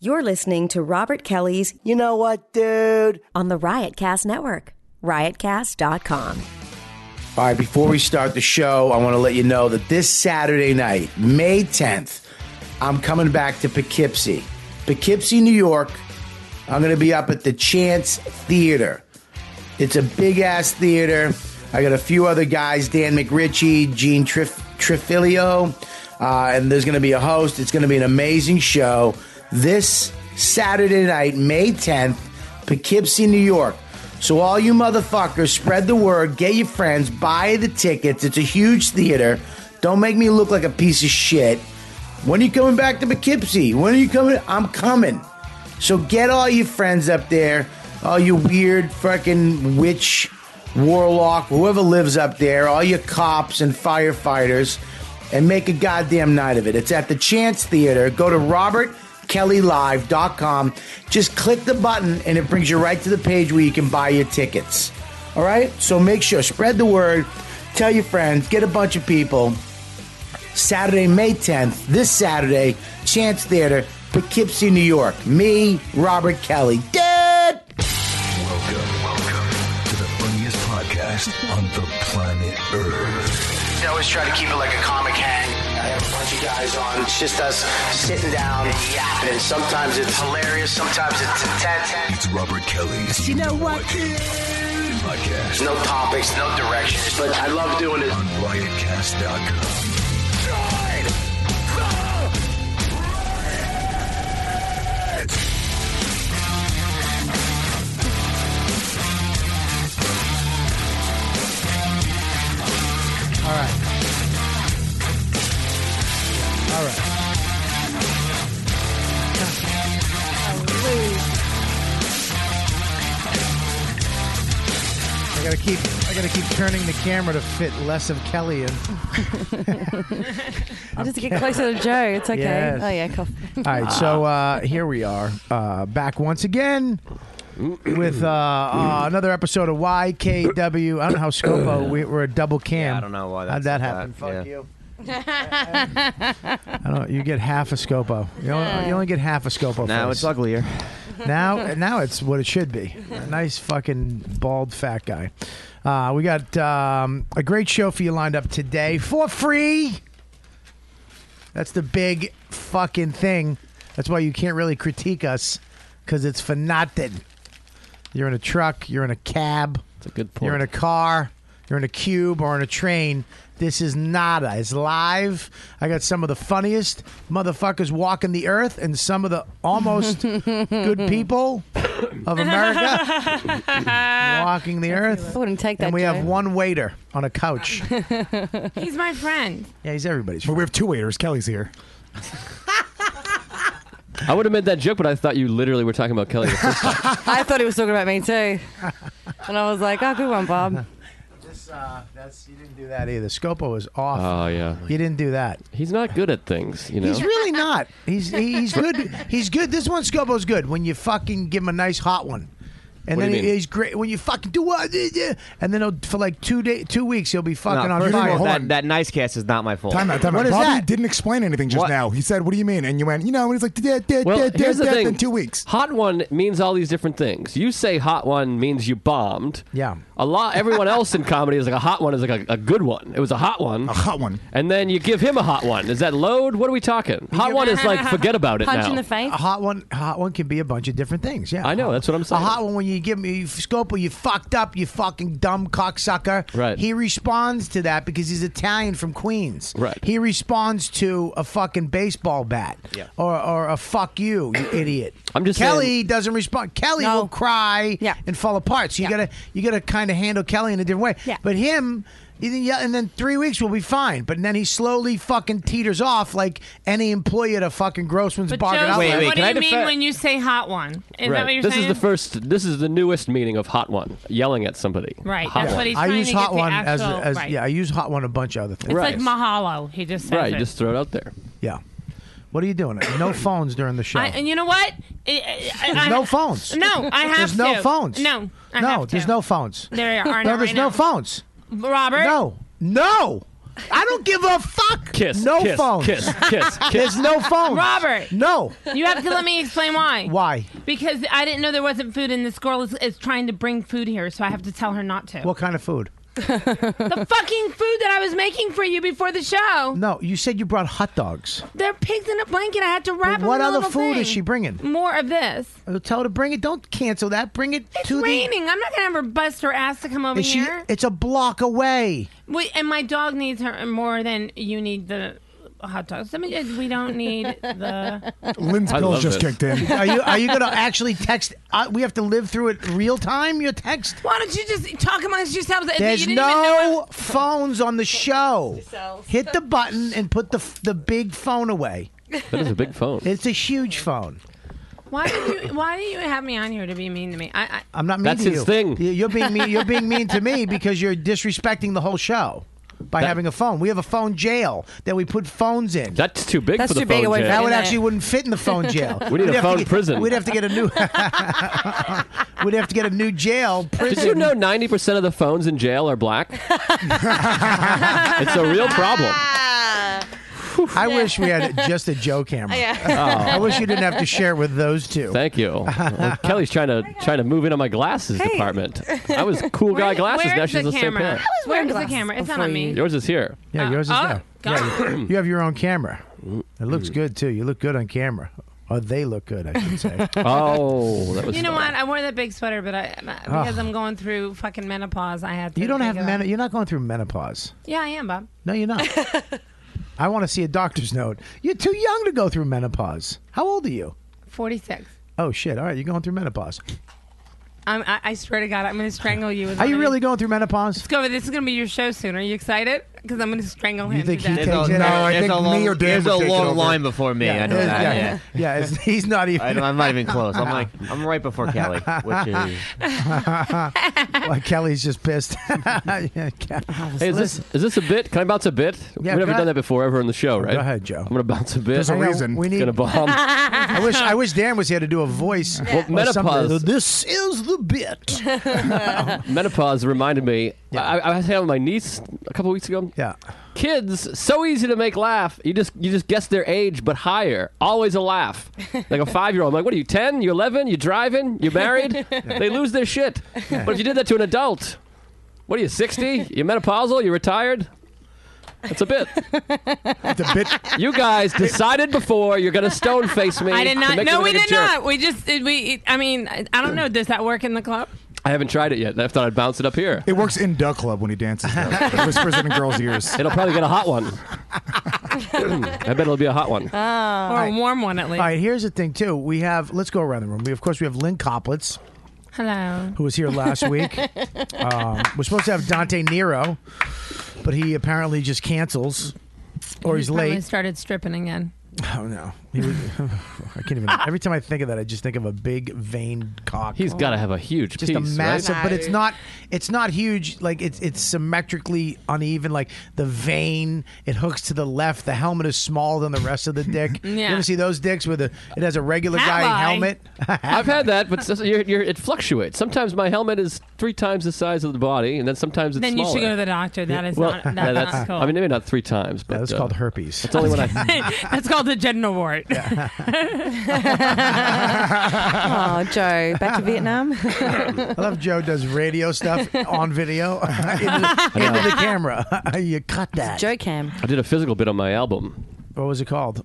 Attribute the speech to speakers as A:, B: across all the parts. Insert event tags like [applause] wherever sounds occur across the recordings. A: You're listening to Robert Kelly's
B: You know what, dude?
A: on the Riotcast Network, riotcast.com.
B: All right, before we start the show, I want to let you know that this Saturday night, May 10th, I'm coming back to Poughkeepsie, Poughkeepsie, New York. I'm going to be up at the Chance Theater. It's a big ass theater. I got a few other guys Dan McRitchie, Gene Trif- Trifilio, uh, and there's going to be a host. It's going to be an amazing show this Saturday night, May 10th, Poughkeepsie, New York. So, all you motherfuckers, spread the word, get your friends, buy the tickets. It's a huge theater. Don't make me look like a piece of shit. When are you coming back to Poughkeepsie? When are you coming? I'm coming. So get all your friends up there, all you weird fucking witch, warlock, whoever lives up there, all your cops and firefighters, and make a goddamn night of it. It's at the Chance Theater. Go to robertkellylive.com. Just click the button, and it brings you right to the page where you can buy your tickets. All right? So make sure, spread the word, tell your friends, get a bunch of people. Saturday, May 10th, this Saturday, Chance Theater, Poughkeepsie, New York. Me, Robert Kelly. Dead!
C: Welcome, welcome to the funniest podcast on the planet Earth.
D: I always try to keep it like a comic hang. I have a bunch of guys on. It's just us sitting down and yapping. And sometimes it's hilarious, sometimes it's intense.
C: It's Robert Kelly's
E: You know what,
C: podcast
D: There's no topics, no directions, but I love doing it.
C: on riotcast.com.
B: All right. All right.
F: I gotta keep I gotta keep turning the camera to fit less of Kelly in.
E: I'll [laughs] just get closer to Joe. It's okay.
F: Yes.
E: Oh yeah, cool.
F: All right, so
G: Ah.
F: uh, here we are uh, back once again with uh, uh, another episode of YKW. I don't know how Scopo we, we're a double cam.
G: I don't know why
F: How'd
G: that's
F: that
G: like
F: happen.
G: that, yeah.
F: I don't. You get half a Scopo. You only, you only get half a Scopo.
G: Now
F: face.
G: it's uglier.
F: now now it's what it should be. A nice fucking bald fat guy. Uh, we got um, a great show for you lined up today for free. That's the big fucking thing. That's why you can't really critique us because it's for nothing. You're in a truck. You're in a cab.
G: It's a good point.
F: You're in a car, you're in a cube, or in a train. This is nada. It's live. I got some of the funniest motherfuckers walking the earth and some of the
H: [laughs]
G: [laughs]
F: almost good people of America walking the earth.
E: I wouldn't take that.
F: And we
E: Joe.
F: have one waiter on a couch.
H: He's my friend.
F: Yeah, he's everybody's.
I: But we have two waiters. Kelly's here.
G: I would have made that joke, but I thought you literally were talking about
I: [laughs]
G: Kelly. the first time.
E: [laughs] I thought he was talking about me too, and I was like, "Oh, good one,
H: [laughs]
E: Bob."
F: This, uh, that's, you didn't do that either. Scopo was off.
G: oh yeah,
F: you didn't do that.
G: he's not good at things. You know,
F: He's really not. He's he- he's good. He's good. This one Scobo's good when you fucking give him a nice hot one. And
G: What do
F: then
G: you
F: he-
G: mean?
F: he's great when you fucking do what, and then he'll, for like two day, two weeks he'll be fucking
I: No,
F: on
I: first of
F: fire.
I: all, hold
G: that,
I: on.
G: that nice cast is not my fault.
I: Time out. Time out.
F: What is
I: Bobby
F: that?
I: didn't explain anything just
G: What?
I: now. He said, "What do you mean?" And you went, "You know." And he's like, "Dead, dead,
G: Well,
I: dead, dead,
G: here's the
I: dead."
G: thing.
I: In two weeks.
G: hot one means all these different things. You say hot one means you bombed.
F: Yeah.
G: A lot. Everyone else in comedy is like a hot one is like a, a good one. It was a hot one.
I: A hot one.
G: And then you give him a hot one. Is that load? What are we talking? Hot one is like forget about it
E: Punch
G: now.
E: in the face.
F: a hot one, a hot one can be a bunch of different things. Yeah,
G: I know, that's what I'm saying.
F: A hot one when you give me Scopo, you fucked up, you fucking dumb cocksucker.
G: Right.
F: He responds to that because he's Italian from Queens.
G: Right.
F: He responds to a fucking baseball bat.
G: Yeah.
F: Or or a fuck you,
G: [clears throat]
F: you idiot.
G: I'm just
F: Kelly
G: saying-
F: doesn't respond. Kelly
E: No.
F: will cry
E: Yeah.
F: and fall apart. So you
E: Yeah.
F: gotta you gotta kind of handle Kelly in a different way.
E: Yeah.
F: But him. you think, Yeah, and then three weeks will be fine, but then he slowly fucking teeters off like any employee at a fucking Grossman's
H: But
F: bargain
H: Joe,
F: outlet.
G: wait,
H: what do
G: can I
H: you mean
G: defer-
H: when you say hot one? Is that what
G: Right.
H: you're
G: This
H: saying?
G: is the first. This is the newest meaning of hot one. Yelling at somebody.
H: Right,
G: Hot
H: that's
G: one.
H: what he's
F: I
H: trying
F: use
H: to get
F: hot
H: the
F: one
H: actual,
F: as, as
H: right.
F: yeah. I use hot one a bunch of other things.
H: It's
G: Right.
H: like mahalo. He just says
G: Right.
H: it.
G: You just throw it out there.
F: Yeah. What are you doing?
H: [coughs]
F: No phones during the show.
H: I, and you know what? I- I- I- I-
F: no phones.
H: No, I have
F: [laughs] there's
H: to.
F: no phones.
H: No, I
F: no.
H: have to.
F: There's no phones.
H: There are
F: no,
H: not
F: there's
H: right
F: no
H: now.
F: phones.
H: Robert.
F: No. No. I don't give a fuck.
G: Kiss.
F: No
G: kiss,
F: phone.
G: Kiss.
F: [laughs]
G: Kiss.
F: There's
G: Kiss.
F: no phone.
H: Robert.
F: No.
H: You have to let me explain why.
F: Why?
H: Because I didn't know there wasn't food, and this girl is, is trying to bring food here, so I have to tell her not to.
F: What kind of food?
H: the fucking food that I was making for you before the show.
F: No, you said you brought hot dogs.
H: They're pigs in a blanket. I had to wrap them
F: what
H: in a
F: other
H: little
F: food
H: thing.
F: is she bringing?
H: More of this.
F: Uh, Tell her to bring it. Don't cancel that. Bring it
H: It's
F: to
H: raining. I'm not gonna have her bust her ass to come
F: the.
H: over
F: Is she,
H: here.
F: it's a block away.
H: Wait, and my dog needs her more than you need the hot dogs. I mean, we don't need the.
F: [laughs]
I: Lynn's
G: I
I: bills
G: love
I: just
G: this.
I: kicked
G: [laughs]
I: in.
F: Are you are you gonna actually text? Uh, we have to live through it real time. Your text.
H: Why don't you [laughs] just talk amongst yourselves? that
F: There's
H: you didn't even know
F: no phones on the show.
E: Yourselves.
F: Hit the button and put the f- the big phone away.
G: That is a big phone.
F: It's a huge phone.
H: it. Why did you? Why do you have me on here to be mean to me? I, I
F: I'm not mean
G: That's
F: to
G: his
F: you.
G: thing.
F: You- You're being mean. You're being mean to me because you're disrespecting the whole show by
G: That-
F: having a phone. We have a phone jail that we put phones in.
G: That's too big
E: That's
G: for the
E: too big
G: phone.
E: away
G: Jay.
E: from
F: That would
E: Yeah.
F: actually wouldn't fit in
J: [laughs]
F: the phone jail.
G: We need
F: We'd
G: a
F: have to
G: phone
F: get-
G: prison.
F: We'd have to get
G: [laughs]
F: a new. we'd have to get a new jail prison.
G: Did you know 90% of the phones in jail are black? it's a real problem.
H: Ah.
F: I wish we had just a Joe camera. I wish you didn't have to share it with those two.
G: Oh. Thank you. Well, Kelly's trying to trying to move in on my glasses department.
H: [laughs]
G: I was cool guy
H: where-
G: glasses. Now
H: where's
G: she's
H: the
G: a
H: camera?
G: camera.
H: Where's the camera? It's not on me.
G: Yours is Mm-hmm. here.
F: yeah, yours is
H: oh,
F: now.
H: God.
F: Yeah, you, you have your own camera. It looks good too. You look good on camera. Or they look good, I should say.
G: [laughs] Oh, that was.
H: You know what? I wore that big sweater, but I because I'm going through fucking menopause, I had. To
F: Ah. you don't
H: take
F: have
H: it off.
F: men. You're not going through menopause.
H: Yeah, I am, Bob.
F: No, you're not. I want to see a doctor's note. You're too young to go through menopause. How old are you?
H: Forty six.
F: Oh shit! All right, you're going through menopause.
H: I'm, I, I swear to God, I'm going to strangle you. With
F: Are you
H: one of
F: really
H: these-
F: going through menopause?
H: Discover this is going to be your show soon. Are you excited? Because I'm going to strangle him.
F: You think
H: to
F: he
H: death.
F: takes it?
I: No, I
J: there's
I: think
J: a long,
I: me or Dan
J: there's
I: would
J: a
I: take it
J: long
I: over.
J: line before me. I know
F: yeah,
J: that. Yeah.
F: yeah, yeah, it's- he's not
J: I
F: even.
J: know, I'm not even close.
F: [laughs]
J: I'm like I'm right before Kelly, which is
F: Well, Kelly's just pissed. [laughs] Yeah, Ke-
G: Hey, is this is this a bit? Can I bounce a bit?
F: Yeah,
G: We've never
F: go
G: done
F: ahead.
G: that before ever on the show, right?
F: ahead, Joe.
G: I'm gonna bounce a bit.
I: There's a
F: Hang on,
I: reason.
F: we
G: It's
F: need.
G: gonna
F: [laughs]
G: bomb.
F: I wish I wish Dan was here to do a voice.
G: Well,
F: or something.
G: menopause.
F: This is the bit.
G: [laughs] Menopause reminded me. I, I was hanging out with my niece a couple weeks ago.
F: Yeah.
G: Kids, so easy to make laugh. You just you just guess their age, but higher. Always
H: [laughs]
G: a laugh. Like a five year old. I'm like, what are you? Ten? You eleven? You driving?
H: [laughs]
G: You married? They lose their shit. But if you did that to an adult, what are you? Sixty? You menopausal? You retired? That's
H: [laughs]
G: a bit.
I: It's a bit.
G: You guys decided before you're gonna stone face me.
H: I did
G: to
H: not.
G: make
H: No, we
G: me look like
H: did
G: a jerk.
H: not. We just did we. I mean, I I don't know. Does that work in the club?
G: I haven't tried it yet. I thought I'd bounce it up here.
I: It works in Duck Club when he
G: [laughs]
I: dances. Though. It whispers in a girl's ears.
G: It'll probably get a hot one. I bet it'll be a hot one.
H: Or a warm one at least.
F: All right. Here's the thing, too. We have. Let's go around the room. We of course we have Lynn Coplets,
H: Hello.
F: who was here
H: [laughs]
F: last week.
G: [laughs]
F: Um, we're supposed to have Dante Nero, but he apparently just cancels, or he's
H: Probably
F: late.
H: started stripping again.
F: Oh no! He was, [laughs] I can't even. Every time I think of that, I just think of a big vein cock.
G: He's got to have a huge
F: just
G: piece,
F: a massive,
G: right?
F: but it's not. It's not huge. Like it's it's symmetrically uneven. Like the vein, it hooks to the left. The helmet is smaller than the rest of [laughs] the dick. You
H: Yeah.
F: ever see those dicks with a? It has a regular
H: Have
F: guy
H: I?
F: helmet. [laughs]
G: I've had that, but s- you're, you're, it fluctuates. Sometimes my helmet is three times the size of the body, and then sometimes it's
H: Then you
G: smaller.
H: should go to the doctor. That is
G: well,
H: not. That's,
G: yeah,
H: not cool.
G: I mean, maybe not three times, but
F: That's
G: uh,
F: called herpes.
G: It's only when
F: [laughs]
G: I.
H: [laughs] that's called the gender wart.
E: Oh, Joe, back to Vietnam. [laughs]
F: I love Joe does radio stuff on video [laughs] into, the, into the camera. [laughs] you cut that.
E: Joe Cam.
G: I did a physical bit on my album.
F: What was it called?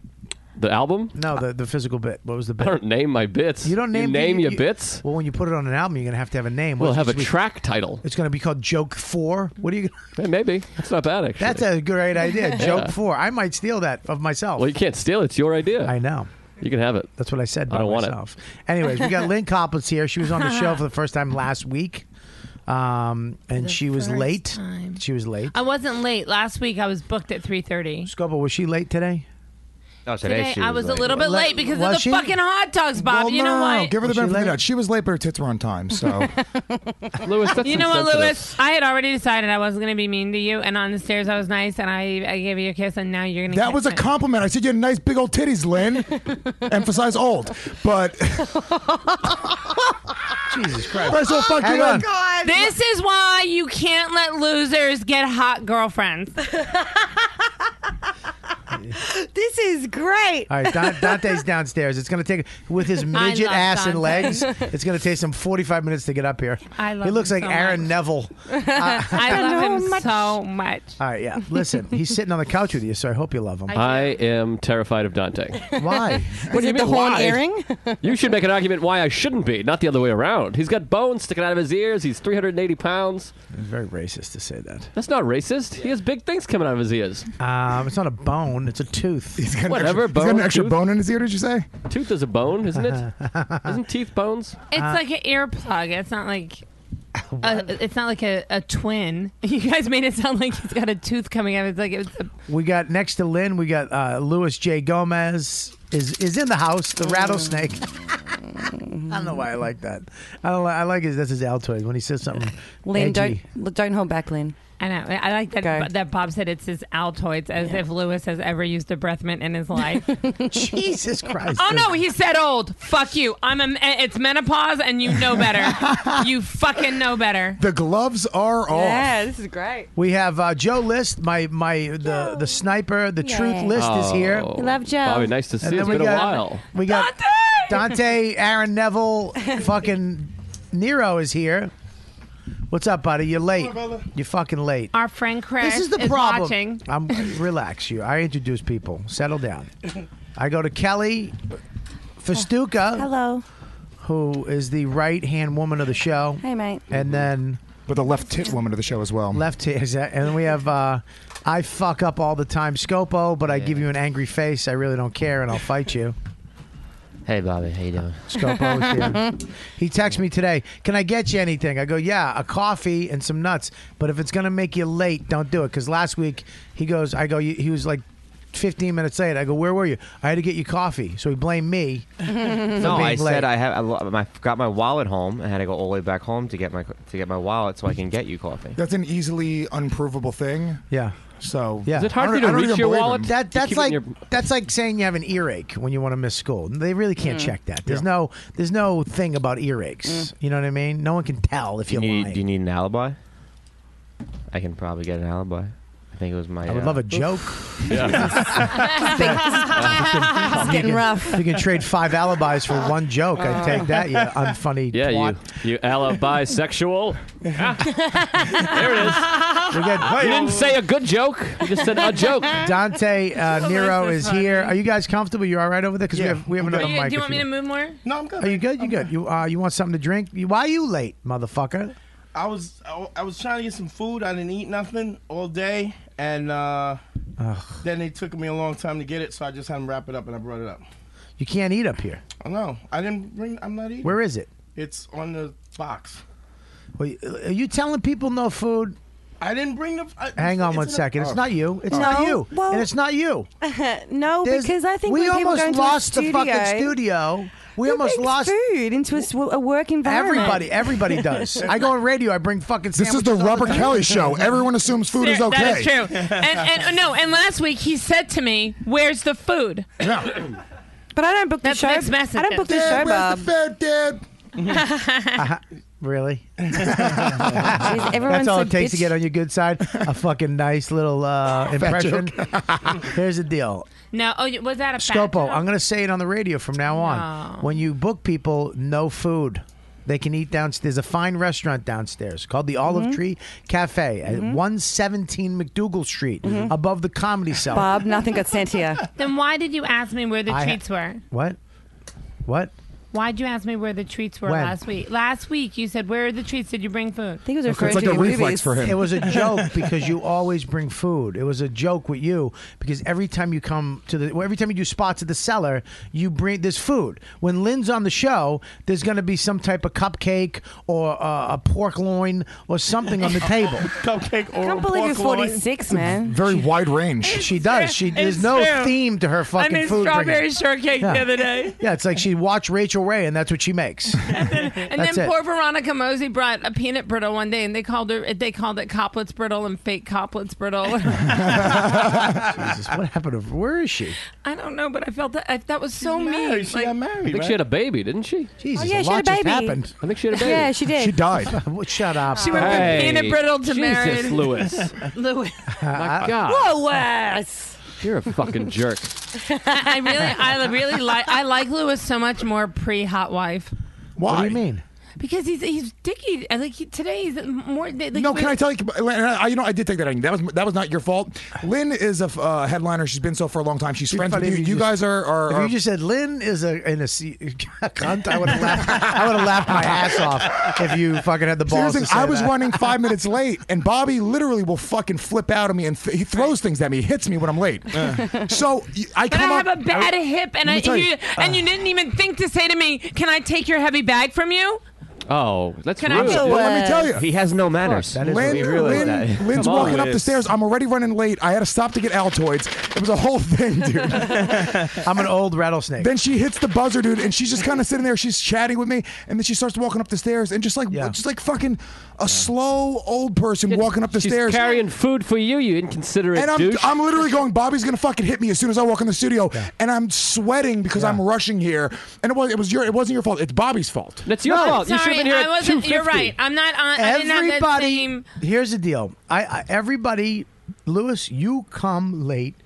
G: The album?
F: No, the the physical bit. What was the
G: I
F: bit?
G: don't name my bits.
F: You don't name
G: you name
F: you-
G: your
F: you-
G: bits.
F: Well, when you put it on an album, you're gonna have to have a name.
G: We'll
F: What's
G: have a
F: this week?
G: track title.
F: It's gonna be called Joke Four. What are you?
G: Yeah, [laughs]
F: Gonna,
G: maybe that's not bad actually.
F: that's a
G: [laughs]
F: great idea. Joke Four. I might steal that of myself.
G: well, you can't steal. it. It's your idea.
F: I know.
G: You can have it.
F: That's what I said. By
G: don't want it.
F: myself. Anyways, we
G: [laughs]
F: got Lynn Coplitz here. She was on the show for the first time last week, um, and she was
H: first
F: late.
H: time.
F: She was late.
H: [laughs] I wasn't late last week. I was booked at three thirty.
F: Scopo, was she late today?
J: no, today,
H: Today
J: she
H: I
J: was
H: was
J: late.
H: a little bit
F: Let-
H: late because of
F: was
H: the
F: she?
H: fucking hot dogs, Bob.
I: Well,
H: you
I: no,
H: know what?
I: Give her the
F: Was she
I: benefit of
F: late?
I: the doubt. She was late, but her tits were on time. So
G: Lewis, that's
H: You know what,
G: insensitive.
H: Lewis? I had already decided I wasn't going to be mean to you, and on the stairs I was nice, and I, I gave you a kiss, and now you're going to.
I: that was a compliment. I said you had nice big old titties, Lynn. Emphasize old, but
F: Jesus Christ.
I: First of all, fuck you up.
H: This is why you can't let losers get hot girlfriends.
E: [laughs] This is great.
F: All right, Dan- Dante's downstairs. It's going to take
H: [laughs]
F: with his midget
H: love
F: ass and
H: Dante. [laughs]
F: legs. It's going to take him 45 minutes to get up here.
H: I love
F: He looks
H: him so
F: like Aaron
H: much. [laughs]
F: Neville. [laughs]
H: I love him so much.
F: All
H: [laughs]
F: right, yeah. Listen, he's sitting on the couch with you, so I hope you love him.
G: I am terrified
H: [laughs]
G: of Dante.
F: Why?
G: What do you
E: The
G: mean?
E: horn
G: why?
E: earring?
G: [laughs] You should make an argument why I shouldn't be, not the other way around. He's got bones sticking out of his ears. He's 380 pounds.
F: Very racist to say that.
G: That's not racist. He has big things coming out of his ears.
F: Um, it's not a bone; it's a tooth.
I: He's got an
G: Whatever,
I: extra- He's got
G: bone,
I: an extra
G: tooth.
I: bone in his ear. Did you say?
G: Tooth is a bone, isn't it? [laughs] Isn't teeth bones?
H: It's
F: Uh,
H: like an earplug. It's not
F: [laughs]
H: like. A, it's not like a, a twin. [laughs] You guys made it sound like he's got a tooth coming out. It's like it's a,
F: We got next to Lynn. We got uh, Louis J. Gomez is is in the house. The rattlesnake. I
E: Mm.
F: don't know why [laughs] I like that. I don't. Li- I like his. That's his altoid when he says something.
E: Lynn,
F: edgy.
E: don't don't hold back, Lynn.
H: I know. I like that.
E: Okay.
H: That Bob said it's his Altoids, as if Lewis has ever used a breath mint
E: [laughs]
H: in his life.
F: Jesus Christ.
H: oh no, he said old. Fuck you. I'm a. me- It's menopause, and you
E: [laughs]
H: know better. you fucking know better.
I: The gloves are off.
E: Yeah, this is
H: [laughs]
E: great.
F: We have uh, Joe List. My my the the sniper. The truth list is here.
G: Oh,
E: love Joe.
G: Bobby, nice to see you. It's
F: we
G: been a
F: got
G: while.
F: we got Dante,
E: [laughs]
F: Aaron Neville, fucking Nero is here. What's up, buddy? You're late. You're fucking late.
H: Our friend Chris
F: This is the problem.
H: watching.
F: I'm relax. You. I introduce people. Settle down. I go to Kelly Festuca,
E: Hello.
F: who is the right hand woman of the show,
E: Hey, mate.
F: and then
I: But the left tit woman of the show as well.
F: left hand, and then we have. Uh, I fuck up all the time, Scopo, but I give you an angry face. I really don't care, and I'll fight you.
J: Hey, Bobby, how you doing? [laughs]
F: Scopo is
I: [laughs]
F: here. He texted me today. Can I get you anything? I go, yeah, a coffee and some nuts. But if it's gonna make you late, don't do it. Because last week he goes, I go, y- he was like. 15 minutes late. I go, where were you? I had to get you coffee. So he blamed me.
J: No, I
F: being late.
J: said I have. I, lo- I got my wallet home. I had to go all the way back home to get my co- to get my wallet so I can get you coffee.
I: That's an easily unprovable thing.
F: Yeah.
I: So
F: Yeah. Is it
G: hard
I: I
G: for you to
I: don't- I don't
G: reach
I: even
G: your
I: believe
G: wallet?
I: him.
F: That that's
G: keep it
F: like
G: in your-
F: that's like saying you have an earache when you want to miss school. They really
G: Mm.
F: can't check that. There's no there's no thing about earaches. You know what I mean? No one can tell if
J: Do you
F: you're
J: need
F: lying.
J: Do you need an alibi? I can probably get an alibi. I think it was my.
F: I would
J: uh,
F: love
G: [laughs]
J: [laughs]
F: a joke. [laughs]
I: [laughs]
E: It's getting rough.
F: If you can trade five alibis for one joke, I'd take that. You unfunny
G: Yeah,
F: twat.
G: you, you alibisexual.
F: We got
G: You didn't say a good joke. You just said a joke.
F: [laughs] Dante uh, Nero
H: this
F: is
H: funny.
F: here. Are you guys comfortable? You all right over there? Because we
I: Yeah.
F: have we have
I: I'm
H: Do
F: another
H: you,
F: mic.
H: do you want
F: if
H: me to
F: you-
H: move more?
K: No, I'm good.
F: Are you good? You good? You uh, you want something to drink? You, why are you late, motherfucker?
K: I was I, I was trying to get some food. I didn't eat nothing all day, and uh, then it took me a long time to get it, so I just had them wrap it up, and I brought it up.
F: You can't eat up here.
K: Oh no, I didn't bring. I'm not eating.
F: Where is it?
K: It's on the box.
F: Well, you- are you telling people no food?
K: I didn't bring the. I,
F: Hang on
K: Uh, it's
F: one
K: in a-
F: second. It's
K: oh.
F: not you. It's
E: No,
F: not you.
E: well-
F: and it's not you.
E: No,
F: There's-
E: because I think
F: we
E: when people
F: almost
E: go into
F: lost
E: a studio,
F: the fucking studio. We
E: who
F: almost
E: brings
F: lost
E: food into a, s- a work environment.
F: everybody.
E: [laughs]
F: Everybody does. I go on radio. I bring fucking.
I: This is the
F: sandwiches all
I: Robert
F: time.
I: Kelly show. Everyone assumes food is
H: There-
I: okay.
H: That is true.
I: [laughs]
H: And, and no, and last week he said to me, "Where's the
F: [coughs]
H: food?" [coughs]
E: But I don't book the
H: That's
E: show.
H: mixed messages.
E: I don't book the show,
I: Dad,
E: Bob.
I: where's the food, Dad?
H: [laughs]
F: [laughs] Really?
E: Jeez, everyone's
F: That's all
E: a
F: it takes to
E: bitch.
F: get on your good side. A fucking nice
I: [laughs]
F: little uh, impression. [laughs] Here's the deal,
H: No, oh, was that a fact?
F: Scopo. I'm gonna say it on the radio from now on. When you book people, no food. They can eat downstairs. There's a fine restaurant downstairs called the Olive
E: Mm-hmm.
F: Tree Cafe at 117 McDougal Street, above the Comedy Cell.
E: Mm-hmm. Bob, nothing
F: [laughs]
E: got sent here.
H: [laughs] Then why did you ask me where the
F: I ha-
H: treats were?
F: What? What?
H: Why'd you ask me where the treats were
F: When?
H: last week? Last week you said, "Where are the treats? Did you bring food?"
E: I think it was
I: It's
E: referring
I: like
E: to
I: a
E: your
I: reflex
E: movies.
I: for him.
F: It was a
I: [laughs]
F: joke because you always bring food. It was a joke with you because every time you come to the, well, every time you do spots at the cellar, you bring this food. When Lynn's on the show, there's going to be some type of cupcake or uh, a pork loin or something on the table.
K: [laughs] Cupcake.
E: I can't believe you're 46, man.
I: Very wide range.
F: She does. She there's
H: It's
F: no
H: true.
F: theme to her
H: I
F: fucking
H: made
F: food. bringing.
H: strawberry shortcake
F: Yeah.
H: the other day.
F: Yeah, it's like she watched Rachel Rachel Ray, and that's what she makes.
H: And
F: That's
H: then
F: it.
H: poor Veronica Mosey brought a peanut brittle one day, and they called her. They called it Coplets brittle and fake Coplets brittle.
F: [laughs]
H: [laughs]
F: Jesus, what happened? To, where is she?
H: I don't know, but I felt that I, that was so mean.
K: She
H: Like-
K: got
G: I
K: married.
G: think
K: right?
G: she had a baby, didn't she?
F: Jesus,
H: Oh, yeah,
F: a
H: she had
F: lot
H: a
F: just
H: baby.
F: happened.
G: I think she had a
H: [laughs]
G: baby.
H: Yeah, [laughs] she did. She
F: [laughs]
H: died.
F: Shut up.
H: She went from
G: Hey.
H: peanut brittle to
G: Jesus, [laughs]
H: married.
G: Louis.
H: Louis.
F: [laughs]
G: My God.
H: Whoa, Wes.
G: You're a fucking jerk.
H: I I really, I really like, I like Louis so much more pre-hot wife
F: Why? What do you mean?
H: because he's he's dicky. I Like he, today, he's more. Like,
I: no,
H: we-
I: can I tell you? Lynn, I, you know, I did take that. on you. That was that was not your fault. Lynn is a f- uh, headliner. She's been so for a long time. She's friends with you. You, guys are are,
F: If
I: are
F: you just said Lynn is a in a se- cunt, I would have laughed. [laughs] I would have laughed my ass off if you [laughs] fucking had the
I: So here's
F: balls.
I: the
F: to
I: thing,
F: say
I: I was
F: that.
I: running five minutes late, and Bobby literally will fucking flip out at me, and th- he throws things at me. He hits me when I'm late. so y-
F: [laughs]
I: I
H: But I
I: come
H: have
I: up-
H: a bad
I: I-
H: hip, and
I: Let
H: I
I: me tell
H: you, Ah. and you didn't even think to say to me, "Can I take your heavy bag from you?"
G: Oh, that's
H: Can I
G: rude.
H: get Well, let me
I: tell you.
J: he has no manners.
G: Fuck, that is
I: Lynn,
G: rude. Really,
I: Lynn-
G: that-
I: Lynn's
G: Come on,
I: walking up the
G: Liz.
I: stairs. I'm already running late. I had to stop to get Altoids. It was a whole [laughs] thing,
F: [laughs]
I: dude.
F: [laughs] I'm an old rattlesnake.
I: Then she hits the buzzer, dude, and she's just kind of sitting there. She's chatting with me, and then she starts walking up the stairs, and just like, just like fucking a slow old person walking up the
G: She's
I: stairs.
G: carrying food for you, you inconsiderate
I: and I'm,
G: douche.
I: I'm literally going, Bobby's gonna fucking hit me as soon as I walk in the studio, and I'm sweating because I'm rushing here. And it was it was your it wasn't your fault. It's Bobby's fault.
G: That's your fault. you should have been here
H: I
G: at
H: wasn't. You're
G: 2:50.
H: right. I'm not on. I didn't have that
F: everybody.
H: [laughs] same.
F: Here's the deal. I, I everybody, Lewis, you come late.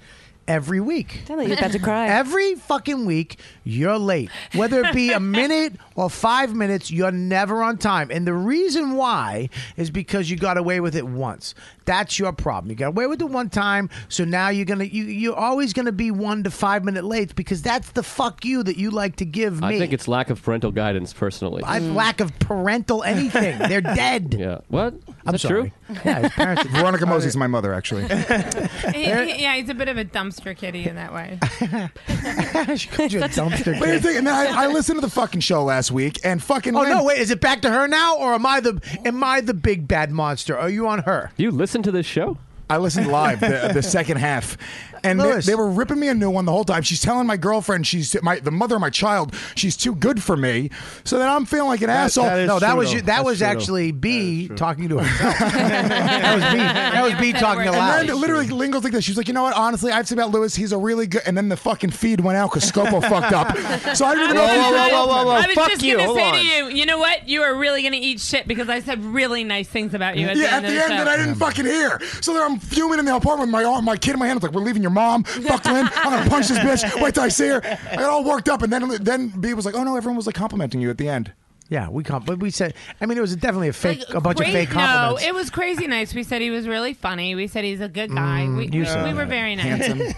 F: Every week,
L: Telling you, you're about to cry.
F: Every fucking week, you're late. Whether
L: [laughs]
F: it be a minute or five minutes, you're never on time. And the reason why is because you got away with it once. That's your problem. You got away with it one time, so now you're gonna you you're always gonna be one to five minute late because that's the fuck you that you like to give me.
G: I think it's lack of parental guidance, personally. Mm.
F: I lack of parental anything. [laughs] They're dead.
G: Yeah. What? Is
I: I'm
G: that
I: sorry.
G: true? [laughs]
F: Yeah, his parents.
I: [laughs] Veronica Mosey's my mother, actually.
H: he- he- yeah, he's a bit of a dumpster kitty in that [laughs] way.
F: [laughs] she called you a dumpster
I: But here's the thing, and I, I listened to the fucking show last week, and fucking.
F: Oh
I: Lynn-
F: no! Wait, is it back to her now, or am I the am I the big bad monster? Are you on her?
G: Do you listen to this show?
I: I listened
G: [laughs]
I: live the, the second half, [laughs] and they,
F: Lewis.
I: they were ripping me a new one the whole time. She's telling my girlfriend, she's my the mother of my child, she's too good for me. So then I'm feeling like an asshole.
F: no, that was you, that was actually B talking to herself. that was B. [laughs] That was B talking
I: And
F: aloud.
I: then literally Lynn goes like this. She was like, you know what? Honestly, I've said about Lewis, he's a really good. And then the fucking feed went out
J: [laughs]
I: because Scopo fucked up. So I didn't even know.
J: Whoa, whoa, whoa, whoa, whoa, whoa.
H: I was
J: Fuck
H: just
J: you.
H: gonna
J: Hold
H: say
J: on.
H: to you, you know what? You are really gonna eat shit because I said really nice things about you. At
I: yeah,
H: the
I: at
H: end
I: the
H: of
I: end,
H: the show.
I: that I didn't fucking hear. So then I'm fuming in the apartment with my arm, my kid in my hand. It's like, we're leaving your mom. Fuck Lynn. I'm gonna punch this bitch. Wait till I see her. I got all worked up, and then then B was like, oh no, everyone was like complimenting you at the end.
F: Yeah, we can't. But we said, I mean, it was definitely a fake, a bunch
H: Great-
F: of fake compliments.
H: No, it was crazy nice. We said he was really funny. We said he's a good guy.
F: Mm,
H: we
F: you said
H: we were
F: that.
H: very nice.
F: Handsome.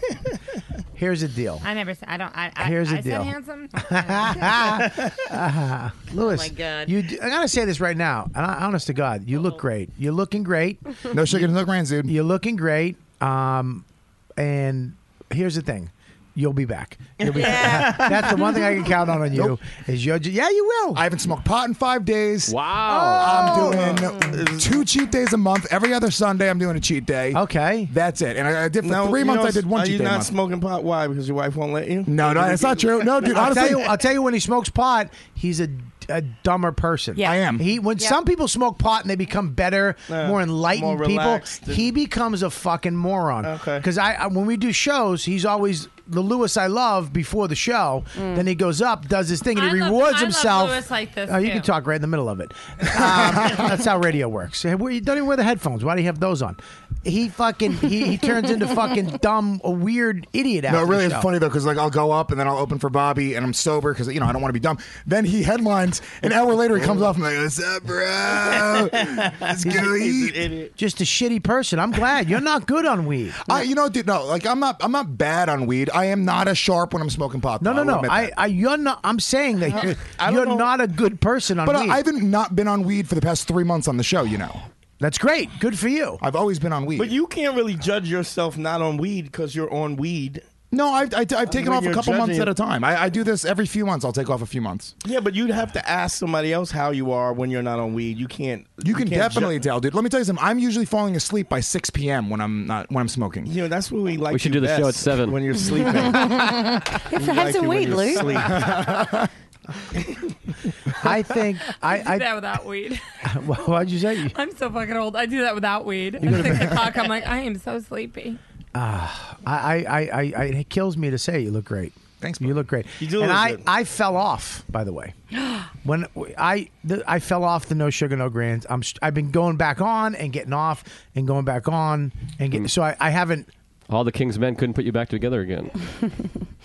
F: Here's the deal.
H: [laughs] I never said. I don't. I, I,
F: Here's the
H: I
F: deal.
H: said handsome. [laughs]
I: [laughs]
F: Ah, [laughs]
I: Oh
F: Lewis,
H: my God.
F: you. d- I gotta say this right now, and I, honest to God, you look great. You're looking great.
I: Oh. [laughs] No sugar in the grains, dude.
F: You're looking great. Um, and here's the thing. You'll be back. You'll
K: [laughs]
F: be back. That's the one thing I can count on on you is you're. ju- Yeah, you will.
I: I haven't smoked pot in five days.
G: Wow.
F: Oh.
I: I'm doing two cheat days a month. Every other Sunday, I'm doing a cheat day.
F: Okay.
I: That's it. And I, I did for
K: Now,
I: three
K: you
I: months.
K: know,
I: I did one
K: Are
I: cheat
K: you
I: day a
K: not
I: month.
K: smoking pot? Why? Because your wife won't let you?
I: No, no, that's not true. No, dude,
F: I'll
I: honestly,
F: tell you. I'll tell you when he smokes pot, he's a, a dumber person.
I: I am.
F: He when some people smoke pot and they become better,
K: Yeah,
F: more enlightened
K: more
F: people,
K: relaxed and-
F: he becomes a fucking moron.
K: Okay.
F: Because I, I when we do shows, he's always the Lewis I love before the show. Then he goes up, does his thing, and he
H: Mm. I love-
F: rewards
H: I love
F: himself.
H: Lewis like this,
F: Oh, you
H: too.
F: can talk right in the
H: [laughs]
F: middle of it. Um, that's how radio works. Hey, where- You don't even wear the headphones. Why do you have those on? He fucking he, he turns into fucking dumb, a weird idiot.
I: No,
F: after
I: it
F: the
I: really is
F: show.
I: funny though, because like I'll go up and then I'll open for Bobby and I'm sober because you know I don't want to be dumb. Then he headlines an hour later. He comes off and I'm like, "What's up,
F: [laughs]
I: bro? Let's go eat."
F: Just a shitty person. I'm glad you're not good on weed.
I: I, you know, dude, no, like I'm not, I'm not bad on weed. I am not as sharp when I'm smoking pot.
F: No,
I: though. I
F: no,
I: will
F: no.
I: admit
F: I,
I: that.
F: I, you're not. I'm saying that you're,
I: [laughs] I don't
F: you're
I: know.
F: not a good person on
I: but
F: weed.
I: I, I haven't not been on weed for the past three months on the show. You know,
F: That's great. Good for you.
I: I've always been on weed.
K: But you can't really judge yourself not on weed because you're on weed.
I: no, I've, I, have i have taken
K: when
I: off a
K: you're
I: couple months
K: judging-
I: at a time. I, I do this every few months. I'll take off a few months.
K: Yeah, but you'd have to ask somebody else how you are when you're not on weed. You can't.
I: You can
K: can't
I: definitely
K: ju-
I: tell, dude. Let me tell you something. I'm usually falling asleep by 6 p.m. when I'm not when I'm smoking.
K: You know, that's what we like.
G: We should
K: you [laughs]
G: do the show at
K: best,
G: seven.
K: when you're sleeping.
H: [laughs]
L: You have to have some weed, Lou.
F: [laughs] I think I.
H: do that
F: I
H: without weed.
F: [laughs]
H: [laughs]
F: Wha- why'd you say? You-
H: I'm so fucking old. I do that without weed.
F: You
H: I
F: gotta
H: six
F: be-
H: o'clock. I'm like, I am so sleepy.
F: Ah, I, I, I, I, I- it kills me to say you look great. Thanks. You look great. You
H: do
F: And
H: look
F: I,
H: good.
F: I fell off, by
H: [gasps]
F: the way. When I, the, I fell off the no sugar no grains. I'm, st- I've been going back on and getting off and going back on and get. So I, I haven't.
G: All the King's men couldn't put you back together [laughs] again.
I: [laughs]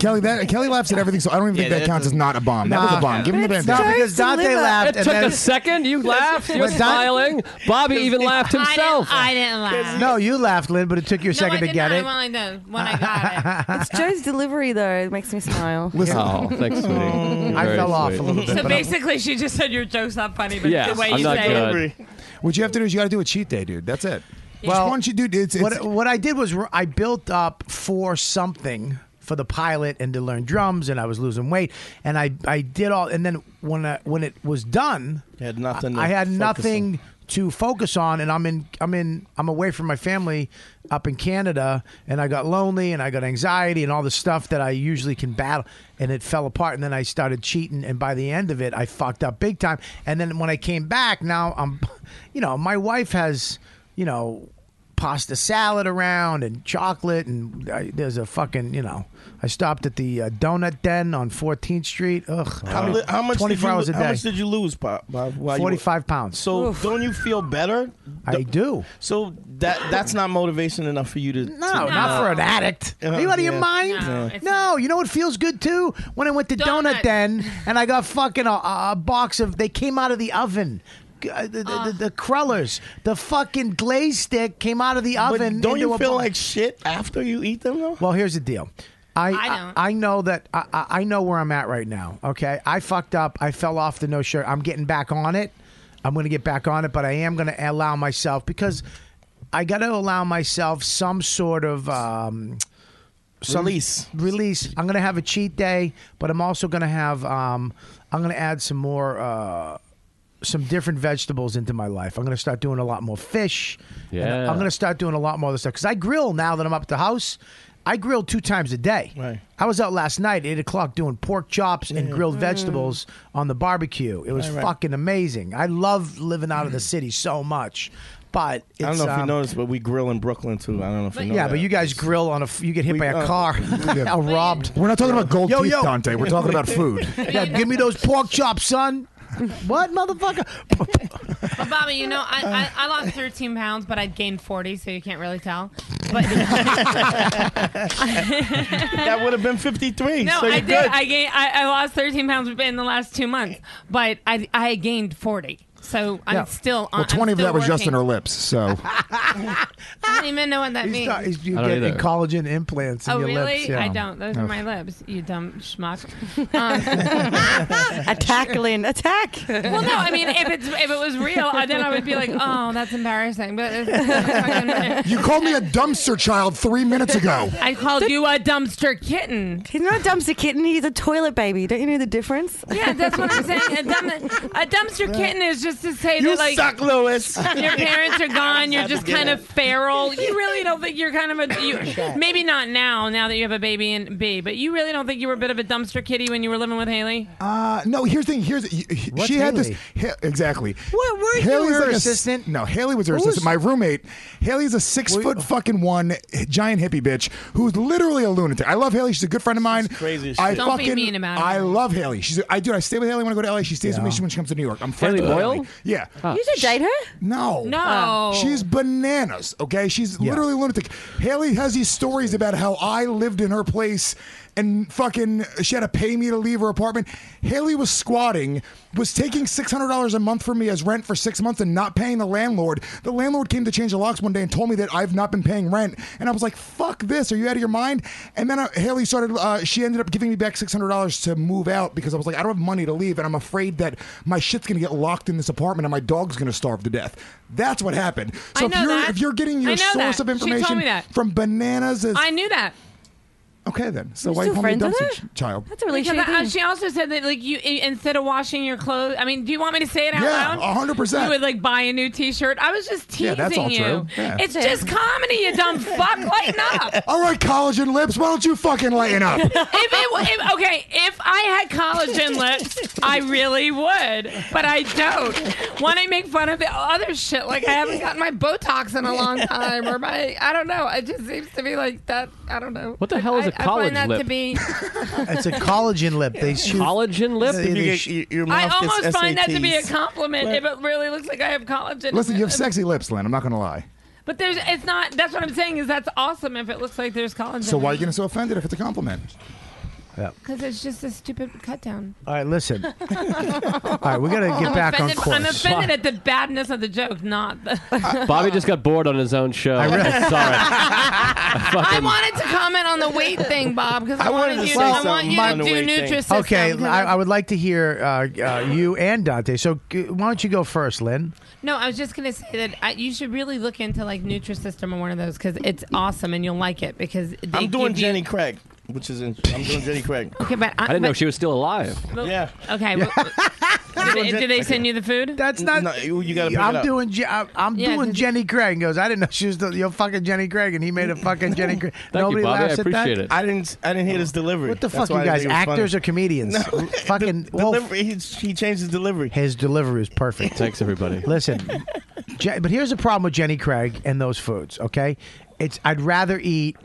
I: Kelly, that, Kelly laughs at everything, so I don't even
G: Yeah,
I: think that
G: that's
I: counts
G: a-
I: as not a bomb. That was a
G: Nah.
I: bomb. Give him the
G: It's
I: band.
G: No, because
F: Dante laughed
G: It took a second. You laughed. You're
F: Don-
G: smiling. Bobby even laughed
H: I didn't-
G: himself.
H: I didn't laugh.
F: No, you laughed, Lynn, but it took you a
H: No,
F: second
H: I
F: to
H: did
F: get
H: not.
F: it.
H: When I did, when I got it.
F: [laughs]
E: It's Joe's delivery though. It makes me smile.
F: Listen-
G: Oh, thanks, sweetie. You're
F: I
G: very
F: fell off
G: sweet.
F: a little bit.
H: So
F: but I'm-
H: basically, she just said your joke's not funny, but the way you say it.
I: What you have to do is you got to do a cheat day, dude. That's it.
F: Well,
I: Just one cheat, dude. It's, it's,
F: what, what I did was r- I built up for something for the pilot and to learn drums, and I was losing weight, and I, I did all, and then when I, when it was done,
K: had nothing. to
F: I had
K: focus
F: nothing
K: on.
F: to focus on, and I'm in, I'm in, I'm away from my family up in Canada, and I got lonely, and I got anxiety, and all the stuff that I usually can battle, and it fell apart, and then I started cheating, and by the end of it, I fucked up big time, and then when I came back, now I'm, [laughs] you know, my wife has, you know. Pasta salad around and chocolate and I, there's a fucking you know I stopped at the uh, donut den on 14th Street. Ugh,
K: How, li- how much?
F: 24
K: did you,
F: hours a day.
K: How much did you lose, Bob? Bob while you were-
F: 45 pounds.
K: So don't you feel better?
F: I do.
K: So that that's not motivation enough for you to. Uh,
F: No, not for an addict. Are you out of your mind? No, you know what feels good too? When I went to Donut, Den and I got fucking a, a a box of, they came out of the oven. G- uh, The, the, the, the crullers, the fucking glaze stick came out of the
K: But
F: oven.
K: don't
F: into
K: you
F: a
K: feel
F: bo-
K: like shit after you eat them though?
F: Well, here's the deal.
K: I
F: I I,
K: don't.
F: I know that I, I I know where I'm at right now. Okay, I fucked up. I fell off the no shirt. I'm getting back on it. I'm going to get back on it, but I am going to allow myself because I got to allow myself some sort of. Um,
K: Release.
F: Release. I'm gonna have a cheat day, but I'm also gonna have. Um, I'm gonna add some more, uh, some different vegetables into my life. I'm gonna start doing a lot more fish. and
G: Yeah.
F: I'm gonna start doing a lot more of this stuff because I grill now that I'm up at the house. I grill two times a day. Right. I was out last night, eight o'clock, doing pork chops and grilled
K: Mm.
F: vegetables on the barbecue. It was
K: Right, right.
F: fucking amazing. I love living out of the city so much, but it's,
K: I don't know if you
F: um,
K: noticed, but we grill in Brooklyn too. I don't know if you know.
F: yeah,
K: that.
F: but you guys grill on a. f- You get hit by [laughs] a
K: uh,
F: car,
K: yeah.
F: robbed.
I: We're not talking about gold
F: Yo,
I: teeth,
F: yo.
I: Dante. We're talking about food.
F: [laughs] Yeah, give me those pork chops, son. What, motherfucker?
H: But Bobby, you know, I, I, I lost 13 pounds, but I gained 40, so you can't really tell.
K: [laughs] that would have been fifty three.
H: No,
K: so you're
H: I did.
K: Good.
H: I gained. I, I lost 13 pounds in the last two months, but I I gained 40. So I'm
I: Yeah.
H: still on.
I: Well, 20
H: I'm
I: of that was
H: still
I: just in her
H: working. [laughs]
I: lips, so.
H: I don't even know what that means.
F: you
I: I don't
F: get
I: either.
F: collagen implants in
H: oh
F: your
H: really?
F: lips. Yeah.
H: I don't. Those are
F: Oh.
H: my lips. You dumb
F: [laughs]
H: schmuck.
E: [laughs]
H: Um,
E: attack, Lynn. Attack.
H: well, no. I mean, if it's if it was real, uh, then I would be like, oh, that's embarrassing. But uh, it's-
I: you called me a dumpster child three
H: [laughs]
I: minutes ago.
H: I called you a dumpster kitten.
E: He's not a dumpster kitten. He's a toilet baby. Don't you know the difference?
H: Yeah, that's what I'm saying.
E: [laughs]
H: A, dumb, a dumpster kitten is just to say
K: You
H: that, like,
K: suck, Lewis.
H: Your parents are gone. You're
K: Had to
H: just
K: get
H: kind of
K: it.
H: feral. You really don't think you're kind of a you, maybe not now. Now that you have a baby and B, but you really don't think you were a bit of a dumpster kitty when you were living with Haley.
I: Uh, no, here's the thing. Here's the, he-
H: What's
I: she had
H: Haley?
I: this ha- exactly.
H: What, weren't you her
I: a s-
H: assistant?
I: no, Haley was her
H: Who
I: assistant.
H: was-
I: My roommate. Haley's a six foot fucking one giant hippie bitch who's literally a lunatic. I love Haley. She's a good friend of mine.
K: crazy as
I: I
K: shit.
H: Don't be
I: fucking
H: mean about her.
I: I love Haley. She's a, I do. I stay with Haley when I go to LA. She stays with me when she comes to New York. I'm friends
G: Haley
I: with
G: Boyle?
I: Haley. Yeah.
E: You should date her.
I: No.
E: No.
I: She's bananas, okay? She's literally a lunatic. Haley has these stories about how I lived in her place and fucking she had to pay me to leave her apartment. Haley was squatting, was taking $600 a month from me as rent for six months and not paying the landlord. The landlord came to change the locks one day and told me that I've not been paying rent. And I was like, fuck this. Are you out of your mind? And then uh, Haley started, uh, she ended up giving me back $600 to move out because I was like, I don't have money to leave. And I'm afraid that my shit's going to get locked in this apartment and my dog's going to starve to death. That's what happened.
H: I
I: So if
H: know
I: you're,
H: that.
I: if you're getting
H: I
I: your
H: know
I: source
H: that.
I: of
H: She told
I: information
H: me that.
I: from bananas as
H: I knew that.
I: Okay, then. So
H: You're
I: why
H: still
I: you call me a
H: friends with
I: dumpster ch- child?
E: That's a really
H: Because,
E: shitty
H: uh,
E: thing.
H: She also said that like you i- instead of washing your clothes. I mean, do you want me to say it out
I: Yeah,
H: loud?
I: 100%.
H: You would like buy a new T-shirt. I was just teasing
I: Yeah, that's all
H: you.
I: true. Yeah.
H: It's just comedy,
E: [laughs]
H: you dumb fuck. Lighten up.
I: [laughs] All right, collagen lips. Why don't you fucking lighten
H: [laughs]
I: up?
H: if it, wa- if, okay, if I had collagen lips, I really would, but I don't. When I make fun of the other shit, like I haven't gotten my Botox in a long time, or my I don't know. It just seems to be like that. I don't know.
F: What the hell is
H: I-
F: a
H: I
F: college
H: find that to
F: lip?
H: be.
F: It's
H: [laughs]
F: a collagen lip. They shoot
G: collagen lip.
F: They,
G: If you
F: they
G: get
F: sh-
G: your-
H: I almost find that to be a compliment if it really looks like I have collagen.
I: Listen, you have sexy lips, Lynn. I'm not going to lie.
H: But there's, it's not. That's what I'm saying. Is that's awesome if it looks like there's collagen.
I: So why are you getting so offended if it's a compliment?
H: Because it's just a stupid cut down.
F: All right, listen. All
H: All
F: right, we got to get
H: I'm
F: back on
H: offended,
F: course.
H: I'm offended at the badness of the joke, not the.
G: Bobby just got bored on his own show. I
H: really-
G: am
F: [laughs]
G: sorry. I
H: I
G: fucking-
H: wanted to comment on the weight thing, Bob, because I, wanted, you. I want you to do Nutrisystem.
F: Okay,
H: 'cause
F: I, I would like to hear uh, uh, you and Dante. So g- why don't you go first, Lynn?
H: No, I was just gonna say that I, you should really look into like Nutrisystem or one of those because it's awesome and you'll like it because they
K: I'm doing
H: give you-
K: Jenny Craig, which is in, I'm doing Jenny Craig.
H: [laughs] Okay, but I,
G: I didn't know she was still alive.
H: Well,
K: Yeah.
H: Okay. well, did,
F: [laughs]
H: they- did they send you the food?
F: That's not.
K: you
F: I'm doing. Je- I'm, I'm
H: Yeah,
F: doing
H: 'cause-
F: Jenny Craig. And goes. I didn't know she was the, your fucking Jenny Craig, and he made a fucking Jenny Craig. Nobody laughs at that.
K: I didn't. I didn't hear his delivery.
F: What the
K: That's
F: fuck,
K: why
F: you
K: I
F: guys?
K: think it was funny.
F: Actors or comedians? [laughs]
K: [laughs]
F: fucking. well,
K: Delivery, he, he changed his delivery.
F: His delivery is perfect.
G: Thanks, everybody.
F: Listen, Je- but here's the problem with Jenny Craig and those foods. Okay, it's I'd rather eat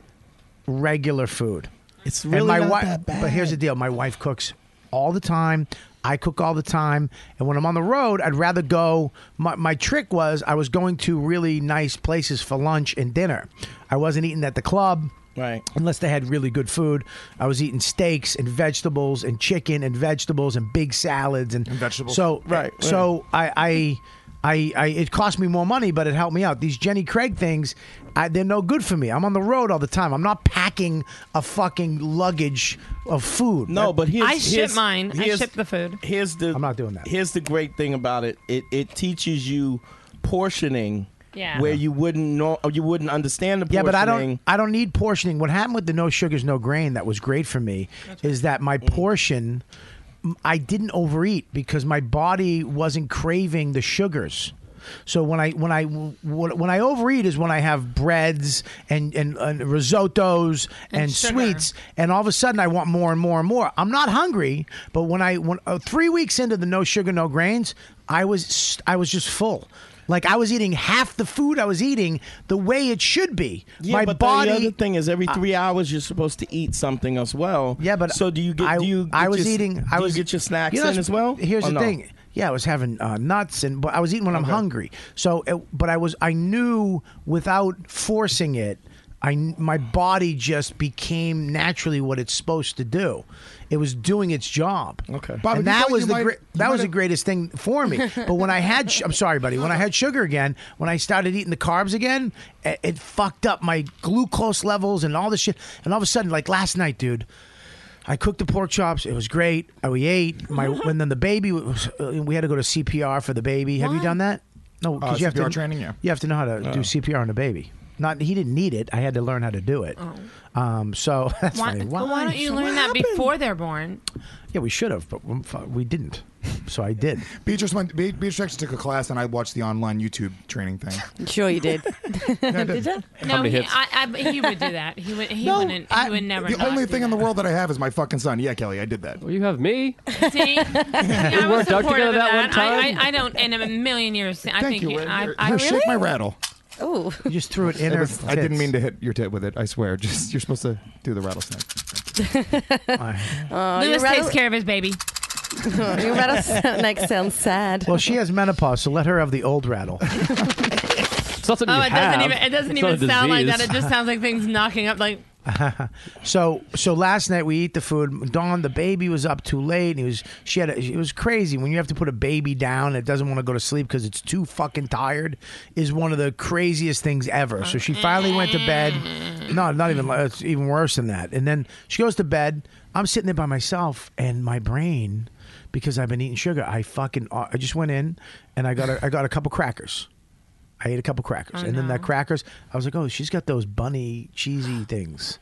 F: regular food.
K: It's
F: and
K: really
F: my
K: not
F: wi-
K: that bad.
F: But here's the deal: my wife cooks all the time. I cook all the time, and when I'm on the road, I'd rather go. My, my trick was I was going to really nice places for lunch and dinner. I wasn't eating at the club.
K: Right.
F: Unless they had really good food, I was eating steaks and vegetables and chicken and vegetables and big salads and,
I: vegetables.
F: So
I: Right, right.
F: So I, I, I, I, it cost me more money, but it helped me out. These Jenny Craig things, I, they're no good for me. I'm on the road all the time. I'm not packing a fucking luggage of food.
K: No, but here's
H: I ship
K: here's-
H: mine. I
K: here's-
H: ship the food.
K: Here's the I'm not
F: doing that.
K: Here's the great thing about it. It it teaches you portioning
H: Yeah.
K: where you wouldn't know you wouldn't understand the
F: yeah,
K: portioning.
F: but I don't. I don't need portioning. What happened with the no sugars, no grain that was great for me is that
K: Mm.
F: my portion, m- I didn't overeat because my body wasn't craving the sugars. So when I when I when when I overeat is when I have breads and and, and risottos and,
L: And sugar.
F: sweets and all of a sudden I want more and more and more. I'm not hungry, but when I when uh, 3 weeks into the no sugar no grains, I was st- I was just full. Like I was eating half the food I was eating the way it should be.
K: Yeah,
F: My
K: but
F: body
K: The other thing is, every
F: I-
K: three hours you're supposed to eat something as well. Yeah, but so do you get?
F: I,
K: do you? Get
F: I was
K: your,
F: eating.
K: do
F: I
K: you
F: was
K: get your snacks
F: you know,
K: in as well.
F: Here's
K: or
F: the
K: no?
F: thing. Yeah, I was having uh, nuts, and but I was eating when I'm hungry. So, it, but I was. I knew without forcing it. I kn- my body just became naturally what it's supposed to do. It was doing its job. Okay,
I: Bobby,
F: and
I: you
F: that
I: thought
F: was
I: you
F: the
I: might-
F: great.
I: you
F: That
I: might
F: was the
I: have-
F: greatest thing for me. But when I had, sh- I'm sorry, buddy. When I had sugar again, when I started eating the carbs again, it, it fucked up my glucose levels and all this shit. And all of a sudden, like last night, dude, I cooked the pork chops. It was great. I- We ate. My and then the baby. Was, uh, we had to go to CPR for the baby. Have you done that? No,
I: Uh,
F: you have
I: CPR
F: to
I: training, yeah.
F: You have to know how to do
I: Oh.
F: CPR on a baby. Not he didn't need it. I had to learn how to do it. Um, so [laughs] that's
H: Oh. Why,
F: funny.
H: well, why don't you
F: So
H: learn
F: what
H: that
F: happened?
H: before they're
F: [laughs]
H: born?
F: Yeah, we should have, but we- we didn't. So I did.
I: [laughs] Beatrice went. Be- Beatrice actually took a class, and I watched the online YouTube training
H: [laughs]
I: thing.
E: Sure, Oh, you did.
I: did
E: you?
H: No, he, I, I, he would do that. He would. He
I: No,
H: wouldn't. He
I: I-
H: would never.
I: The
H: not
I: only
H: do
I: thing in the world that I have is my fucking son. Yeah, Kelly, I did that. Well,
G: you
H: [laughs]
G: have me.
H: that.
F: [laughs]
H: See, I was
G: worked out
H: supportive
G: together
H: of
G: that one
H: I-
G: time?
H: I, I, don't in a million years. I
I: Thank
H: think
I: you.
H: you-
I: Ray.
H: I,
I: Here,
H: I
I: here,
H: really
I: shake my rattle.
E: Ooh.
F: You just threw it in
I: It
F: her.
I: was- I didn't mean to hit your tit with it. I swear. Just you're supposed to do the rattlesnake.
E: Oh,
H: Lewis
E: your rattle-
H: takes care of his baby.
E: your rattlesnake sounds sad.
F: Well, she has menopause, so let her have the old rattle.
G: It's not
H: Oh, it doesn't even. It doesn't even sound like that. It just
G: [laughs]
H: sounds like things knocking up. Like
F: [laughs] so so last night we eat the food. Dawn, the baby was up too late, and he was she had a, it was crazy when you have to put a baby down that doesn't want to go to sleep because it's too fucking tired is one of the craziest things ever. So she finally went to bed. No, not even like- it's even worse than that. And then she goes to bed. I'm sitting there by myself, and my brain because I've been eating sugar. I fucking I just went in and I got a, I got a couple crackers. I ate a couple crackers,
L: Oh,
F: and then
L: no.
F: that crackers, I was like, oh, she's got those bunny cheesy
K: [laughs]
F: things,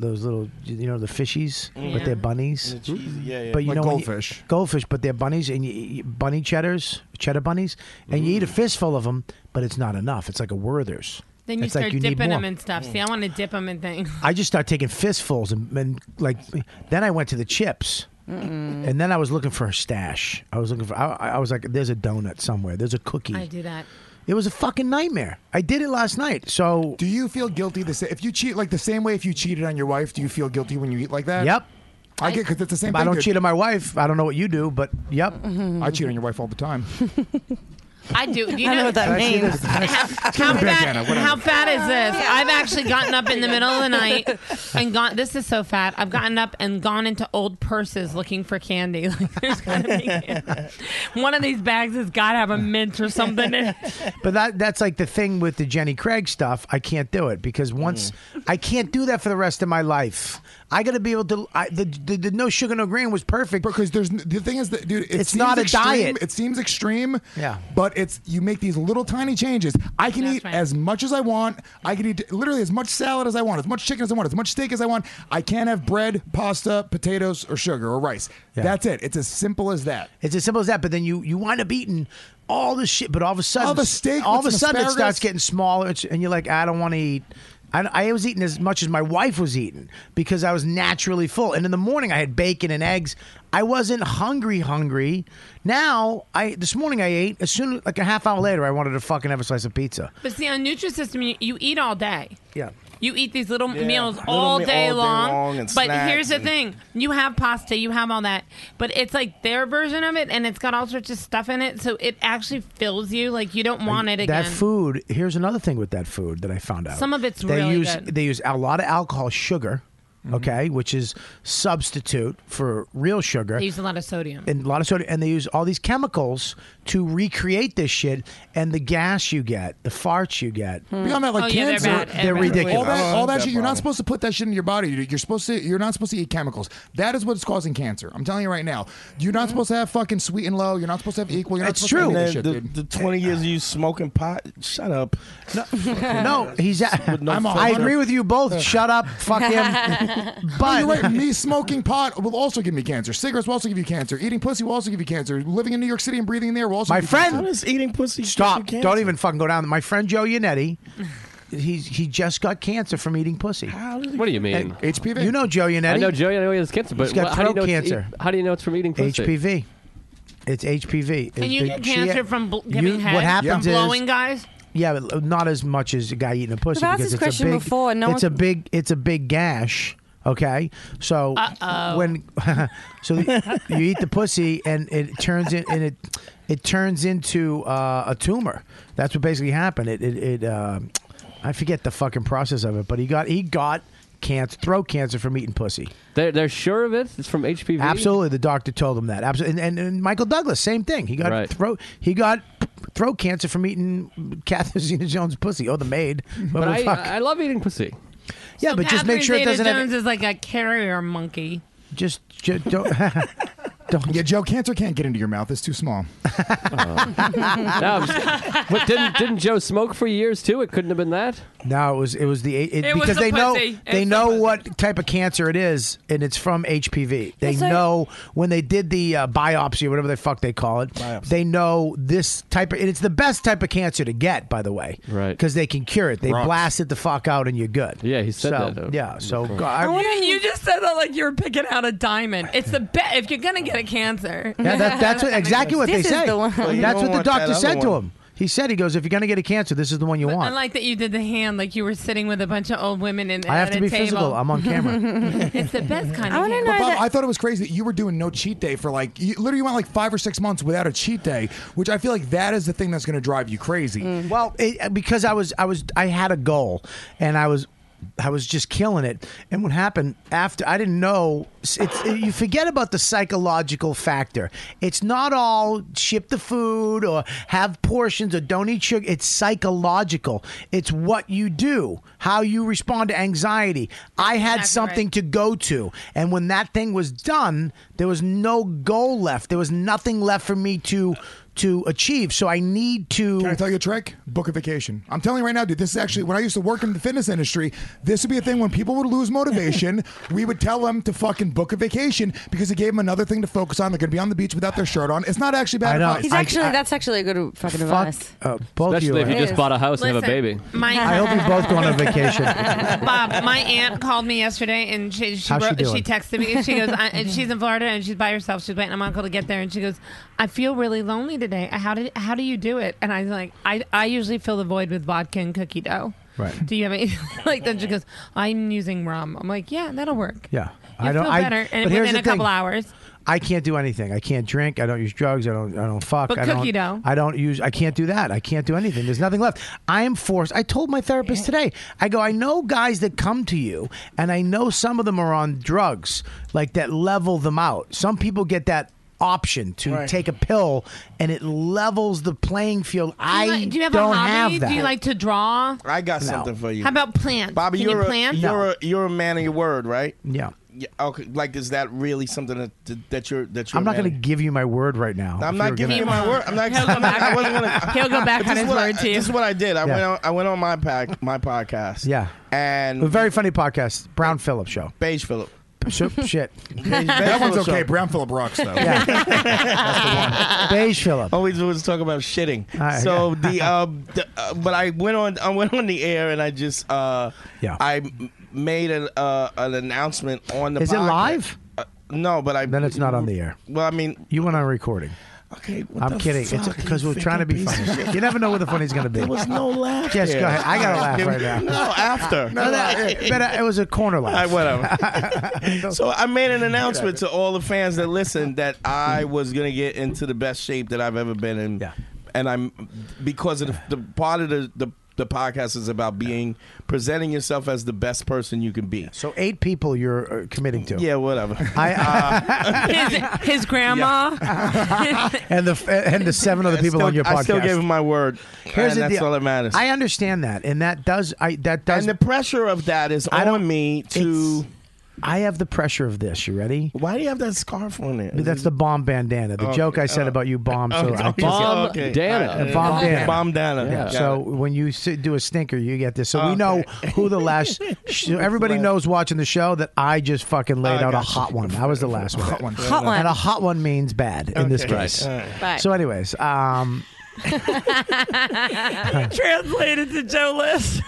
F: those little, you know, the fishies, but
K: Yeah.
F: they're bunnies.
K: And the cheesy- yeah, yeah.
F: But you
K: Like
F: know, when you-
K: goldfish.
F: goldfish, but they're bunnies, and you eat bunny cheddars, cheddar bunnies, and you eat a
K: Mm.
F: fistful of them, but it's not enough. It's like a Werther's.
H: Then you
F: it's
H: start
F: like you need
H: dipping them
F: more.
H: in stuff. See, I want to dip them in things.
F: I just started taking fistfuls, and, and like, then I went to the chips.
H: Mm.
F: And then I was looking for a stash. I was looking for. I, I was like, "There's a donut somewhere. There's a cookie."
H: I do that.
F: It was a fucking nightmare. I did it last night. So
I: do you feel guilty the sa- if you cheat like the same way if you cheated on your wife? Do you feel guilty when you eat like that?
F: Yep.
I: I get because it's the same.
F: If I
I: thing,
F: don't
I: dude.
F: cheat on my wife. I don't know what you do, but yep.
I: I cheat on your wife all the
F: [laughs]
I: time.
H: I do. do you
I: [laughs] I
H: know,
I: know what that Actually, means.
H: How, how
I: Bandana,
H: fat,
I: whatever.
H: how fat is this? I've actually gotten up in the middle of the
I: [laughs]
H: night and gone. This is so fat. I've gotten up and gone into old purses looking for candy. [laughs] Like, there's gotta be candy. One of these bags has got to have a mint or something
I: [laughs]
H: in it.
F: [laughs] But that that's like the thing with the Jenny Craig stuff. I can't do it because once
I: Mm.
F: I can't do that for the rest of my life. I got to be able to. I, the, the the no sugar no grain was perfect
I: because there's the thing is that dude. It
F: it's
I: seems
F: not a
I: extreme-
F: diet.
I: It seems extreme.
F: Yeah.
I: But it's you make these little tiny changes. I can eat as much as I want. I can eat literally as much salad as I want, as much chicken as I want, as much steak as I want. I can't have bread, pasta, potatoes, or sugar or rice. That's it. It's as simple as that.
F: It's as simple as that. But then you you wind up eating all this shit. But all of a sudden,
I: All the steak
F: all
I: with
F: of a
I: some
F: sudden, it
I: asparagus.
F: starts getting smaller, it's, and you're like, I don't want to eat. I, I was eating as much as my wife was eating because I was naturally full. And in the morning, I had bacon and eggs. I wasn't hungry, hungry. Now, I this morning I ate as soon like a half hour later, I wanted to fucking have a slice of pizza.
H: But see, on Nutrisystem, you, you eat all day.
F: Yeah.
H: You eat these little
F: Yeah.
H: meals
F: Little
H: all,
F: meal-
H: day,
F: all day
H: long,
F: long and
H: but
F: snacks
H: here's the
F: and-
H: thing: you have pasta, you have all that, but it's like their version of it, and it's got all sorts of stuff in it, so it actually fills you. Like you don't want it again.
F: That food. Here's another thing with that food that I found out.
H: Some of it's
F: they
H: really
F: use,
H: good.
F: They use a lot of alcohol, sugar,
I: Mm-hmm.
F: okay, which is substitute for real sugar.
H: They use a lot of sodium.
F: and a lot of soda, and they use all these chemicals to recreate this shit. And the gas you get, the farts you get.
H: Hmm. Oh,
I: Beyond that, like cancer,
F: Oh, they're ridiculous.
I: All that, all that shit. You're not supposed to put that shit in your body. dude. You're supposed to. You're not supposed to eat chemicals. That is what's causing cancer. I'm telling you right now. You're
F: Mm-hmm.
I: not supposed to have fucking sweet and low. You're not supposed to have equal. You're not supposed To have any of that
K: And
I: shit,
K: the,
I: dude.
K: the 20 years of you smoking pot, shut up.
F: No, no he's.
K: With no
F: I'm
K: filter.
F: I agree with you both. Shut up.
I: [laughs]
F: Fuck him.
I: No,
F: But
I: you're right. Me smoking pot will also give me cancer. Cigarettes will also give you cancer. Eating pussy will also give you cancer. Living in New York City and breathing in the air will also.
F: my
I: give
F: friend
I: You cancer.
K: eating pussy.
F: Stop!
I: cancer?
F: Don't even fucking go down. My friend
H: [laughs]
F: Joe Yannetti, he's he just got cancer from eating pussy.
G: What do you mean?
I: HPV.
F: You know Joe Yannetti.
G: I know Joe. I know he has cancer, but
F: He's got
G: wha- how do you know
F: throat
G: it's
F: cancer.
G: eat- how do you know it's from eating pussy?
F: HPV. It's HPV.
H: and
F: It's
H: you
F: the-
H: get
F: she-
H: cancer from bl- giving
F: you-
H: head,
F: What happens
H: from
F: is
H: blowing guys.
F: Yeah, but not as much as a guy eating a pussy
H: We've asked
F: because
H: this
F: it's
H: question
F: a big.
H: before, and no
F: it's
H: one-
F: a big. It's a big gash. Okay, so
H: Uh-oh.
F: when [laughs] so you eat the pussy and it turns in and it it turns into uh, a tumor. That's what basically happened. It it, it uh, I forget the fucking process of it, but he got he got cancer, throat cancer from eating pussy.
G: They're, they're sure of it. It's from HPV.
F: Absolutely, the doctor told him that. Absolutely, and, and, and Michael Douglas, same thing. He got throat. He got throat cancer from eating Catherine Zeta-Jones' pussy. Oh, the maid.
G: But
F: Whatever
G: I,
F: the fuck.
G: I love eating pussy.
F: yeah, but just make sure it doesn't
H: Jones
F: have.
H: is like a carrier monkey.
F: Just, just don't. [laughs] don't.
I: Yeah, Joe, cancer can't get into your mouth. It's too
F: [laughs]
I: small. Uh,
G: No, I'm just- but didn't didn't Joe smoke for years too? It couldn't have been that.
F: No, it was it was the it,
G: It was
F: because
G: the
F: they know
G: pussy. It's
F: they
G: the
F: know what type of cancer it is, and it's from HPV. They
G: so-
F: know when they did the uh, biopsy or whatever the fuck they call it. They know this type of and it's the best type of cancer to get, by the way, right? Because they can cure it. They
G: Rocks.
F: blast it the fuck out, and you're good. Yeah, he
G: said that, though.
F: Yeah, so
G: Before.
F: go- I-
H: you, you just said that like you were picking out a diamond. It's the best if you're gonna get a cancer.
G: [laughs]
F: Yeah, that, that's what, exactly what they say. That's what the doctor said to him. He said, he goes, if you're going to get a cancer, this is the one you
H: I
F: want.
H: like that you did the hand like you were sitting with a bunch of old women and
F: I have
H: at
F: to
H: a
F: be
H: table.
F: physical. I'm on camera.
H: [laughs] it's the best kind
I: I
H: of. hand.
I: But Bob, I thought it was crazy that you were doing no cheat day for like you literally went like five or six months without a cheat day, which I feel like that is the thing that's going to drive you crazy.
F: Mm. Well, it, uh, because I was, I was, I had a goal, and I was, I was just killing it. And what happened after? I didn't know it's, it- you forget about the psychological factor. It's not all ship the food or have portions or don't eat sugar. It's psychological. It's what you do, how you respond to anxiety. I had
L: Exactly
F: something
L: right.
F: to go to, and when that thing was done, there was no goal left. There was nothing left for me to to achieve. So I need to.
I: Can I tell you a trick? Book a vacation. I'm telling you right now, dude. This is actually when I used to work in the fitness industry. This would be a thing when people would lose
F: [laughs]
I: motivation. we would tell them to fucking book a vacation because it gave them another thing to focus on. They're going to be on the beach without their shirt on. It's not actually bad advice.
E: He's actually. that's actually a good fucking
I: Fuck.
E: advice.
F: Uh, both
G: Especially if you
E: It
G: just
E: is.
G: bought a house and have a
E: Listen,
G: baby.
H: my-
F: I hope you both go
H: [laughs]
F: on
E: [laughs]
F: a vacation.
H: Bob, my aunt called me yesterday and she she,
F: How's she
H: wrote, she,
F: doing?
H: texted me and she goes, I,
F: [laughs]
H: and she's in Florida and she's by herself. She's waiting on my uncle to get there and she goes, I feel really lonely today. How did how do you do it? And I was like, I I usually fill the void with vodka and cookie dough.
F: Right.
H: Do you have any [laughs] like? Then she goes, I'm using rum. I'm like, yeah, that'll work.
F: Yeah,
H: You'll
F: I don't.
H: feel
F: I,
H: better and
F: but here's
H: within
F: the
H: a couple
F: thing.
H: hours.
F: I can't do anything. I can't drink. I don't use drugs. I don't. I don't fuck.
H: But
F: I
H: cookie
F: don't,
H: dough.
F: I don't use. I can't do that. I can't do anything. There's nothing left. I am forced. I told my therapist today. I go. I know guys that come to you, and I know some of them are on drugs, like that level them out. Some people get that option to
H: Right.
F: take a pill, and it levels the playing field.
H: do
F: I
H: you, like- do you have
F: don't
H: a hobby?
F: have that.
H: Do you like to draw?
K: I got something for you.
H: How about plants?
K: Bobby,
H: Can
K: you're
H: you
K: a
H: plant?
K: you're a you're a man of your word, right?
F: Yeah.
K: Yeah, okay. Like, is that really something that that, that you're that you're?
F: I'm not
K: going
F: to give you my word right now.
K: I'm
F: if
K: not
F: were
K: giving
F: gonna-
K: you my word. I'm not.
H: He'll go
K: I'm not-
H: back-
K: I wasn't
F: [laughs]
K: gonna,
H: he'll go back
K: This
H: on
K: is
H: his
K: what I-
H: word to you.
K: This is what I did. I
F: Yeah.
K: went on. I went on my pack, my podcast.
F: Yeah.
K: And
F: a very funny podcast, Brown Phillips show.
K: Beige Philip.
F: So, shit.
I: that one's okay. Brown Philip rocks though.
F: [laughs] Beige Philip.
K: Always was talk about shitting.
F: right.
K: So the, um, the uh, but I went on I went on the air and I just uh
F: Yeah.
K: I m- made an uh, an announcement on the
F: Is it
K: podcast.
F: live?
K: Uh, no, but I
F: Then it's not on the air.
K: Well, I mean,
F: You went on recording.
K: okay. what
F: I'm
K: the
F: kidding. It's
K: fuck,
F: because
K: you
F: we're trying to be
K: freaking piece of
F: funny.
K: shit.
F: You never know where the funny's going to be.
K: There was no laugh.
F: Yes,
K: there.
F: go ahead. I got to laugh right now.
K: No, after.
F: No, that- but I- it was a corner
K: I
F: laugh. [laughs]
K: whatever. so I made an announcement to all the fans that listened that I
F: Mm.
K: was gonna get into the best shape that I've ever been in, and I'm because of the, the part of the, the the podcast is about being presenting yourself as the best person you can be.
F: So eight people you're uh, committing to.
K: Yeah, whatever.
F: [laughs] I,
H: [laughs]
F: uh,
H: his, his grandma.
F: and the and the seven other
K: I
F: people
K: still-
F: on your podcast.
K: I still gave him my word, and
F: Here's the
K: that's
F: deal.
K: all that matters.
F: I understand that, and that does I that does
K: and the pressure of that is
F: I
K: on me to.
F: I have the pressure of this. You ready?
K: Why do you have that scarf on there?
F: That's the bomb bandana. The
K: Okay,
F: joke I said
K: uh,
F: about you bomb.
K: Oh,
F: So I
K: okay.
F: just-
G: Bomb
K: Okay.
G: Dana.
K: All right.
F: Bomb Dana.
K: Bomb Dana.
F: Yeah.
K: Got
F: So
K: it.
F: when you sit, do a stinker, you get this. So we know who the
K: [laughs]
F: last. so everybody knows watching the show that I just fucking laid
K: I
F: out a
K: got
F: hot one. I was the last one. Hot
I: one.
E: Hot one.
F: And a hot one means bad in this
K: Okay.
F: case.
K: Right.
E: Right.
F: So, anyways, um,
H: [laughs] translated to Joe List.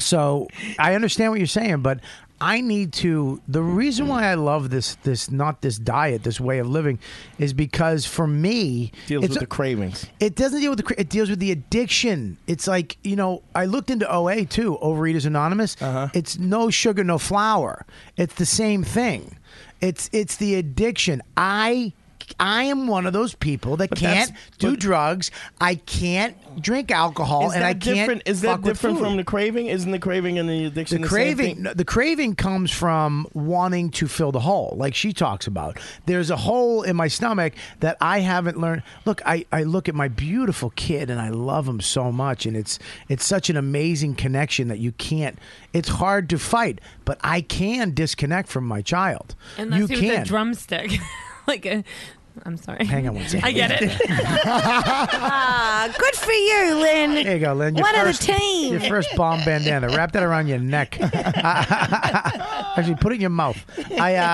F: so I understand what you're saying, but I need to. The reason why I love this, this not this diet, this way of living, is because for me,
K: deals
F: it's
K: with the cravings.
F: It doesn't deal with the. cra- It deals with the addiction. It's like you know. I looked into OA too, Overeaters Anonymous.
K: Uh-huh.
F: It's no sugar, no flour. It's the same thing. It's it's the addiction. I I am one of those people that
K: that's-
F: can't do drugs. I can't drink alcohol,
K: Is
F: and
K: that
F: I can't.
K: different? Is that
F: fuck with
K: different
F: food.
K: from the craving? Isn't the craving and the
F: The
K: addiction the, Same
F: craving,
K: thing?
F: no, the craving comes from wanting to fill the hole, like she talks about. There's a hole in my stomach that I haven't learned. Look, I, I look at my beautiful kid and I love him so much, and it's it's such an amazing connection that you can't. It's hard to fight, but I can disconnect from my child.
H: Unless
F: you
H: he was
F: can.
H: a drumstick. [laughs] like a, I'm sorry.
F: Hang on one second.
H: I
F: [laughs]
H: get it.
L: Ah, good for you, Lynn.
F: There you go, Lynn. Your
L: One of the
F: first,
L: team.
F: Your first bomb bandana. Wrap that around
L: [laughs]
F: your neck. Actually, put it in your mouth. I. Uh,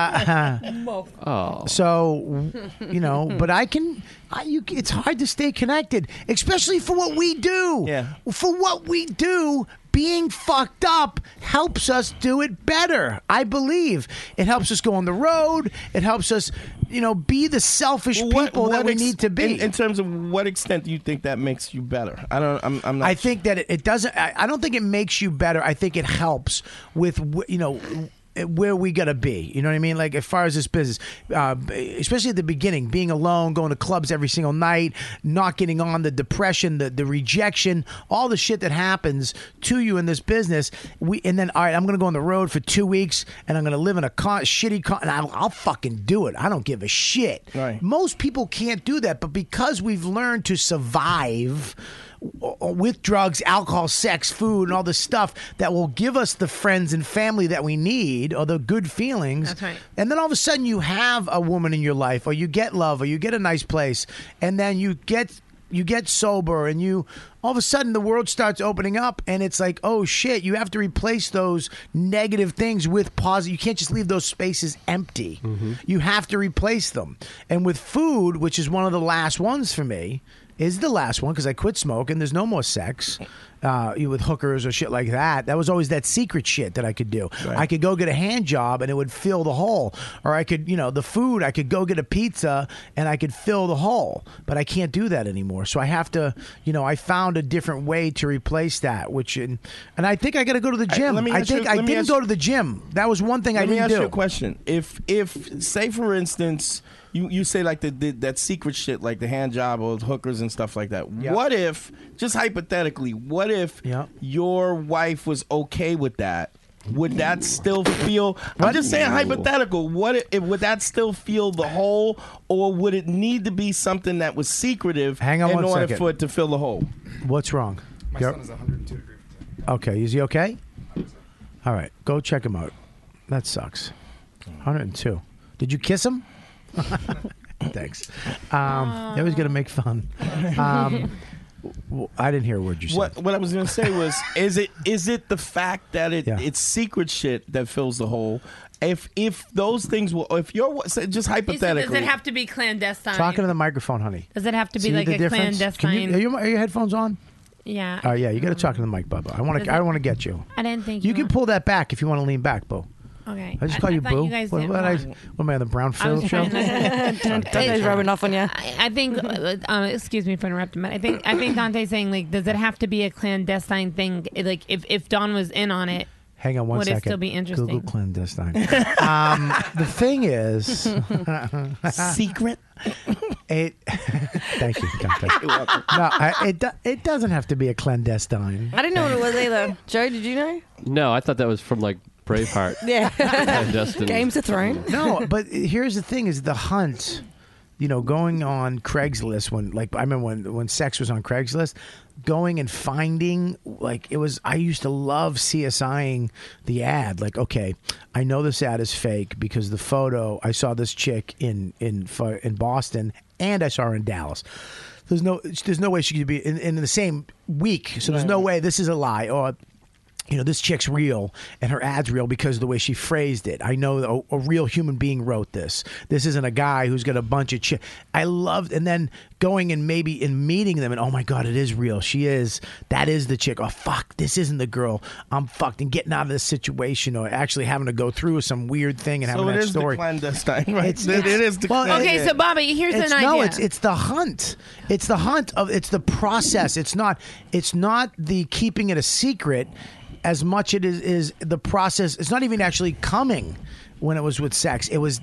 G: Oh.
F: [laughs] So, you know, but I can. I, you, it's hard to stay connected, especially for what we do.
K: Yeah.
F: For what we do, being fucked up helps us do it better. I believe it helps us go on the road. It helps us, you know, be the selfish
K: Well, what-
F: people that
K: what
F: we
K: ex-
F: need to be.
K: In, in terms of what extent do you think that makes you better? I don't. I'm. I'm not.
F: I think that it, it doesn't. I, I don't think it makes you better. I think it helps with wh- you know. where we gotta be. You know what I mean? Like as far as this business, uh, especially at the beginning, being alone, going to clubs every single night, not getting on, the depression, the the rejection, all the shit that happens to you in this business. We and then all right, I'm gonna go on the road for two weeks and I'm gonna live in a con- shitty con. And I'll, I'll fucking do it. I don't give a shit. Right. Most people can't do that, but because we've learned to survive uh, with drugs, alcohol, sex, food, and all this stuff that will give us the friends and family that we need or the good feelings.
H: That's right.
F: And then all of a sudden you have a woman in your life or you get love or you get a nice place and then you get you get sober and you all of a sudden the world starts opening up and it's like oh shit you have to replace those negative things with positive you can't just leave those spaces empty you have to replace them and with food which is one of the last ones for me is the last one because i quit smoking there's no more sex uh, you- with hookers or shit like that that was always that secret shit that i could do i could go get a hand job and it would fill the hole or i could you know the food i could go get a pizza and i could fill the hole but i can't do that anymore so i have to you know i found a different way to replace that which and, and i think i gotta go to the
K: I-
F: gym
K: let me
F: i
K: ask
F: think
K: you-
F: i
K: let me
F: didn't
K: ask
F: go
K: you-
F: to the gym that was one thing i
K: Let me
F: didn't
K: ask
F: do
K: you a question. If if say for instance you, you say like the, the that secret shit like the hand job or hookers and stuff like that. What if just hypothetically, what if your wife was okay with that? Would that still feel? I'm just saying hypothetical. What if, would that still feel the hole, or would it need to be something that was secretive
F: Hang on
K: in
F: one
K: order
F: second.
K: for it to fill the hole?
F: what's wrong my son is 102 okay is he okay all right go check him out that sucks 102 did you kiss him [laughs] thanks um, i was gonna make fun um, w- i didn't hear a word you said
K: What what I was gonna say
F: [laughs]
K: was is it is it the fact that it it's secret shit that fills the hole? If if those things will if you're
H: He
K: say, just
H: said, does
K: hypothetically
H: it have to be clandestine?
F: talking to the microphone
H: [laughs]
F: honey
H: does it have to be
F: See
H: like
F: the
H: a
F: difference? Can you-
H: clandestine?
F: are, you- are your headphones on
H: yeah.
F: oh yeah you gotta talk to the mic bubba i want
H: Does
F: to
H: it-
F: i want to get you
H: I didn't think
F: you can pull that back if you want to lean back boo
H: Okay.
F: I just call you
H: thought
F: boo.
H: guys
F: what,
H: didn't
F: what, I, [laughs]
H: want-
F: what am I on the Brown
H: I was
F: Field show?
H: trying to-
E: Dante's rubbing off on you.
H: I, I think. uh, Uh, excuse me for interrupting, but I think I think Dante's saying like, does it have to be a clandestine thing? Like, if if Don was in on it,
F: Hang on
H: [laughs]
F: one
H: Would it
F: second.
H: still be interesting?
F: Google
H: [laughs]
F: clandestine. um, the thing is,
K: secret.
F: It. [laughs] thank you. Dante.
K: You're welcome.
F: No, I, it do- it doesn't have to be a clandestine.
E: I didn't know what it was either. Joe, did you know?
G: No, I thought that was from like Braveheart.
E: Yeah.
G: Dustin.
E: Games of Thrones.
F: [laughs] No, but here's the thing: is the hunt. You know, going on Craigslist when, like, I remember when when sex was on Craigslist, going and finding, like, it was. I used to love CSIing the ad. Like, okay, I know this ad is fake because the photo I saw this chick in in fu- in Boston and I saw her in Dallas. There's no there's no way she could be in, in the same week. So there's no way this is a lie or you know, this chick's real and her ad's real because of the way she phrased it. I know a, a real human being wrote this. This isn't a guy who's got a bunch of chick. I loved, and then going and maybe and meeting them and oh my God, it is real. She is, that is the chick. Oh fuck, this isn't the girl. I'm fucked and getting out of this situation or actually having to go through some weird thing and
K: so
F: [laughs] having
K: it
F: that
K: is
F: story.
K: the clandestine, [laughs] right?
F: It's-
K: it
F: it's-
K: is the
F: well,
K: clandestine.
H: Okay, so Bobby, here's
F: it's,
H: an
F: No,
H: idea.
F: it's it's the hunt. It's the hunt of it's the process. It's not it's not the keeping it a secret as much it is is the process. It's not even actually coming when it was with sex. It was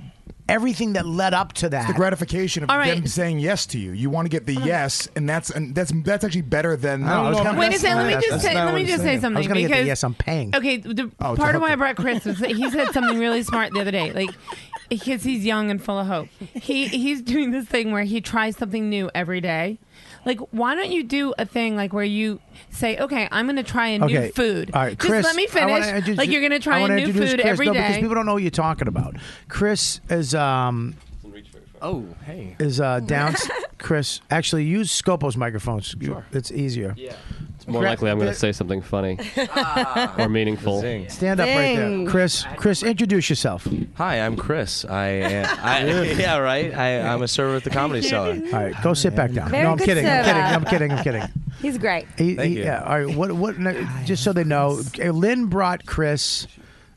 F: everything that led up to that.
I: It's the gratification of them saying yes to you. You want to get
H: Uh-huh.
I: the yes, and that's and that's that's actually better than.
F: No, I was
I: no,
F: gonna-
H: Wait a second. Let me
I: that's-
H: just
I: that's
H: say.
I: not
H: Let
I: what
H: me
I: I'm
H: just say
I: saying.
H: something.
F: I was gonna get the
H: because,
F: yes,
H: [laughs]
F: I'm paying.
H: Okay, the
F: Oh, it's a
H: part of why I
F: hookup.
H: brought Chris was that he said something
F: [laughs]
H: really smart the other day, like because he's young and full of hope. He he's doing this thing where he tries something new every day. Like, why don't you do a thing like where you say, "Okay, I'm going to try a
F: okay.
H: new food."
F: All right,
H: just
F: Chris.
H: let me
F: I wanna
H: finish.
F: introduce-
H: like, you're going to
F: I
H: try a
F: wanna
H: new
F: introduce
H: food
F: Chris,
H: every
F: no,
H: day.
F: because people don't know what you're talking about. Chris is um
J: Oh, hey.
H: [laughs]
F: is uh down. Chris, actually use Scopo's microphones. It's easier. Yeah.
G: It's more likely I'm going to say something funny
F: Uh,
G: or meaningful.
F: Stand up right there, Chris. Chris, introduce yourself.
M: Hi, I'm Chris. I am. I, [laughs] yeah, right. I, I'm a server at the Comedy Cellar.
F: All right, go sit back down.
M: Very
F: no, I'm
M: good
F: kidding. I'm
M: server.
F: kidding. [laughs] I'm kidding. I'm kidding.
L: He's great.
F: He,
M: Thank
F: he-
M: you.
F: Yeah. All right. What? What? just so they know, okay, Lynn brought Chris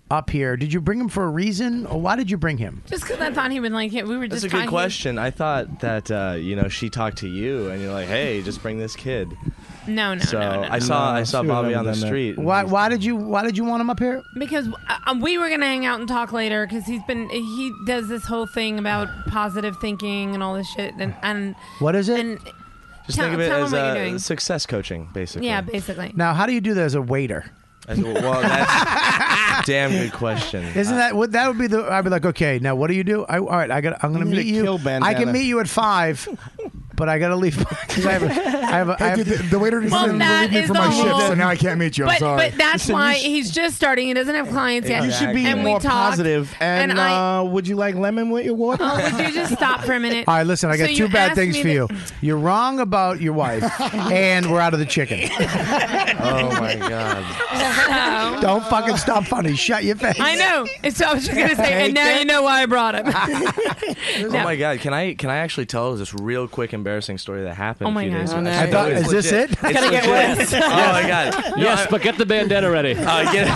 F: up here. Did you bring him for a reason, or why did you bring him?
H: Just because I thought he would like it, we were
M: That's
H: just
M: a good
H: talking.
M: question. I thought that uh, you know she talked to you, and you're like, "Hey, just bring this kid."
H: No, no,
M: so
H: no, no, no.
M: I saw I saw
K: she would
M: Bobby
K: never
M: on the
K: done that.
M: street.
F: Why? Why did you? Why did you want him up here?
H: Because uh, we were gonna hang out and talk later because he's been he does this whole thing about positive thinking and all this shit and and
F: What is it?
H: and
M: Just
H: tell,
M: think of it
H: tell
M: as
H: him what you're
M: uh,
H: doing.
M: success coaching, basically.
H: Yeah, basically.
F: Now, how do you do that as a waiter?
M: As-
H: [laughs]
M: well, that's damn good question.
F: [laughs] Isn't that what that would be the? I'd be like, okay, now what do you do? I, all right, I got. I'm gonna
M: need a
F: meet you.
M: kill
F: I
M: bandana.
F: can meet you at five, but I gotta leave [laughs] because I have. A, I have. A, I
I: Hey,
F: have
I: dude, [laughs] the, the waiter just
H: Well,
I: didn't
H: that
I: leave me
H: is
I: for my
H: the
I: shift,
H: whole-
I: so now I can't meet you. I'm
H: but
I: sorry.
H: but that's
K: Listen, you
H: why
K: should-
H: he's just starting. He doesn't have clients yet.
K: You should be
H: and
K: more
H: we talked,
K: positive. And,
H: and I-
K: uh, would you like lemon with your
H: [laughs]
K: water?
H: Oh, would you just stop for a minute?
F: All right, listen, I got
H: So
F: two
H: you
F: bad
H: asked
F: things
H: me
F: for
H: to- [laughs]
F: you. You're wrong about your wife, and we're out of
H: [laughs]
F: the chicken.
M: oh my god.
H: So-
F: Don't fucking stop funny. Shut your face.
H: I know. And so I was just gonna say, and now you know why I brought him.
M: Oh my god! Can I can I actually tell this real quick embarrassing story that happened?
H: Oh my
M: a few
H: God.
M: days
H: Oh,
M: ago?
H: no.
M: Actually,
H: I thought,
M: it's
F: is this
M: legit.
F: it?
M: It's
F: Gotta get
M: legit.
F: worse.
M: Oh
H: [laughs]
M: my god! No,
G: yes,
M: I-
G: but get the bandana ready.
M: [laughs] Uh, get-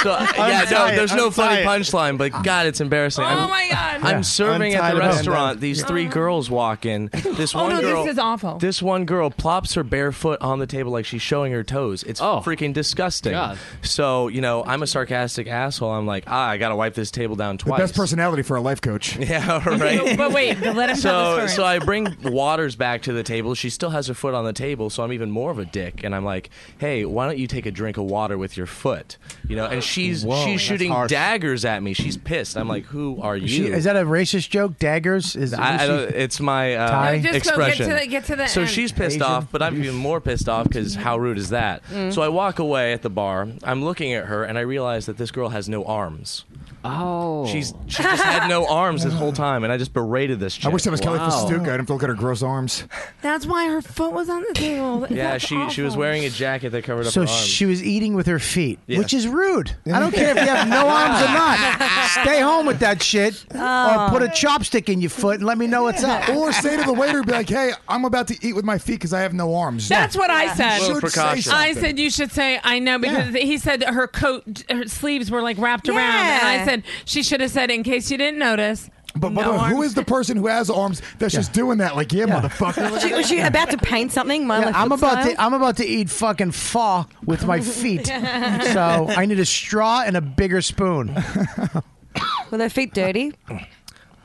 M: so yeah,
G: Untie
M: no,
G: it,
M: there's no
G: untie
M: funny
G: it.
M: punchline, but God, it's embarrassing.
H: Oh
M: I'm,
H: my God.
M: I'm
H: Yeah,
M: serving at
K: untie
M: the
K: the
M: restaurant.
K: bandana.
M: These three girls walk in. This
H: Oh
M: one
H: no,
M: girl.
H: this is awful.
M: [laughs] This one girl plops her bare foot on the table like she's showing her toes. It's freaking disgusting.
G: Oh. God.
M: So, you know, I'm a sarcastic asshole. I'm like, ah, I got to wipe this table down
I: the
M: twice.
I: best personality for a life
H: [laughs]
I: coach.
M: yeah, right.
H: But wait, let him tell
M: So,
H: the
M: so
H: story.
M: I bring Waters back to the table. She still has her foot on the table, so I'm even more of a dick. And I'm like, "Hey, why don't you take a drink of water with your foot?" You know. And she's
K: Whoa,
M: she's
K: that's
M: shooting
K: harsh.
M: daggers at me. She's pissed. I'm like, "Who are you?"
F: She- is that a racist joke? Daggers? Is,
M: I, I
F: is
M: don't,
F: she-
M: it's my
F: Tie?
M: uh,
F: No,
H: just go get
M: expression.
H: to the- get to the
M: so
H: end.
M: she's pissed
F: Asian.
M: off, but I'm even more pissed off because how rude is that?
H: Mm.
M: So I walk away at the bar. I'm looking at her, and I realize that this girl has no arms.
G: Oh,
M: She's she just
H: [laughs]
M: had no arms this whole time, and I just berated this chick.
I: I wish that was Kelly Festuca. I didn't look at her gross arms.
H: That's why her foot was on the table.
M: [laughs] Yeah,
H: That's
M: she she
H: awful.
M: was wearing a jacket that covered up
F: So
M: her arms.
F: she was eating with her feet,
M: Yeah.
F: which is rude. I don't care if you
H: [laughs]
F: have no arms or not. Stay home with that shit, or put a chopstick in your foot and let me know what's up.
I: [laughs] Or say to the waiter, be like, "Hey, I'm about to eat with my feet because I have no arms."
H: That's what I said.
M: Little precaution.
H: I said you should say I know because he said that her coat, her sleeves were like wrapped around, and
L: Yeah.
H: I said she should have said in case you didn't notice.
I: But, but
H: no
I: who
H: arms.
I: is the person who has arms that's just doing that? Like, yeah, motherfucker.
L: Was she, was she about to paint something? Mona
F: Yeah, I'm
L: Lisa
F: about
L: style?
F: to I'm about to eat fucking pho with
H: [laughs]
F: my feet. so I need a straw and a bigger spoon. uh,
L: Were their feet dirty?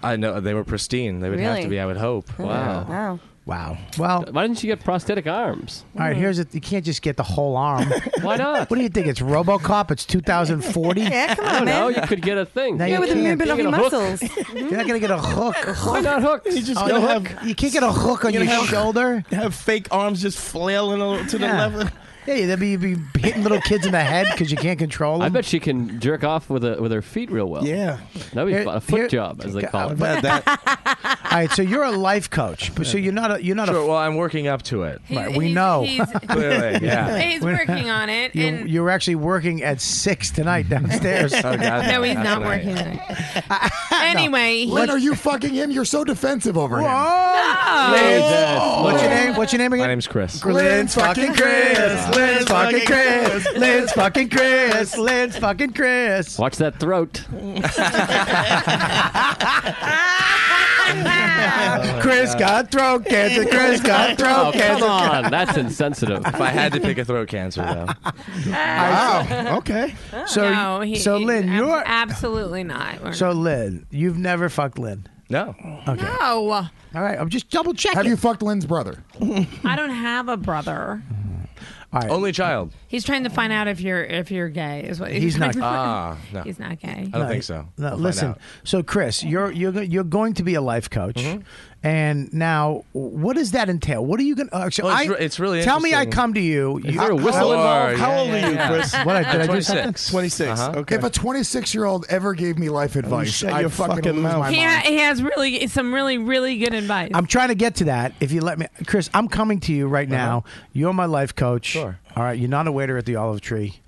M: I know they were pristine. They would have
L: Really?
M: to be. I would hope. Wow.
L: Wow.
F: Wow. Well, all
G: Why didn't you get prosthetic arms?
F: right. Here's it. You can't just get the whole arm.
G: Hmm. [laughs] Why not?
F: What do you think? It's RoboCop. It's 2040.
L: Yeah, come
G: I
L: on,
G: don't know.
L: man.
G: You could get a thing.
F: Now
L: Yeah,
F: you
L: with the
F: can't.
L: movement of your
G: Get a hook.
L: muscles.
G: [laughs]
F: You're not gonna get a hook.
G: Why not hooks?
K: [laughs] You just
F: Oh,
K: gonna
F: no
K: have,
F: hook. You can't get a hook on
K: You
F: your
K: have-
F: shoulder.
K: have fake arms just flailing a little to the
F: Yeah.
K: left.
F: Yeah, that'd be, you'd be hitting little kids in the head because you can't control
G: I
F: them.
G: bet she can jerk off with a, with her feet real well.
K: Yeah.
G: that'd be
F: Here-
G: fun. a foot
F: here-
G: job as they call it.
K: Bad
G: [laughs]
K: that.
F: All right, so you're a life coach, but so you're not a you're not
M: Sure. Well, I'm working up to it.
F: a.
H: He-
F: we
H: he's-
F: know [laughs]
H: he's,
M: Clearly, yeah.
H: [laughs] he's working on it,
F: you,
H: and
F: you're actually working at six tonight
M: [laughs]
F: downstairs.
M: Oh, God,
H: [laughs] no, he's not
M: tonight.
H: working on it. anyway,
I: [laughs] Lynn, are you fucking him? You're so defensive over him.
F: Whoa!
M: Jesus.
F: What's
I: Oh.
F: your name? What's your name
M: My
F: again?
M: name's Chris.
F: Lynn's fucking Chris. Lynn's fucking Chris. Lynn's
I: [laughs]
F: fucking Chris. Lynn's fucking Chris.
G: Watch that throat.
F: [laughs]
M: Oh,
F: Chris got throat cancer.
M: [laughs]
F: Chris got
G: Oh,
F: throat
G: come
F: cancer. [laughs]
G: on. That's insensitive.
M: If I had to pick a throat cancer, though,
I: Wow. okay.
F: Oh, So,
H: Oh, no, he,
F: so
H: he-
F: Lynn,
H: ab-
F: you're
H: absolutely not. We're-
F: so Lynn. You've never fucked Lynn.
M: no.
H: no,
F: All right, I'm just double checking.
I: Have you fucked Lynn's brother?
H: I don't have a brother.
F: All right.
M: Only child.
H: He's trying to find out if you're if you're gay. Is what
F: He's not-
M: Ah, no.
H: He's not gay.
M: I don't think so. We'll
F: No,
M: find
F: listen.
M: out.
F: So, Chris, you're you're go- you're going to be a life coach,
M: Mm-hmm.
F: and now what does that entail? What are you going? to Actually,
M: Well, it's
F: I-
M: re- it's really
F: Tell me, I
M: interesting.
F: come to you. you
G: Is there a whistle
M: Or-
G: involved?
M: yeah,
K: How old
M: yeah,
K: are you,
M: yeah.
K: Chris?
F: what I, did I do something?
M: 26.
K: 26.
M: Uh-huh.
K: Okay.
I: If a 26 year old ever gave me life advice,
K: shut
I: I'd
K: your
I: fucking,
K: fucking
I: lose
K: mouth.
I: my
H: He,
I: mind.
H: ha- he has really some really really good advice.
F: I'm trying to get to that. If you let me, Chris, I'm coming to you right now. You're my life coach.
M: Uh-huh. Sure.
F: All right. You're not a waiter at the Olive Tree.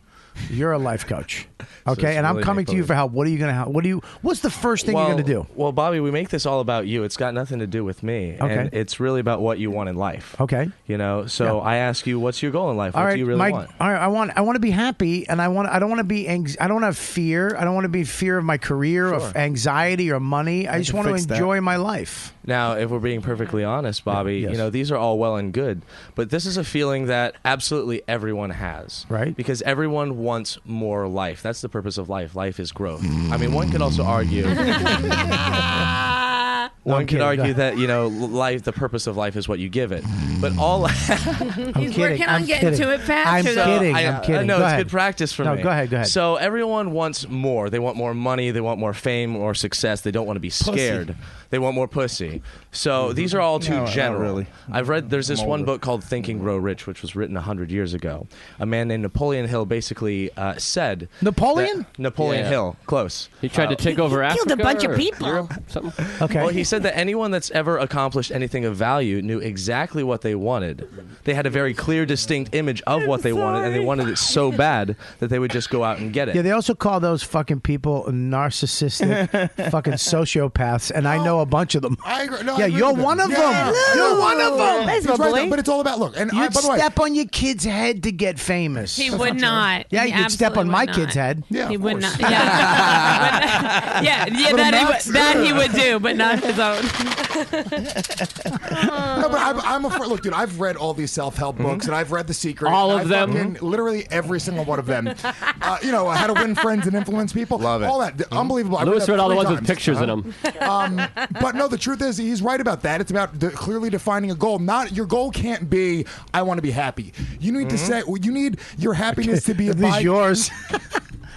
F: You're a
M: [laughs]
F: life coach, okay?
M: it's
F: and I'm
M: really
F: coming to you for help. What are you gonna help? What do you? What's the first thing you're gonna do?
M: Well, Bobby, we make this all about you. It's got nothing to do with me.
F: Okay.
M: And it's really about what you want in life.
F: Okay.
M: You know, so I ask you, what's your goal in life?
F: all
M: what
F: right,
M: do you really
F: Mike,
M: want?
F: All right, I want I want to be happy, and I want I don't want to be anx- I don't have fear. I don't want to be fear of my career, of anxiety, or money. I, just
M: can
F: want to
M: fix that.
F: enjoy my life.
M: Now, if we're being perfectly honest, Bobby, you know, these are all well and good, but this is a feeling that absolutely everyone has. Right. Because everyone wants more life. That's the purpose of life. Life is growth. I mean, one could also argue.
H: Ah.
M: One could argue that you know life. The purpose of life is what you give it, but all
H: He's working on getting to it faster. though.
M: I,
F: I'm
M: I
F: kidding.
M: know
F: Go
M: it's
F: ahead.
M: good practice for
F: No,
M: me.
F: go ahead, go ahead.
M: So everyone wants more. They want more money. They want more fame or success. They don't want to be scared. They want more pussy. So these are all too
K: No, not
M: general.
K: really.
M: I've read. There's this
K: I'm
M: one
K: older.
M: book called Thinking Grow Rich, which was written hundred years ago. A man named Napoleon Hill basically uh, said
F: Napoleon.
M: Napoleon
F: Yeah.
M: Hill, close. Uh,
G: He tried to take over He killed a Africa bunch of or people. Europe,
F: Okay.
M: Well, he said that anyone that's ever accomplished anything of value knew exactly what they wanted. They had a very clear, distinct image of what they wanted, and they wanted it so bad that they would just go out and get it.
F: Yeah, they also call those fucking people
I: [laughs]
F: narcissistic, fucking sociopaths, and I know a bunch of them.
I: I agree. No, I
F: yeah,
I: agree
F: you're
I: with them.
F: one of
I: Yeah.
F: them. You're one of them.
I: He's right, though, but it's all about look. And I,
F: you'd
I: by the way,
F: step on your kid's head to get famous.
H: He would not.
F: Yeah,
H: He
F: you'd step
H: absolutely
F: on my
H: would
F: kid's
H: not.
F: head.
H: he would not. [laughs] Yeah, yeah, yeah
F: Little
H: that, he
F: Max.
H: would, that he would do, but not his own.
I: [laughs] No, but I'm, I'm afraid. Look, dude, I've read all these self-help books, and I've read The Secret.
G: Mm-hmm. All
I: and
G: of
I: I
G: them?
I: fucking- literally every single one
G: [laughs]
I: of them. Uh, you know, how to win friends and influence people. Love
G: it. Mm-hmm.
I: All that, unbelievable. I
G: Lewis
I: that
G: read all the
I: three
G: ones with
I: times.
G: pictures in 'em.
I: [laughs] Um, but no, the truth is, he's right about that. It's about de- clearly defining a goal. Not your goal can't be I want to be happy. You need to
F: Mhm.
G: Mm-hmm.
I: say you need your happiness
G: [laughs]
I: to be a
F: At least
I: by-
F: yours.
I: [laughs]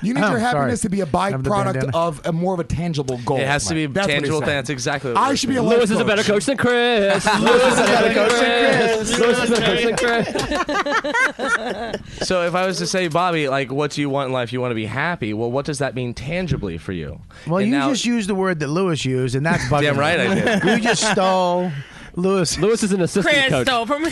I: You need
F: Oh,
I: your
F: sorry.
I: happiness to be a
F: Have the bandana.
I: byproduct of a more of a tangible goal.
M: It has to be
I: Right. Oh That's what he
M: tangible.
I: said.
M: thing. That's exactly. What
I: I
M: we're
I: should be a
M: saying.
I: life coach.
G: than Chris.
I: [laughs]
M: Lewis is
H: [laughs]
M: a better coach than Chris.
G: Lewis is a better coach than
H: [laughs]
G: Chris.
M: [laughs] So if I was to say, Bobby, like, what do you want in life? You want to be happy. Well, what does that mean tangibly
H: [laughs]
M: for you?
F: Well,
M: And
F: you
M: now-
F: just used the word that Lewis used, and that's
M: [laughs]
F: bugging
M: Damn
F: me.
M: right I did. [laughs]
F: You just stole Lewis.
G: Lewis is an
H: Chris stole from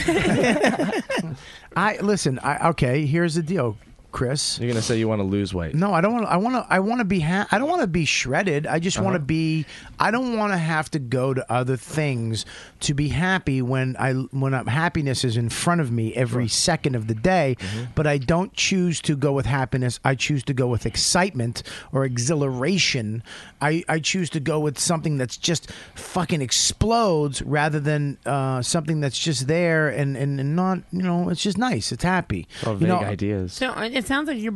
F: I listen. I okay. Here's the deal, Chris.
M: You're gonna say you want to lose weight.
F: No, I don't want. I want to. I want to be. Ha- I don't want to be shredded. I just want to
M: Uh-huh.
F: be. I don't want to have to go to other things to be happy when I when i happiness is in front of me every second of the day.
M: Mm-hmm.
F: But I don't choose to go with happiness. I choose to go with excitement or exhilaration. I I choose to go with something that's just fucking explodes rather than uh, something that's just there and, and and not you know it's just nice. It's happy.
M: Oh,
F: you
M: vague
F: know,
M: ideas.
H: [laughs] So uh, it sounds like you're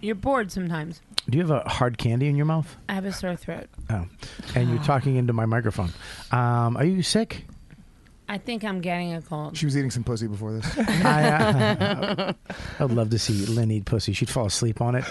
H: you're bored sometimes.
F: Do you have a hard candy in your mouth?
H: I have a sore throat.
F: Oh, and you're talking into my microphone. Um, are you sick?
H: I think I'm getting a cold.
I: She was
H: [laughs]
I: eating some pussy before this.
F: [laughs] I, uh, [laughs] I'd love to see Lynn eat pussy. She'd fall asleep
I: [laughs]
F: on it.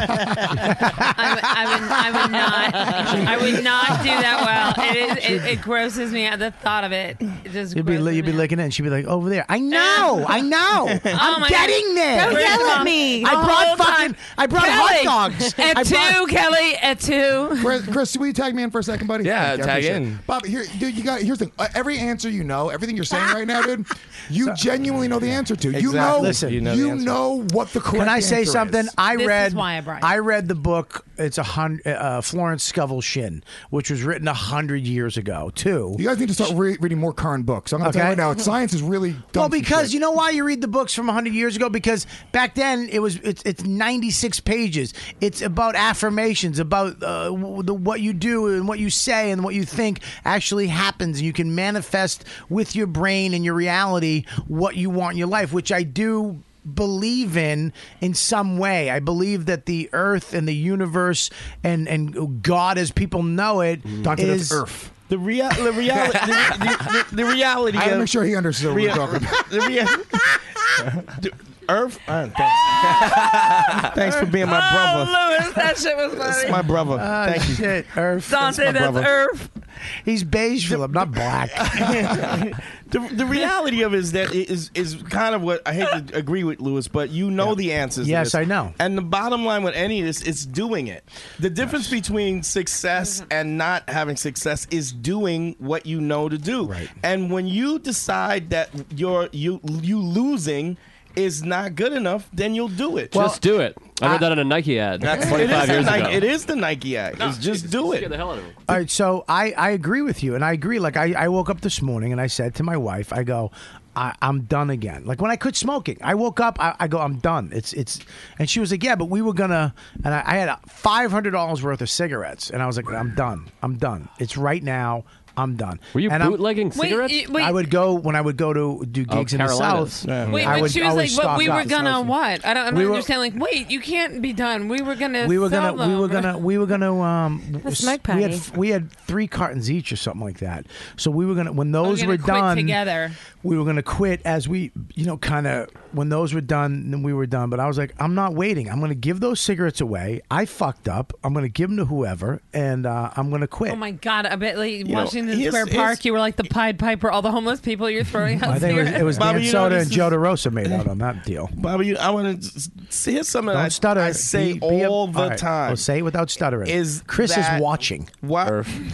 H: I, would- I would, I would not. I would not do that well. It, is, it, it grosses me out. The thought of it, it just.
F: You'd be, li- you'd be licking it, and she'd be like, "Over there." I know, [laughs] I know.
H: [laughs] Oh
F: I'm
H: my
F: getting
H: God.
F: there.
H: Don't yell at me.
F: I
H: The whole
F: brought
H: time.
F: fucking. I brought
H: Kelly, [laughs]
F: hot dogs.
H: at
F: I brought-
H: two, Kelly, at two.
I: [laughs] Chris, Chris, will you tag me in for a second, buddy?
M: Yeah,
I: Thank you, I
M: tag
I: appreciate
M: in.
I: it. Bob, here, dude, you got here's the thing. Uh, every answer you know, everything you're saying right now,
F: [laughs]
I: dude, you genuinely know the answer to. You
F: Exactly.
I: know,
F: Listen,
I: you
F: you
I: know,
F: know the answer.
I: what the correct.
F: Can I say
I: answer
F: something?
I: is.
F: I read. I, read the book. It's a hundred. Uh, Florence Scovel Shin, which was written a hundred years ago too.
I: You guys need to start re- reading more current books. I'm gonna tell you
F: Okay.
I: right now, it's- science is really dumb.
F: Well, because you know why you read the books from 100 years ago? Because back then it was it's it's 96 pages. It's about affirmations, about uh, w- the what you do and what you say and what you think actually happens, and you can manifest with your brain and your reality what you want in your life, which I do believe in in some way. I believe that the earth and the universe and and God as people know it is
I: Dante, that's earth.
K: The, rea- the, reali- the, the, the reality.
I: I gotta
K: of-
I: make sure he understood what
K: rea-
I: we're talking
K: [laughs]
I: about.
K: The rea- the Earth. uh, thanks. [laughs] Thanks for being my brother.
H: Oh, Lewis, that shit was funny.
K: That's my brother.
F: Ah,
K: Thank you.
F: shit, Earth.
H: Dante,
K: my
H: that's
K: brother.
H: Earth.
F: He's beige, Philip, not black.
K: [laughs] the, the reality of it is that it is is kind of what I hate to agree with Lewis, but you know the answers. to
F: Yes,
K: this.
F: I know.
K: And the bottom line with any of this is doing it. The difference between success and not having success is doing what you know to do. Right. And when you decide that you're you you losing is not good enough, then you'll do it.
G: just do it. I read that in a Nike ad [laughs]
K: That's- it
G: 25
K: is
G: years
K: the Nike-
G: ago.
K: it is the Nike ad. It's just do it.
F: All right, so I, I agree with you, and I agree. Like I, I woke up this morning and I said to my wife, I go, I, I'm done again. Like when I quit smoking, I woke up, I, I go, I'm done. It's it's, and she was like, yeah, but we were gonna, and I, I had five hundred dollars worth of cigarettes, and I was like, I'm done, I'm done. It's right now. I'm done. Were
G: you
F: and I'm-
G: bootlegging Wait, cigarettes? you- wait.
F: I would go when I would go to do
G: Oh,
F: gigs in the
G: Carolinas.
F: south.
G: Yeah.
H: Wait,
F: I
H: but
F: would
H: she was like,
F: always
H: "But
F: stock
H: we
F: up.
H: were gonna what? I don't, I don't
F: We were-
H: understand." like, wait, you can't be done. We were gonna.
F: we were
H: sell
F: gonna we
H: them.
F: were gonna we were gonna um
H: [laughs] The smoke
F: we had
H: patty.
F: f- we had three cartons each or something like that so we were gonna when those
H: gonna
F: were
H: quit
F: done
H: together.
F: we were gonna quit as we you know kind of when those were done then we were done but i was like i'm not waiting i'm gonna give those cigarettes away i fucked up i'm gonna give them to whoever and uh, i'm gonna quit
H: Oh my god! I bet like
F: know,
H: Washington
F: here's-
H: Square
F: here's-
H: Park, you were like the Pied Piper. All the homeless people you're throwing out.
F: I think it was, it was
K: Bobby,
F: Dan
K: you know,
F: Soda
K: this
F: and
K: is-
F: Joe DeRosa made out on
K: [laughs]
F: that deal.
K: Bobby, you- I want to here's something
F: Don't
K: I,
F: stutter.
K: I say
F: Be- be a-
K: all the
F: all right,
K: time.
F: well, say it without stuttering.
K: Is
F: Chris is
K: is
F: watching?
K: What? [laughs]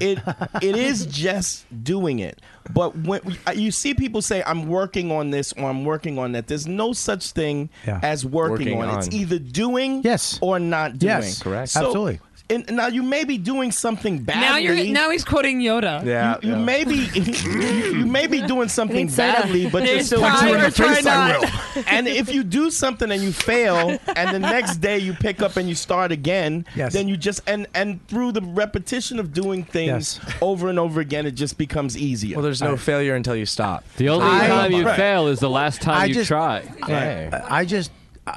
K: it it is just doing it. But when you see people say, "I'm working on this" or "I'm working on that," there's no such thing
F: Yeah.
K: as working,
F: Working
K: on. it. It's
F: on.
K: either doing
F: yes
K: or not doing.
F: Yes, correct.
K: So-
F: Absolutely.
K: And now you may be doing something badly.
H: now you're now he's quoting Yoda.
K: Yeah, you, you may
F: [laughs]
K: be you, you may be doing something
H: need soda.
K: badly, but you're
H: There's
K: still
H: pride
K: doing
H: or
K: it.
H: try not.
K: and if you do something and you fail, and the next day you pick up and you start again,
F: Yes.
K: then you just and and through the repetition of doing things over and over again, it just becomes easier. Well,
M: there's no failure until you stop.
G: The only
K: I-
G: time you
K: Right.
G: fail is the last time
F: I
G: you
F: just-
G: try.
F: I, I just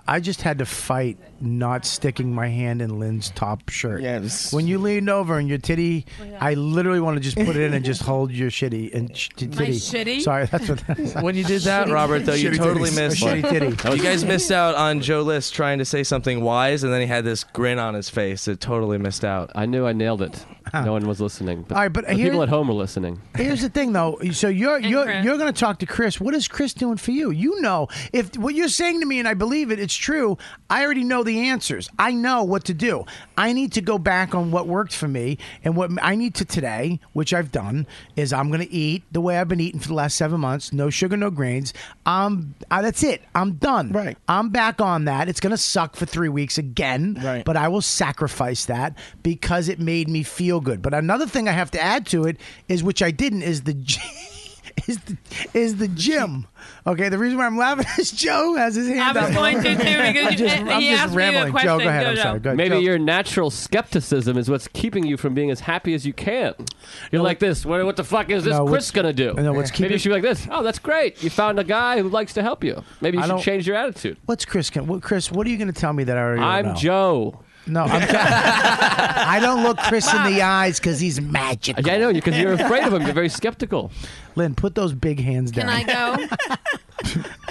F: I just had to fight not sticking my hand in Lynn's top shirt.
K: Yes.
F: When you leaned over and your titty, I literally want to just put it in and just hold your shitty and sh- t-
H: My
F: titty.
H: shitty?
F: Sorry,
M: [laughs]
F: that's what. That's
M: When you did that, Robert, though, you
F: Shitty
M: totally
F: titties.
M: missed.
F: Shitty titty.
M: You guys missed out on Joe List trying to say something wise, and then he had this grin on his face. It totally missed out.
G: I knew I nailed it. No one was listening. But
F: All right, but
G: the
F: here-
G: people at home are listening.
F: Here's the thing, though. So you're you're you're going to talk to Chris. What is Chris doing for you? You know, if what you're saying to me, and I believe it, it's true. I already know the answers. I know what to do. I need to go back on what worked for me and what I need to today, which I've done, is I'm going to eat the way I've been eating for the last seven months. No sugar, no grains. I'm uh, that's it. I'm done. Right. I'm back on that. It's going to suck for three weeks again. Right. But I will sacrifice that because it made me feel good. But another thing I have to add to it is, which I didn't, is the. g- [laughs] Is the, is the gym okay? The reason why I'm laughing [laughs] is Joe has his hand.
H: I was
F: up.
H: going to, too, because
F: [laughs] I'm
H: you-
F: just,
H: he
F: I'm just
H: asked me a
F: rambling. Joe,
H: question.
F: go ahead.
H: Go,
F: I'm
H: Joe.
F: sorry. Go ahead.
G: Maybe
F: Joe.
G: your natural skepticism is what's keeping you from being as happy as you can. You're like this. What, what the fuck is this
F: No,
G: Chris
F: what's-
G: gonna do?
F: no, what's
G: Maybe
F: keeping-
G: you should be like this. Oh, that's great. You found a guy who likes to help you. Maybe you
F: I
G: should
F: don't-
G: change
F: [laughs]
G: your attitude.
F: What's Chris? Can, what, Chris, what are you going to tell me that I already?
G: I'm
F: know?
G: Joe.
F: No, I'm.
G: [laughs]
F: I don't look Chris in the eyes because he's magical.
G: Yeah, I know because you're afraid of him. You're very skeptical.
F: Lynn, put those big hands
H: Can
F: down.
H: I
F: [laughs]
H: go?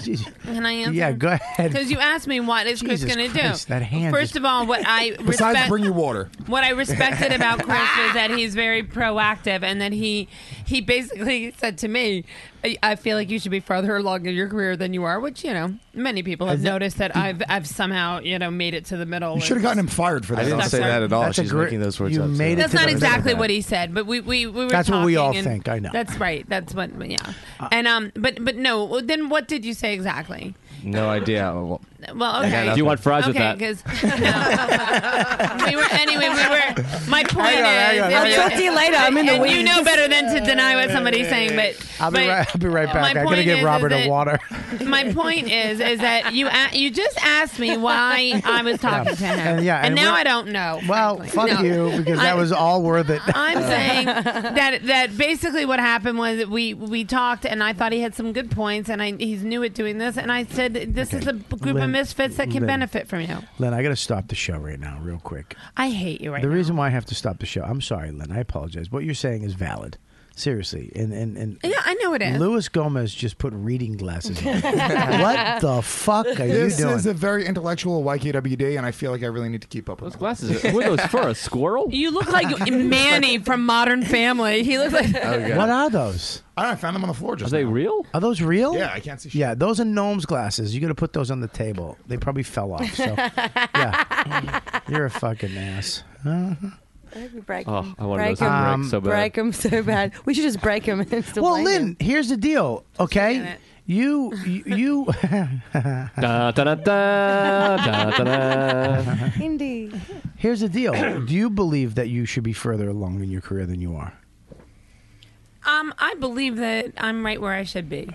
F: Jeez.
H: Can I answer?
F: Yeah, go ahead.
H: Because you asked me what is Chris
F: Jesus
H: going to
F: Christ,
H: do.
F: that hand
H: First
F: just-
H: of all, what
F: [laughs]
H: I respect,
I: you water.
H: what I respected about Chris was that he's very proactive and that he he basically said to me, "I- "I feel like you should be further along in your career than you are," which you know many people have
I: Is that-
H: noticed that I've I've somehow you know made it to the middle.
I: You should have gotten him fired for that.
M: I didn't say that at all. She's making those words up.
I: made
H: That's not exactly what he said, but we we, we were.
F: That's what we all
H: talking and-
F: think, I know. Uh,
H: That's right. That's what. Yeah. and um, but but no. well, Then what did you say exactly?
M: No
G: [laughs]
M: idea.
H: Well, okay.
M: Do you want fries with
H: okay,
M: that?
H: Because [laughs] we were anyway. We were. My point
F: Hang on,
H: is. is
F: hang on, hang
H: that-
F: on. I'll talk to you later. I'm in the
H: and You
F: weeds.
H: know better than to deny what somebody's saying, but
F: I'll be
H: but
F: right. I'll be right
H: my
F: back. I'm gonna
H: point
F: give
H: is-
F: Robert
H: is
F: a
H: that-
F: water.
H: My point is, is that you a- you just asked me why I was talking to him,
F: And, yeah, and
H: now
F: we're-
H: I don't know.
F: Well, fuck
H: No.
F: you because that was all
H: [laughs]
F: worth it.
H: I'm saying that that basically what happened was that we we talked and I thought he had some good points and I he's new at doing this and I said this is a b- group
F: Lynn-
H: of misfits that can
F: Lynn.
H: benefit from you.
F: Lynn, I got to stop the show right now, real quick.
H: I hate you right
F: the
H: now.
F: reason why I have to stop the show, I'm sorry, Lynn. I apologize. What you're saying is valid. Seriously, and and and
H: Yeah, I know it is.
F: Luis Gomez just put reading
H: [laughs]
F: glasses on. what the fuck are
I: this
F: you doing?
I: is a very intellectual YKWd, and I feel like I really need to keep up with those
G: glasses. What are those for? A
I: [laughs]
G: squirrel?
H: You look
G: [laughs]
H: like Manny from Modern Family. He looks like
F: What are those?
I: I don't know, I found them on the floor just. now.
G: real?
F: Are those real?
I: Yeah, I can't see.
F: Yeah, those are gnomes glasses. You got to put those on the table. They probably fell off. So,
H: [laughs]
E: [laughs]
F: yeah, you're a fucking ass. Uh-huh.
N: break
F: Oh,
N: him.
F: I wanted
N: break
F: those to break
N: him.
F: so bad.
N: Break him so bad. We should just break him and still
F: Well,
N: blame him.
F: Lynn, here's the deal. Okay, You, you, [laughs] you
G: Da, da, da, da, da, da,
F: [laughs]
G: da.
F: Indeed. Here's the deal. Do you believe that you should be further along in your career than you are?
H: Um, I believe that I'm right where I should be.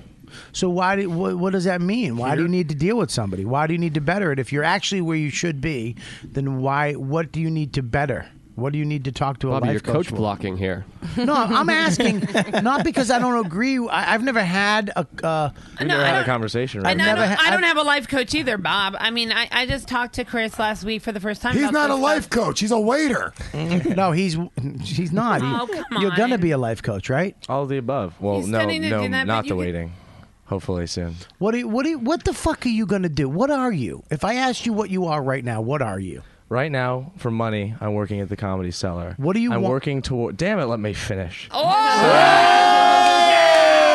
F: So why do what, what does that mean? Why do you need to deal with somebody? Why do you need to better it? If you're actually where you should be, then why? What do you need to better? What do you need to talk to a
G: Bobby,
F: life
G: you're
F: coach?
G: coach blocking here.
F: for? No,
O: [laughs]
F: I'm asking not [laughs] because I don't agree. I, I've never had a. Uh,
M: We've never had a conversation, right?
H: And I don't, I don't have a life coach either, Bob. I mean, I, I just talked to Chris last week for the first time.
I: He's
H: about
I: not a
H: this
I: life coach. He's a waiter.
F: [laughs] no, he's he's not.
H: Oh, come
F: You're gonna
H: on.
F: be a life coach, right?
M: All the above. Well,
F: You
M: no,
F: still need to
M: no,
F: do that,
M: not
F: but
M: the
F: you could-
M: waiting. Hopefully soon.
F: What do you, what do you, what the fuck are you gonna do? What are you? If I asked you what you are right now, what are you?
M: Right now, for money, I'm working at the Comedy Cellar.
F: What do you
M: I'm
F: want-
M: working toward. Damn it, let me finish.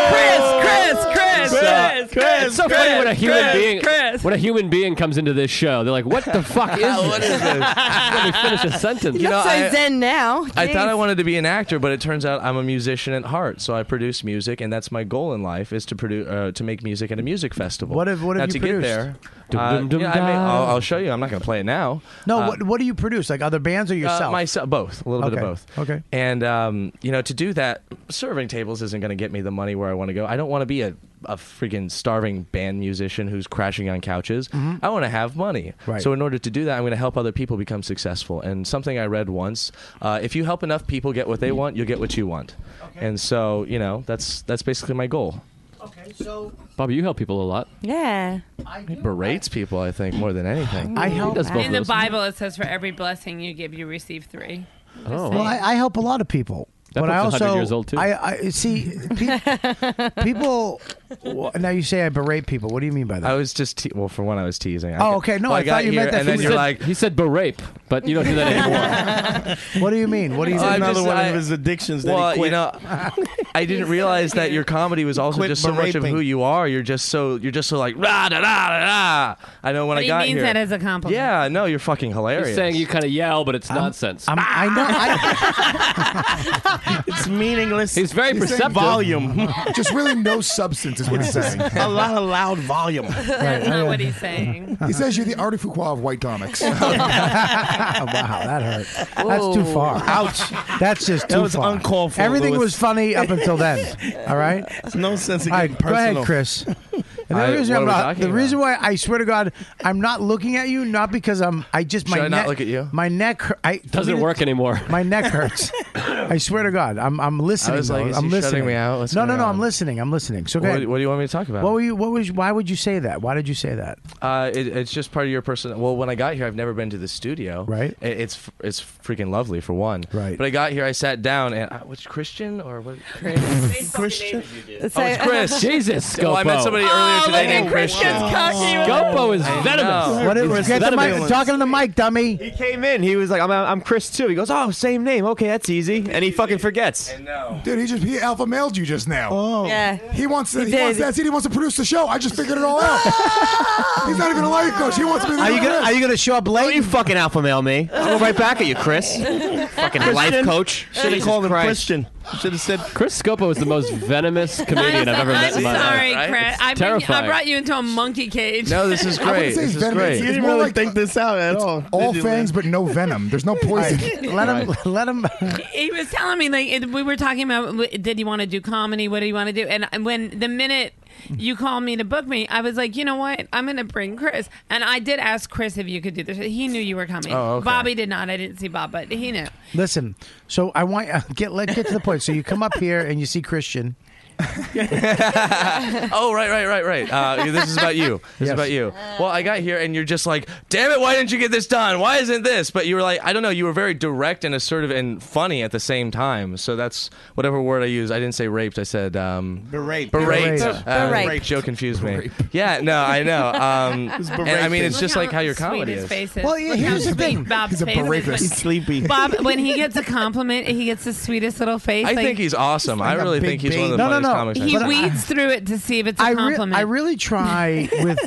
E: Chris, Chris,
P: uh,
E: Chris, Chris.
G: it's so funny when a human
E: Chris,
G: being
E: Chris.
G: when a human being comes into this show, they're like, "What the fuck is
M: What
G: this?" [laughs]
M: is this?
G: Let me finish a sentence.
M: You know,
L: so
M: I-
L: zen now.
M: I thought I
L: Jeez.
M: wanted to be an actor, but it turns out I'm a musician at heart. So I produce music, and that's my goal in life is to produce uh, to make music at a music festival.
F: What have- what
M: now,
F: have
M: to
F: you
M: get
F: produced?
M: there?
F: Dum,
M: uh,
F: dum, dum,
M: yeah, I mean,
F: da.
M: I'll, I'll show you. I'm not going to play it now.
F: No,
M: Uh,
F: what what do you produce? Like other bands or yourself?
M: Uh, myself, both, a little bit
F: Okay,
M: of both.
F: okay.
M: And um, you know, to do that, serving tables isn't going to get me the money where I want to go. I don't want to be a a freaking starving band musician who's crashing on couches.
J: Mhm.
F: Mm-hmm.
M: I want to have money.
J: Right.
M: So in order to do that, I'm going to help other people become successful. And something I read once: uh, if you help enough people get what they want, you'll get what you want. And so you know, that's that's basically my goal.
F: Okay, so
G: Bobby, you help people a lot.
L: Yeah.
M: He berates people, I think, more than anything.
F: I He help- does
H: In the Bible, it says, "For every blessing you give, you receive three.
M: Oh.
F: Well, I, I help a lot of people.
G: That
F: but I
G: book's 100
F: also
G: years old, too.
F: I, I see
M: [laughs]
F: pe- people. wha- Now you say I berate people. What do you mean by that?
M: I was just te- well for one. I was teasing. I
F: Oh,
M: got-
F: okay. No,
M: well,
F: I thought
M: got
F: you
M: here,
F: meant that
M: And then
F: he
M: you're
F: said-
M: like,
G: he said berape, but you don't do that [laughs] anymore.
F: what do you mean? What do you
M: Oh,
F: mean?
M: I'm
K: Another
M: just-
K: one
M: I-
K: of his addictions that
M: well,
K: he
M: you
K: quit.
M: know, I didn't realize that your comedy
F: [laughs]
M: was also
K: Quit
M: just so much of
K: berating.
M: who you are. You're just so you're just so like rah da da da da. I know when
H: But
M: I
H: he
M: got
H: means
M: here.
H: that as a compliment.
M: yeah, no, you're fucking hilarious.
G: He's saying you kind of yell, but it's nonsense.
F: I'm, I know.
K: [laughs]
F: [laughs]
K: It's meaningless. He's
G: very
K: He's saying
G: perceptive.
K: Volume.
I: [laughs] Just really no substance is what he's [laughs] saying.
K: a lot of loud volume.
H: [laughs] That's not what he's saying.
I: He says you're the Artie Fuqua of
H: [laughs]
I: white comics.
F: wow, that hurt. That's too
I: Whoa.
F: far. Ouch. That's just too
K: That was
F: far.
K: uncalled for,
F: Everything
K: Louis.
F: was funny up
K: [laughs]
F: until then. All right.
K: It's no sense of
F: All
K: getting
F: right, go
K: personal. [laughs]
F: ahead, Chris. And the
K: I-
F: reason,
K: what
F: I'm
K: are we
F: not,
K: talking
F: the
K: about?
F: reason why I swear to God, I'm not looking at you, not because I'm. I just my
M: Should I not
F: neck-
M: look at you?
F: My neck. hur- I
G: Doesn't work anymore.
F: My neck
M: [laughs]
F: hurts. I swear to God, I'm. I'm listening.
M: I was like,
F: though.
M: is
F: I'm
M: he shutting
F: listening.
M: me out? What's
F: no, no,
M: going
F: no.
M: on?
F: I'm listening. I'm listening. So go
M: What,
F: ahead.
M: what do you want me to talk about?
F: What were you? What was? Why would you say that? Why did you say that?
M: Uh, it, it's just part of your person. Well, when I got here, I've never been to the studio. Right. It, it's f- it's freaking lovely for one. Right. But I got here, I sat down, and I, which Christian or what? Christian. Oh,
G: So-
H: [laughs]
M: it's
G: [laughs]
M: Chris.
G: Jesus,
M: Oh, I met
G: Scopo.
M: somebody
G: Oh,
M: earlier today
G: look at
M: named Christian.
G: Christian's cocky with- Scopo is
M: I
G: venomous.
M: know.
F: What it was? Get the mic- talking to the mic, dummy.
J: He came in. He was like, "I'm, I'm Chris too." He goes, "Oh, same name. Okay, that's easy." And he fucking forgets.
I: Dude, he just he alpha mailed you just now.
J: Oh.
L: Yeah.
I: He wants to,
J: He
I: he, wants
J: did.
I: that's it. He wants to produce the show. I just figured it
H: [laughs]
I: all out. He's not even a life coach. He wants me to
J: Are you gonna Are you
F: gonna show up late?
J: you fucking alpha male me. I'll go right back at you,
G: [laughs]
J: Chris. fucking life
G: Christian.
J: coach.
G: Shoulda
J: Jesus
G: called him
J: Christ.
G: Christian. Should have said Chris Scopo is the most [laughs] venomous comedian I've ever
H: I'm
G: met in my life.
H: sorry,
G: right?
H: Chris.
G: It's
H: I, bring, I
G: terrifying.
H: brought you into a monkey cage.
G: No, this is I wouldn't great. say This is venom. great.
K: You
G: It's
K: didn't
G: more
K: really
G: like
K: think this out at
I: It's
K: all.
I: all
K: did you,
I: fangs,
K: Lynn?
I: but no
K: [laughs]
I: venom. There's no poison.
F: Let him. Let him.
H: he was telling me like it- we were talking about w- did he want to do comedy what do you want to do and I- when the minute you called me to book me i was like you know what i'm gonna bring chris and i did ask chris if you could do this he knew you were coming
F: Oh, okay.
H: bobby did not i didn't see bob but he
F: [laughs]
H: knew
F: Listen. So I want [laughs] get let get to the point. So you come up here and you see Christian.
M: [laughs] oh right, right, right, right. Uh, this is about you. This is about you. Well, I got here and you're just like, damn it, why didn't you get this done? Why isn't this? But you were like, I don't know. You were very direct and assertive and funny at the same time. So that's whatever word I used. I didn't say raped. I said um,
K: Berate.
M: Berate.
K: Berate.
M: Uh,
K: Berate.
M: Joe confused me.
J: [laughs]
M: Yeah, no, I know.
H: [laughs]
M: Um,
K: It was
M: and I mean, it's
H: Look
M: just like how your
H: sweet
M: comedy
H: his
M: is.
H: face is.
F: Well, yeah,
H: Look how
F: here's the
H: sweet
F: thing.
H: Bob's
M: He's a
H: face is.
M: berapist.
H: When-
M: He's
H: [laughs]
M: sleepy.
H: Bob, when he gets a compliment, he gets the sweetest little face.
M: I
H: like-
M: think he's awesome. I
F: like a
M: really
F: big
M: think he's one of the
F: bee. No, no,
M: funniest comics.
F: no.
M: I've
H: He
M: seen.
H: [laughs] weeds through it to see if it's a
F: I, re-
H: compliment.
F: I really try with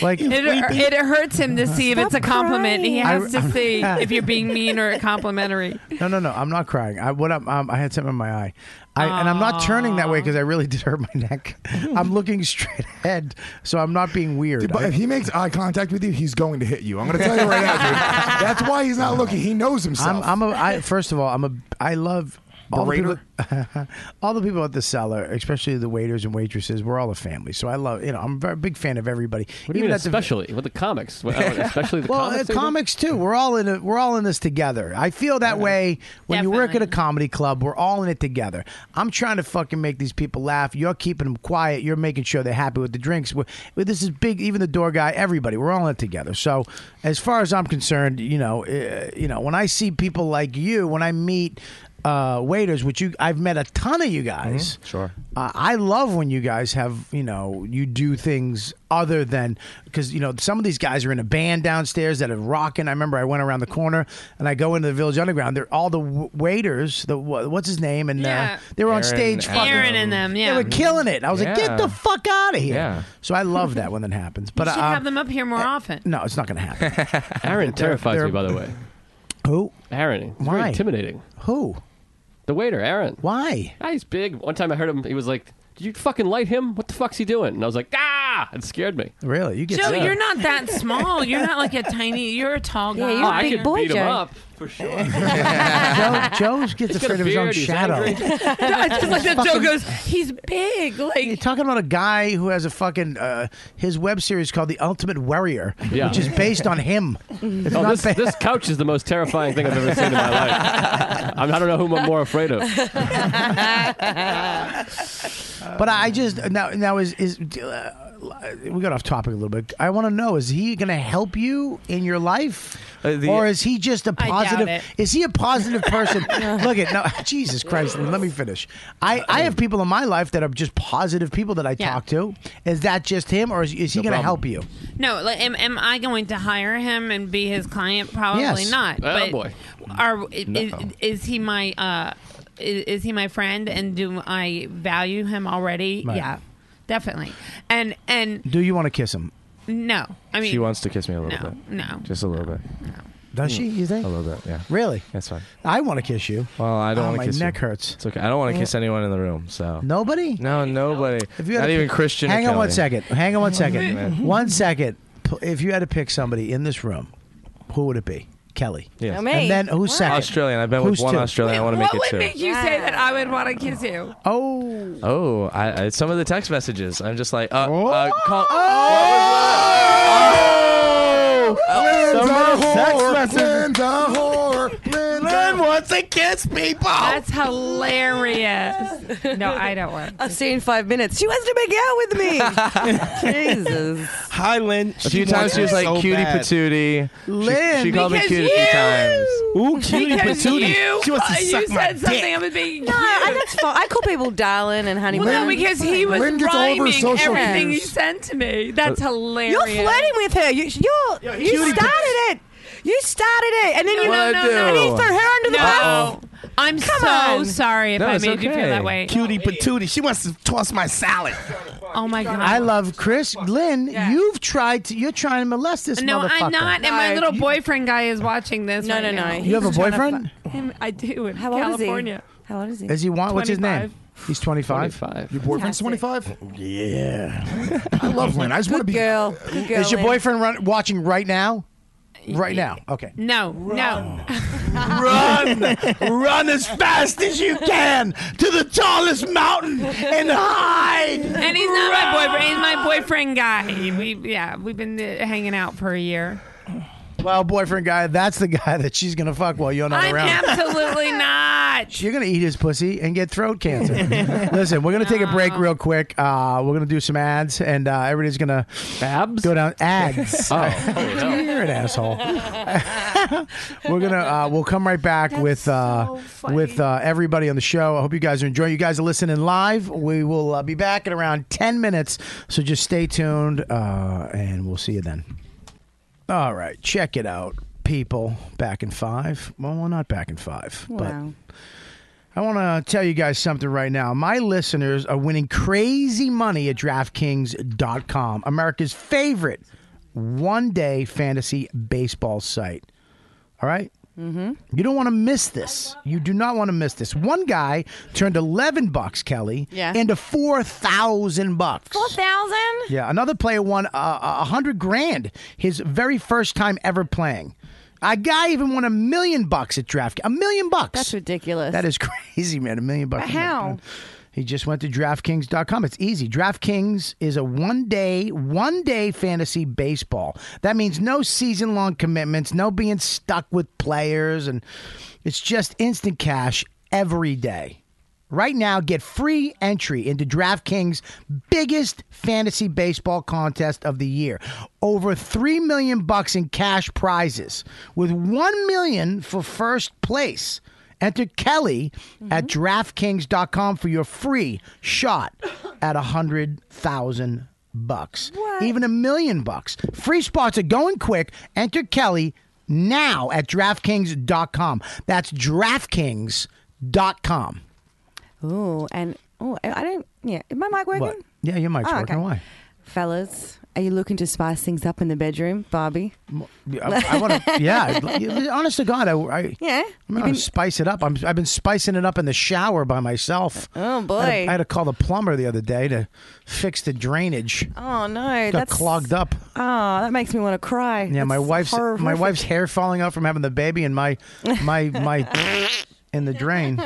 F: Like
H: [laughs] It, it hurts him to see if it's a compliment. He
F: crying.
H: has
F: I-
H: to see if you're being mean or
F: [laughs]
H: complimentary.
F: No, no, no. I'm not crying. I what I'm, um, I had something in my eye, I, and I'm not turning that way because I really did hurt my
I: [laughs]
F: neck. I'm looking straight ahead, so I'm not being weird.
I: But
F: I-
I: if he makes eye contact with you, he's going to hit you. I'm going to tell you right now,
F: [laughs]
I: dude. That's why he's not looking. He knows
F: I'm,
I: himself.
F: I'm a, I, first of all, I'm a, I love all the,
I: Berater?
F: people, [laughs] all the people at the cellar, especially the waiters and waitresses. We're all a family, so I love, you know, I'm a very big fan of everybody.
G: What do you mean
F: at the-
G: especially with the comics? [laughs] Well, especially the
F: well,
G: comics.
F: uh,
G: they do?
F: comics too. We're all in it. We're all in this together. I feel that way when you work at a comedy club. We're all in it together. I'm trying to fucking make these people laugh. You're keeping them quiet. You're making sure they're happy with the drinks. We're, well, this is big. Even the door guy, everybody. We're all in it together. So, as far as I'm concerned, you know, uh, you know, when I see people like you, when I meet. Uh, waiters, which you I've met a ton of you
G: Mm-hmm.
F: guys.
J: Sure.
F: Uh, I love when you guys have, you know, you do things other than because, you know, some of these guys are in a band downstairs that are rocking. I remember I went around the corner and I go into the Village Underground. They're all the w- waiters, the wha- what's his name? And
H: Yeah.
F: uh, they were
H: Aaron
F: on stage fucking.
H: Aaron and them, yeah.
F: They were killing it. I was like, get
H: Yeah.
F: the fuck out of here.
H: Yeah.
F: So I love that when
G: [laughs]
F: that happens. But
H: you should
F: um,
H: have them up here more often.
F: no, it's not going to
H: [laughs]
F: happen.
G: Aaron terrifies
F: They're-
G: me, by the way.
F: Who?
G: Aaron. He's very
F: Why?
G: intimidating.
F: Who?
G: The waiter, Aaron. Ah,
F: Why?
G: he's big. One time I heard him. He was like, "Did you fucking light him? What the fuck's he doing?" And I was like, "Ah!" It scared me.
F: Really? You
H: Joe, you're not that small. You're not like a tiny. You're a tall guy.
G: oh, I could beat him up for sure.
F: Joe, Joe gets
G: He's got
F: afraid
G: a
F: of his own
G: beard, he's
F: shadow.
H: [laughs]
G: angry.
H: I
F: [laughs]
H: just like that Joe
F: Fucking-
H: goes, he's big. Like,
F: You're talking about a guy who has a fucking uh, his web series called The Ultimate Warrior,
G: Yeah.
F: which is based on him. It's
G: Oh,
F: not
G: this,
F: ba-
G: this couch is the most terrifying thing I've ever seen in my
I: [laughs]
G: life. I'm, I don't know whom I'm more afraid of.
F: [laughs] but I just now now is is uh, we got off topic a little bit. I want to know is he going to help you in your life,
M: Uh, the-
F: or is he just a
M: I doubt
F: positive?
M: it.
F: Is he a positive person? Look at no, Jesus Christ! Let me finish. I I have people in my life that are just positive people that I talk to. Is that just him, or is, is he going to
G: problem.
F: help you?
H: no, like, am, am I going to hire him and be his client? Probably
F: Yes.
H: not.
F: Oh,
H: but
F: boy.
H: Are, i- is,
F: No.
H: is he my. Uh, i- is he my friend and do I value him already?
F: Right.
H: Yeah, definitely. And and
F: Do you want to kiss him?
H: no, I mean
J: she wants to kiss me a little
H: no,
J: bit.
H: no.
J: Just a little bit.
F: Does she? You think?
J: A little bit, yeah.
F: Really?
J: That's fine.
F: I want to kiss you.
J: Well, I don't
F: Ah,
J: want
F: my
J: to kiss you.
F: neck hurts.
J: It's okay. I don't want to kiss anyone in the room, so.
F: Nobody?
J: No, nobody.
F: If you had
J: Not
F: to
J: even
F: pick-
J: Christian. or
F: Hang on one
J: Kelly.
F: second. Hang on one
J: [laughs]
F: second.
J: Man.
F: one second. P- If you had to pick somebody in this room, who would it be? Kelly.
J: Yes. Oh, me.
F: And then who's
J: What?
F: second?
J: Australian. I've been with
F: Who's
J: one
F: two?
J: Australian. I want to make
H: What
J: it
H: would
J: two.
H: make you say that I would want to kiss you?
F: Oh.
J: Oh, I, I, some of the text messages. I'm just like, uh, uh call.
H: Oh!
C: Linda whore, Linda
I: whore,
K: Lynn wants to kiss people.
H: That's hilarious. No, I don't want.
L: I'll see you in five minutes. She wants to make out with me. Jesus.
K: Hi, Lynn.
J: A few times she was like cutie patootie. She- She, called me cute a few times.
K: Ooh,
L: Because you-
H: you said something about being
L: No, I, that's fine. I call people darling and honeymoon.
H: Well, no, because he was
L: Lynn gets all over
H: rhyming
L: social
H: everything
L: cues.
H: he sent to me. That's
F: Uh,
L: You're
H: hilarious.
L: flirting with her. You, you're, you
H: cutie
L: started it. You started it, and then you
H: No,
L: know,
H: no, no,
L: and he
H: no.
L: threw her under the
H: No.
L: bus.
H: I'm
L: Come
H: so
L: on.
H: sorry if
L: No,
H: I
L: it's
H: made you
L: okay.
H: feel that way.
K: Cutie patootie. She wants to toss my salad.
H: Oh my god.
F: I love Chris. Lynn, you've tried to, you're trying to molest this
H: no,
F: motherfucker.
H: I'm not, and my little boyfriend guy is watching this.
L: No,
H: right
L: no, no.
H: now.
L: You
F: You have a boyfriend?
H: Him, I do. In
L: How old is he?
H: California.
L: How old is he?
F: Is he want? What's his name? He's 25.
G: 25.
F: Your
I: boyfriend's 25?
F: Yeah.
I: I love Lynn. I just want to be.
L: Girl. girl,
F: Is your
L: Lynn.
F: boyfriend run, watching right now? Right now. Okay.
H: No, no. [laughs]
K: Run! Run as fast as you can to the tallest mountain and hide!
H: And he's not my boyfriend. He's my boyfriend guy. We yeah, we've been uh, hanging out for a year.
F: Well, boyfriend guy, that's the guy that she's gonna fuck while you're not
H: I'm
F: around.
H: [laughs] absolutely not.
F: You're gonna eat his pussy and get throat cancer. Listen, we're gonna take a break real quick. Uh, we're gonna do some ads, and uh, everybody's gonna
G: abs
F: go down ads.
G: Oh.
F: [laughs] you're an asshole. we're gonna uh, we'll come right back with uh, with uh, everybody on the show. I hope you guys are enjoying. You guys are listening live. We will uh, be back in around ten minutes, so just stay tuned, uh, and we'll see you then. All right, check it out, people. Back in five. Well, we're not back in five,
L: Wow.
F: but. I want to tell you guys something right now. My listeners are winning crazy money at DraftKings.com, America's favorite one day fantasy baseball site. All right?
L: Mm-hmm.
F: You don't want to miss this. You do not want to miss this. One guy turned 11 bucks, Kelly,
L: Yeah.
F: into 4,000 bucks.
L: Four thousand.
F: Yeah, another player won a uh, hundred grand his very first time ever playing. A guy even won a million bucks at draft. A million bucks. That's
L: ridiculous.
F: That is [laughs] crazy, man. A million bucks.
L: But how?
F: He just went to DraftKings.com. It's easy. DraftKings is a one day, one day fantasy baseball. That means no season long commitments, no being stuck with players, and it's just instant cash every day. Right now, get free entry into DraftKings' biggest fantasy baseball contest of the year. Over 3 million bucks in cash prizes with 1 million for first place. Enter Kelly at
L: Mm-hmm.
F: DraftKings.com for your free shot at a hundred thousand bucks. Even a million bucks. Free spots are going quick. Enter Kelly now at DraftKings.com. That's DraftKings.com.
L: Ooh, and oh, I I didn't. Yeah, is my mic working? Oh,
F: What? Yeah, your mic's working. Why?
L: Fellas, are you looking to spice things up in the bedroom, Bobby?
F: [laughs] I, I want to. Yeah, I'd- honest to God, I, I
L: Yeah,
F: I'm
L: you've
F: gonna
L: been-
F: spice it up. I'm, I've been spicing it up in the shower by myself.
L: Oh, boy.
F: I had, to, I had to call the plumber the other day to fix the drainage.
L: Oh no,
F: Got
L: that's
F: clogged up.
L: Oh, that makes me want to cry.
F: Yeah, my
L: That's
F: wife's
L: horrific.
F: my wife's hair falling out from having the baby, and my my
L: [laughs]
F: my in the drain.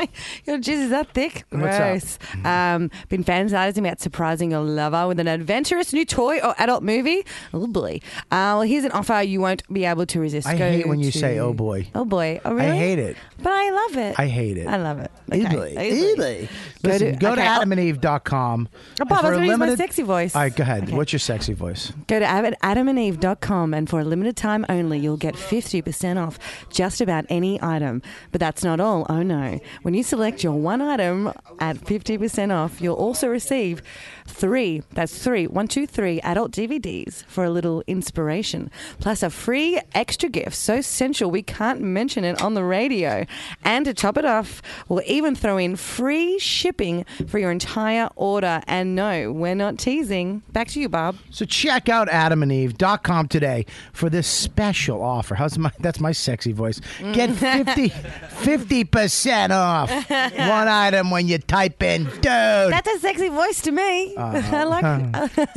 L: Your jizz is that thick?
F: What's up? Mm-hmm.
L: Gross. Um, been fantasizing about surprising your lover with an adventurous new toy or adult movie? Oh boy. Uh, well, here's an offer you won't be able to resist.
F: I
L: Go
F: hate when you
L: to-
F: say "oh boy."
L: Oh boy. Oh really?
F: I hate it.
L: But I love it.
F: I hate it.
L: I love it.
F: Easily.
L: Easily.
F: Listen, go to,
L: okay, I'll-
F: adamandeve.com.
L: Oh, Bob,
F: And
L: I was
F: for a
L: gonna use my
F: limited-
L: sexy voice.
F: All right, go ahead. What's your sexy voice?
L: Go to ab- adamandeve.com and for a limited time only, you'll get 50% off just about any item. But that's not all. Oh no. When you select your one item at 50% off, you'll also receive three, that's three, one, two, three adult DVDs for a little inspiration, plus a free extra gift so sensual we can't mention it on the radio. And to top it off, we'll even throw in free shipping for your entire order. And no, we're not teasing. Back to you, Bob.
F: So check out adamandeve.com today for this special offer. How's my that's my sexy voice. Get
L: Mm. [laughs]
F: 50 percent off one item when you type in dude.
L: That's a sexy voice to me. [laughs] I like.
F: Uh,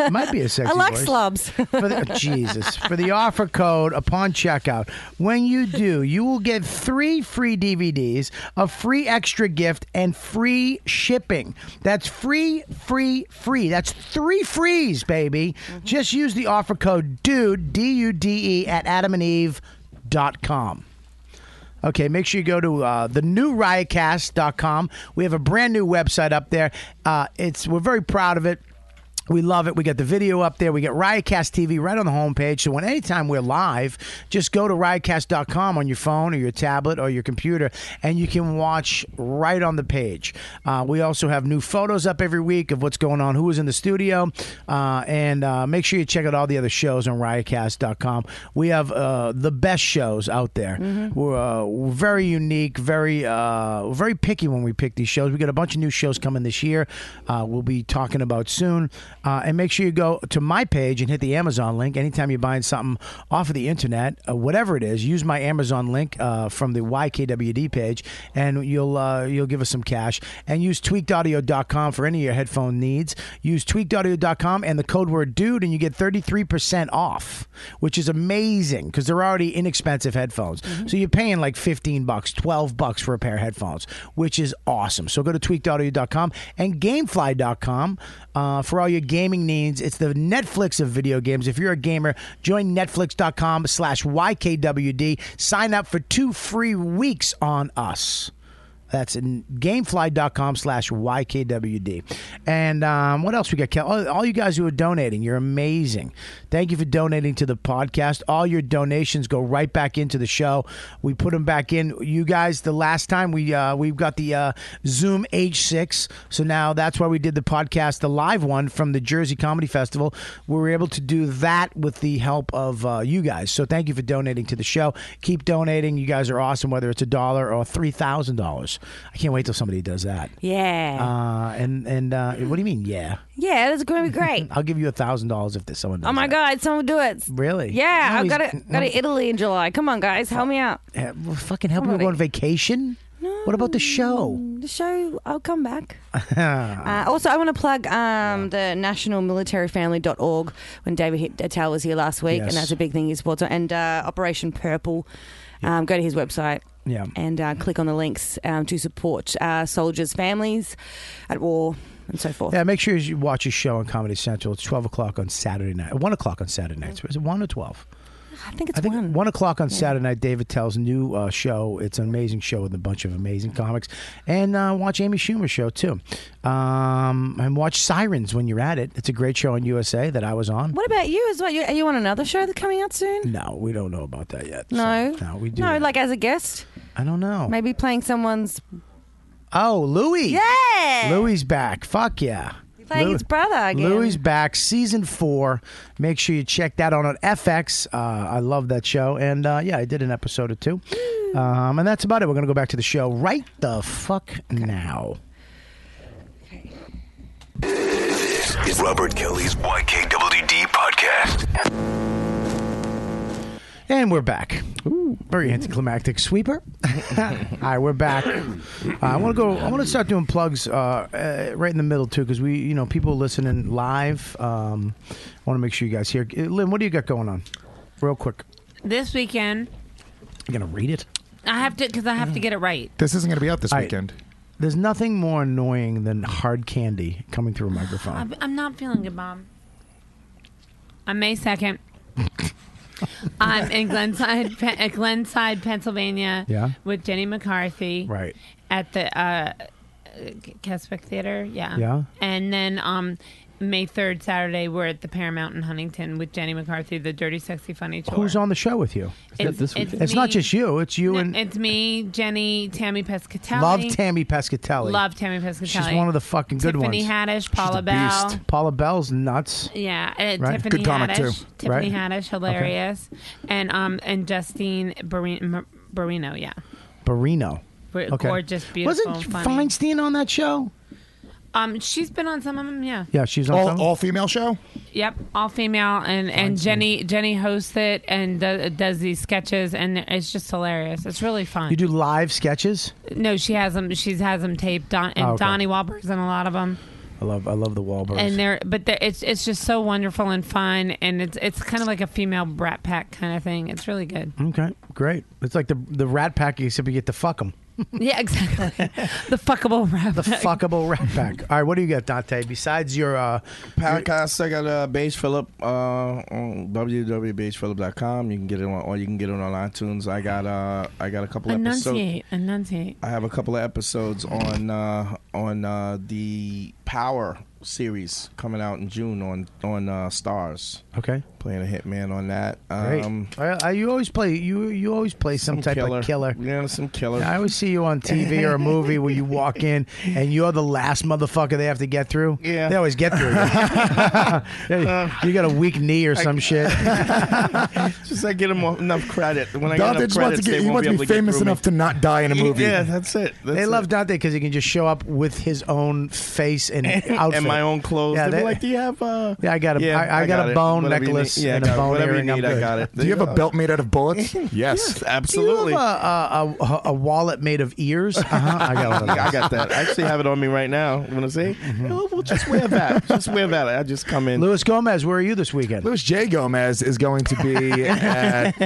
F: might Uh-huh.
L: [laughs]
F: be a sexy
L: I like
F: voice. [laughs]
L: slobs.
F: for
L: [laughs]
F: the, Jesus for the offer code upon checkout. When you do, you will get three free DVDs, a free extra gift, and free shipping. That's free, free, free. That's three frees, baby. Just use the offer code DUDE D U D E at AdamAndEve.com. Okay, make sure you go to uh, the new riotcast.com. We have a brand new website up there. Uh, it's we're very proud of it. We love it. We got the video up there. We got Riotcast TV right on the homepage. So when anytime we're live, just go to riotcast.com on your phone or your tablet or your computer, and you can watch right on the page. Uh, we also have new photos up every week of what's going on, who is in the studio, uh, and uh, make sure you check out all the other shows on riotcast.com. We have uh, the best shows out there. We're uh, we're very unique, very uh, very picky when we pick these shows. We got a bunch of new shows coming this year. Uh, we'll be talking about soon. Uh, and make sure you go to my page and hit the Amazon link. Anytime you're buying something off of the internet, uh, whatever it is, use my Amazon link uh, from the YKWd page, and you'll uh, you'll give us some cash. And use tweakedaudio.com for any of your headphone needs. Use tweakedaudio.com and the code word dude, and you get 33% off, which is amazing because they're already inexpensive headphones. So you're paying like 15 bucks, 12 bucks for a pair of headphones, which is awesome. So go to tweakedaudio.com and gamefly.com uh, for all your gaming needs. It's the Netflix of video games. If you're a gamer, join netflix.com slash YKWD. Sign up for two free weeks on us. That's in gamefly.com slash YKWD. And um, what else we got, Kel? All, all you guys who are donating, you're amazing. Thank you for donating to the podcast. All your donations go right back into the show. We put them back in. You guys, the last time we, uh, we've got the uh, Zoom H6. So now that's why we did the podcast, the live one from the Jersey Comedy Festival. We were able to do that with the help of uh, you guys. So thank you for donating to the show. Keep donating. You guys are awesome, whether it's a dollar or $3,000. I can't wait till somebody does that.
L: Yeah.
F: Uh, and and uh, what do you mean? Yeah.
L: yeah, that's going to be
F: [laughs]
L: great.
F: I'll give you a thousand dollars if there's someone. Does
L: Oh my God, someone do it.
F: Really?
L: Yeah,
F: No,
L: I've
F: he's-
L: got to go
F: no.
L: to Italy in July. Come on, guys, help me out.
F: Yeah, well, fucking help me go on vacation. What about the show?
L: The show, I'll come back. Uh, also, I want to plug um, the nationalmilitaryfamily.org when David Hit- Attell was here last week,
F: Yes.
L: and that's a big thing he supports. And uh, Operation Purple. Um, go to his website.
F: [laughs] Yeah.
L: And uh, click on the links um, to support uh, soldiers' families at war and so forth.
F: Yeah, make sure you watch his show on Comedy Central. It's twelve o'clock on Saturday night. One o'clock on Saturday nights. Is it one or twelve?
L: I think it's
F: I think one. o'clock on Saturday night. David Tell's new uh, show. It's an amazing show with a bunch of amazing comics, and uh, watch Amy Schumer's show too. Um, and watch Sirens when you're at it. It's a great show on USA that I was on.
L: What about you as well? You, are you on another show that's coming out soon?
F: No, we don't know about that yet.
L: No. Oh.
F: no, we do
L: No,
F: that.
L: like as a guest?
F: I don't know.
L: Maybe playing someone's.
F: Oh, Louis.
L: Yeah.
F: Louis back. Fuck yeah.
L: Playing his brother again.
F: Louis back, season four. Make sure you check that out on FX. Uh, I love that show, and uh, yeah, I did an episode or two, um, and that's about it. We're gonna go back to the show right the fuck now.
C: This is Robert Kelly's YKWD podcast.
F: And we're back. Very anticlimactic [laughs] sweeper. All right, we're back. Uh, I want to go. I want to start doing plugs uh, uh, right in the middle too, because we, you know, people listening live. Um, I want to make sure you guys hear. Uh, Lynn, what do you got going on? Real quick.
H: This weekend,
F: You gonna read it?
H: I have to because I have to get it right.
F: Mm. This isn't going to be out this weekend. There's nothing more annoying than hard candy coming through a microphone.
H: I'm, I'm not feeling good, Mom. On May
F: [laughs]
H: 2nd, I'm in Glenside, Pe- uh, Glenside, Pennsylvania
F: Yeah.
H: with Jenny McCarthy
F: Right.
H: at the uh, Keswick Theater. Yeah.
F: Yeah.
H: And then um, May 3rd, Saturday, we're at the Paramount in Huntington with Jenny McCarthy, the Dirty, Sexy, Funny Tour.
F: Who's on the show with you?
H: It's- this it's weekend?
F: It's not
H: me.
F: just you. It's you
H: No,
F: and
H: it's me, Jenny, Tammy Pescatelli.
F: love Tammy Pescatelli.
H: Love Tammy Pescatelli.
F: She's one of the fucking good
H: Tiffany
F: ones.
H: Haddish, Paula Bell.
F: Paula Bell's nuts.
H: Yeah, uh,
F: Right?
H: Tiffany
F: Good comic,
H: Haddish.
F: too.
H: Tiffany
F: Right?
H: Haddish, hilarious, and um and Justine Barino, Barino yeah,
F: Barino.
H: We're
F: Okay.
H: gorgeous, beautiful,
F: Wasn't
H: funny.
F: Feinstein on that show?
H: Um, she's been on some of them, yeah.
F: Yeah, she's on
I: all,
F: some?
I: all female show.
H: Yep, all female, and and Jenny Jenny hosts it and do, does these sketches, and it's just hilarious. It's really fun.
F: You do live sketches.
H: no, she has them. She has them taped, Don, and
F: Oh, okay.
H: Donnie Wahlberg's in a lot of them.
F: I love I love the Wahlbergs.
H: And they're, but they're, it's it's just so wonderful and fun, and it's it's kind of like a female Brat Pack kind of thing. It's really good.
F: okay, great. It's like the the Rat Pack except you get to fuck them.
H: [laughs] Yeah, exactly. the fuckable rap. [laughs]
F: The fuckable Rat Pack. All right, what do you got, Dante? Besides your uh,
K: podcast, I got uh, Beige Phillip uh, on www.beigephillip.com. You can get it on, or you can get it on iTunes. I got uh, I got a couple episodes.
H: Enunciate, enunciate.
K: I have a couple of episodes on uh, on uh, the Power series coming out in June on on uh, Stars.
F: Okay,
K: playing a hitman on that.
F: Great.
K: Um,
F: I, I, you always play you you always play some, type of killer.
K: Yeah, some killer.
F: I always see you on TV or a movie where you walk in and you're the last motherfucker they have to get through. Yeah, they always
K: [laughs]
F: get through. [laughs] you got a weak knee or some shit.
K: Just I get him enough credit. When I get
I: Dante
K: enough
I: just wants
K: credits,
I: to get.
K: they
I: He
K: won't
I: wants
K: be
I: to
K: able
I: be
K: to get
I: famous
K: through me.
I: enough to not die in a
K: [laughs]
I: movie.
K: Yeah, that's it. That's
F: they
K: it.
F: love Dante because he can just show up with his own face and
K: [laughs]
F: outfit
K: and my own clothes.
F: Yeah,
K: They'll be
F: they-
K: like, "Do you have uh,
F: Yeah, I got a-
K: yeah,
F: I- I got a
K: it.
F: bone
K: Whatever you need.
F: necklace
K: Yeah, I
F: and a
K: got it.
F: bone
K: Whatever
F: earring.
K: you
F: I'm
K: need, I
F: good.
K: got it.
I: Do you have a belt made out
K: [laughs]
I: of bullets? yes.
F: Do
K: absolutely.
F: you have a, a, a, a wallet made of ears? Uh-huh, I
K: [laughs]
F: got one of
K: I
F: those.
K: got that. I actually have it on me right now. Want to
I: [laughs]
K: see?
I: Mm-hmm.
K: Oh, well, just wear
F: [laughs]
K: that. Just wear that. I just come in.
F: Luis Gomez, where are you this weekend?
I: Louis J. Gomez is going to be at,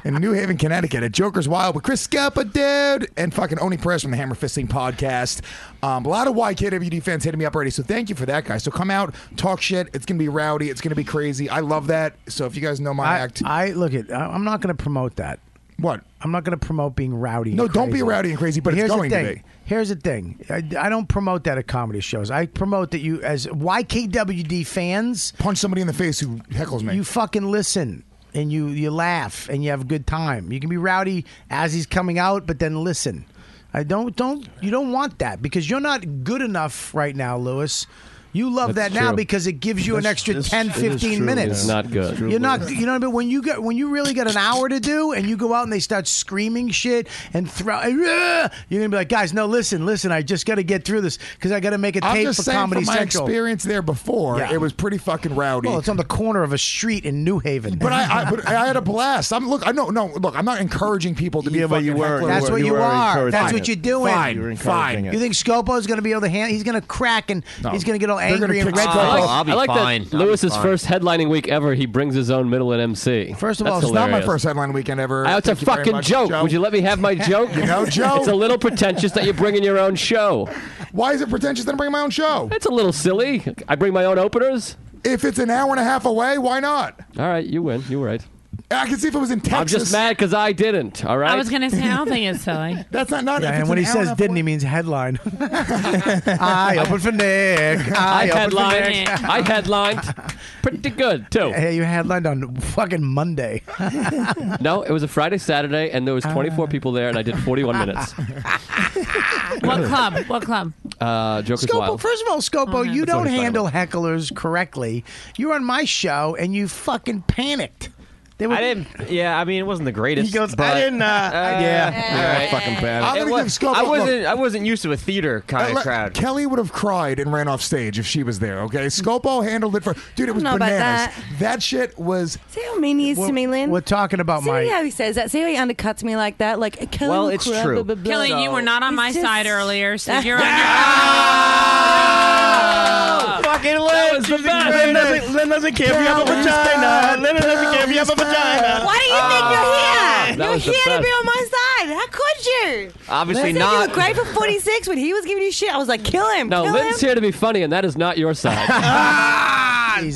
F: [laughs]
I: in New Haven, Connecticut at Joker's Wild with Chris Scapa, dude, and fucking Oni Perez from the Hammer Fisting podcast. Um, a lot of YKWD fans hitting me up already, so thank you for that, guys. So come out, talk shit. It's going to be rowdy. It's going to be crazy. I love that. So if you guys know my
F: I,
I: act,
F: I look at. I- I'm not going to promote that.
I: What?
F: I'm not going to promote being rowdy.
I: No,
F: and
I: don't be
F: crazy.
I: rowdy and crazy, but it's
F: here's
I: going
F: the
I: to
F: thing.
I: be.
F: Here's the thing. I, I don't promote that at comedy shows. I promote that you, as YKWd fans,
I: punch somebody in the face who heckles me.
F: You fucking listen and you you laugh and you have a good time. You can be rowdy as he's coming out, but then listen. I don't don't you don't want that because you're not good enough right now, Lewis. You love
B: That's
F: that now
B: true.
F: because it gives you an
B: That's-
F: extra
B: it's-
F: 10,
B: it is
F: 15
B: true,
F: minutes.
G: It's not good. It's true,
F: You're
G: but-
F: not, you know what I mean? When you get, when you really got an hour to do and you go out and they start screaming shit and throw, you're going to be like, guys, no, listen, listen, I just got to get through this because I got to make a
I: I'm
F: tape
I: just
F: for
I: saying
F: Comedy
I: from my
F: Central.
I: experience there before,
F: Yeah.
I: it was pretty fucking rowdy.
F: Well, it's on the corner of a street in New Haven.
I: But I, I, but I
F: [laughs]
I: had a blast. I'm look. I no, no. Look, I'm not encouraging people to be.
F: Yeah, but you
I: fucking
F: were-
I: hecklers.
F: That's what you are. That's what you're doing.
I: Fine, fine.
F: You think Scopo's going to be able to hand? He's going to crack and he's going to get all
I: They're gonna
F: angry and
I: kick
F: red.
I: Scopo.
F: faced.
I: I'll be
G: I like
I: fine.
G: that
I: I'll be
G: Lewis's
I: fine.
G: first headlining week ever. He brings his own middle and MC.
I: First of all, it's not my first headline weekend ever.
G: That's a
I: Thank you very
G: fucking
I: much,
G: joke.
I: Joe.
G: Would you let me have
I: [laughs]
G: my joke?
I: You know, Joe?
G: It's a little pretentious that you're bringing your own show.
I: Why is it pretentious that I'm bringing my own show?
G: It's a little silly. I bring my own openers.
I: If it's an hour and a half away, why not?
G: All right, you win. You were right.
I: I can see if it was in Texas.
G: I'm just mad because I didn't. All right.
H: I was gonna say I don't think it's silly.
I: [laughs] That's not
H: [laughs]
I: not.
F: Yeah, and when he says didn't, he
I: [laughs]
F: means headline. [laughs] I open for Nick.
G: I
F: I, open
G: headlined.
F: For Nick.
G: I
F: [laughs]
G: headlined pretty good too.
F: Hey, you headlined on fucking Monday. [laughs]
G: No, it was a Friday, Saturday, and there was 24 people there, and I did
H: [laughs]
G: 41 minutes.
H: What club? What
I: [laughs]
H: club?
G: Uh, Joker's
F: Scopo,
G: wild.
F: first of all, Scopo,
H: Oh, no.
F: you
G: That's what
F: don't
G: he's talking
F: handle hecklers correctly. You're on my show and you fucking panicked. They were,
J: I didn't. Yeah, I mean, it wasn't the greatest.
F: He goes, "I
J: but-
F: didn't, uh, I-
I: yeah,
J: all
I: yeah,
J: right.
I: uh, fucking bad. I'm
J: It
I: gonna
J: wa-
I: give Scopo-
J: I
I: look.
J: wasn't. I wasn't used to a theater kind of
I: Look,
J: crowd. Mm.
I: Kelly would have cried and ran off stage if she was there. Okay, Scopo handled it for dude. It was
L: I don't know about
I: bananas. That. shit was.
L: See how mean he is to me, Lynn?
F: We're talking about
L: See
F: my.
L: how he says that? See how he undercuts me like that? Like, Kelly
F: Well,
L: will
F: it's
L: cry,
F: true.
L: blah, blah, blah.
H: Kelly, you were not on
L: He's
H: my
L: just-
H: side earlier, so you're on
I: [laughs]
K: Fucking Lynn,
G: the best.
K: Lynn doesn't, Lynn doesn't care if you have a vagina. Lynn doesn't care if you have a vagina. Oh.
L: Why do you think you're here?
G: that
L: you're
G: was the
L: here to
G: best.
L: be on my side. How could you?
G: Obviously
L: Listen, You
G: not.
L: were great for 46 when he was giving you shit. I was like, kill him.
G: No,
L: kill
G: Lynn's
L: him.
G: here to be funny, and that is not your side.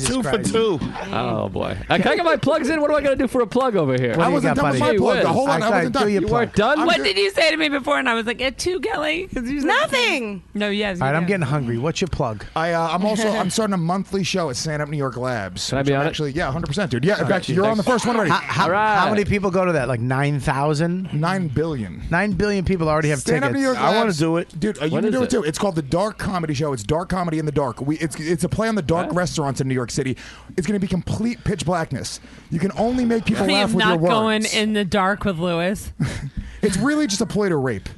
K: two for two.
G: oh boy! Uh, can I get my plugs in? What am I going to do for a plug over here?
F: What do you got, buddy?
G: Gee whiz. You weren't done.
H: What did you say to me before? And I was like, "At two,
I: [laughs]
H: Kelly." 'Cause you said-
L: Nothing.
H: No, yes. [laughs]
F: All right, I'm getting hungry. What's your plug?
I: I, uh, I'm also I'm starting a monthly show at Stand Up New York Labs. Can I
G: be on it?
I: Actually, yeah, 100, percent dude. Yeah, in
F: All right,
I: fact,
F: dude,
I: you're on
F: thanks.
I: the first one already.
F: How, how- how many people go to that? Like 9,000?
I: 9 billion.
F: 9 billion people already have
I: Stand
F: tickets.
I: up New York.
F: wanna
I: Labs. dude. Are you
F: When
I: gonna
F: is
I: do it?
F: it?
I: too? It's called the Dark Comedy Show. It's dark comedy in the dark. We it's it's a play on the dark restaurants in New York City. It's gonna be complete pitch blackness. You can only make people
H: Please
I: laugh with
H: not
I: your words.
H: going in the dark with
I: [laughs]
H: Lewis.
I: It's really just a ploy to rape.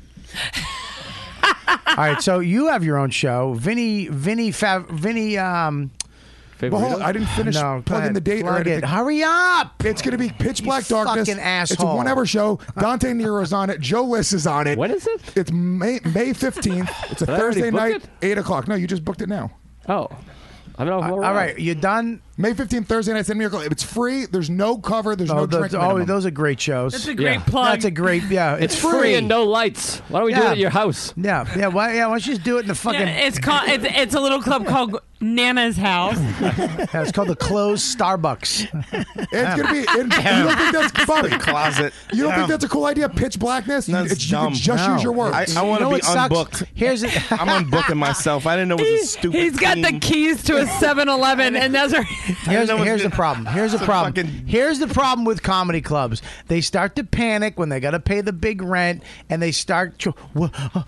F: All right, so you have your own show, Vinny, Vinny, Fav, Vinny. Um,
I: Well, hold on, I didn't finish
F: No, go
I: plugging
F: ahead,
I: the date. or
F: plug it.
I: anything.
F: Hurry up!
I: It's going to be pitch black
F: You
I: darkness.
F: fucking
I: It's a
F: asshole.
I: one-hour show. Dante Nero's on it. Joe Liss is on it. When
G: is it?
I: It's May May fifteenth. It's a
G: Did I already
I: Thursday
G: book
I: night,
G: it?
I: eight o'clock. No, you just booked it now.
G: Oh, I mean, all
F: All right, you done?
I: May fifteenth, Thursday night, Send Miracle. It's free. There's no cover. There's no
F: Oh,
I: drink
F: those, oh,
I: minimum.
F: those are great shows.
H: That's a great Yeah. plug.
F: That's a great. Yeah,
G: It's free and no lights. Why don't we do it
F: Yeah.
G: at your house?
F: Yeah, yeah. Why? Yeah, why don't you just do it in the fucking?
H: Yeah, it's called. It's, it's a little club called Nana's House.
F: [laughs] Yeah, it's called the closed Starbucks.
I: [laughs] It's gonna be. It, you don't think
F: [laughs]
I: that's Bobby?
K: Closet.
I: You don't
K: Um,
I: think that's a cool idea? Pitch blackness.
K: That's
I: It's- you
K: dumb.
I: can just
K: No.
I: use your words.
K: I, I want to be unbooked.
F: Here's it.
K: [laughs] I'm unbooking myself. I didn't know it was
L: [laughs]
K: a stupid.
H: He's got the
K: team.
H: keys
I: [laughs]
H: to a 7-Eleven, and those are.
F: [laughs] Here's,
K: know what's
F: here's the
K: good.
F: problem. Here's the
K: It's a
F: problem.
K: fucking-
F: Here's the problem with comedy clubs. They start to panic when they got to pay the big rent, and they start. To, what, uh,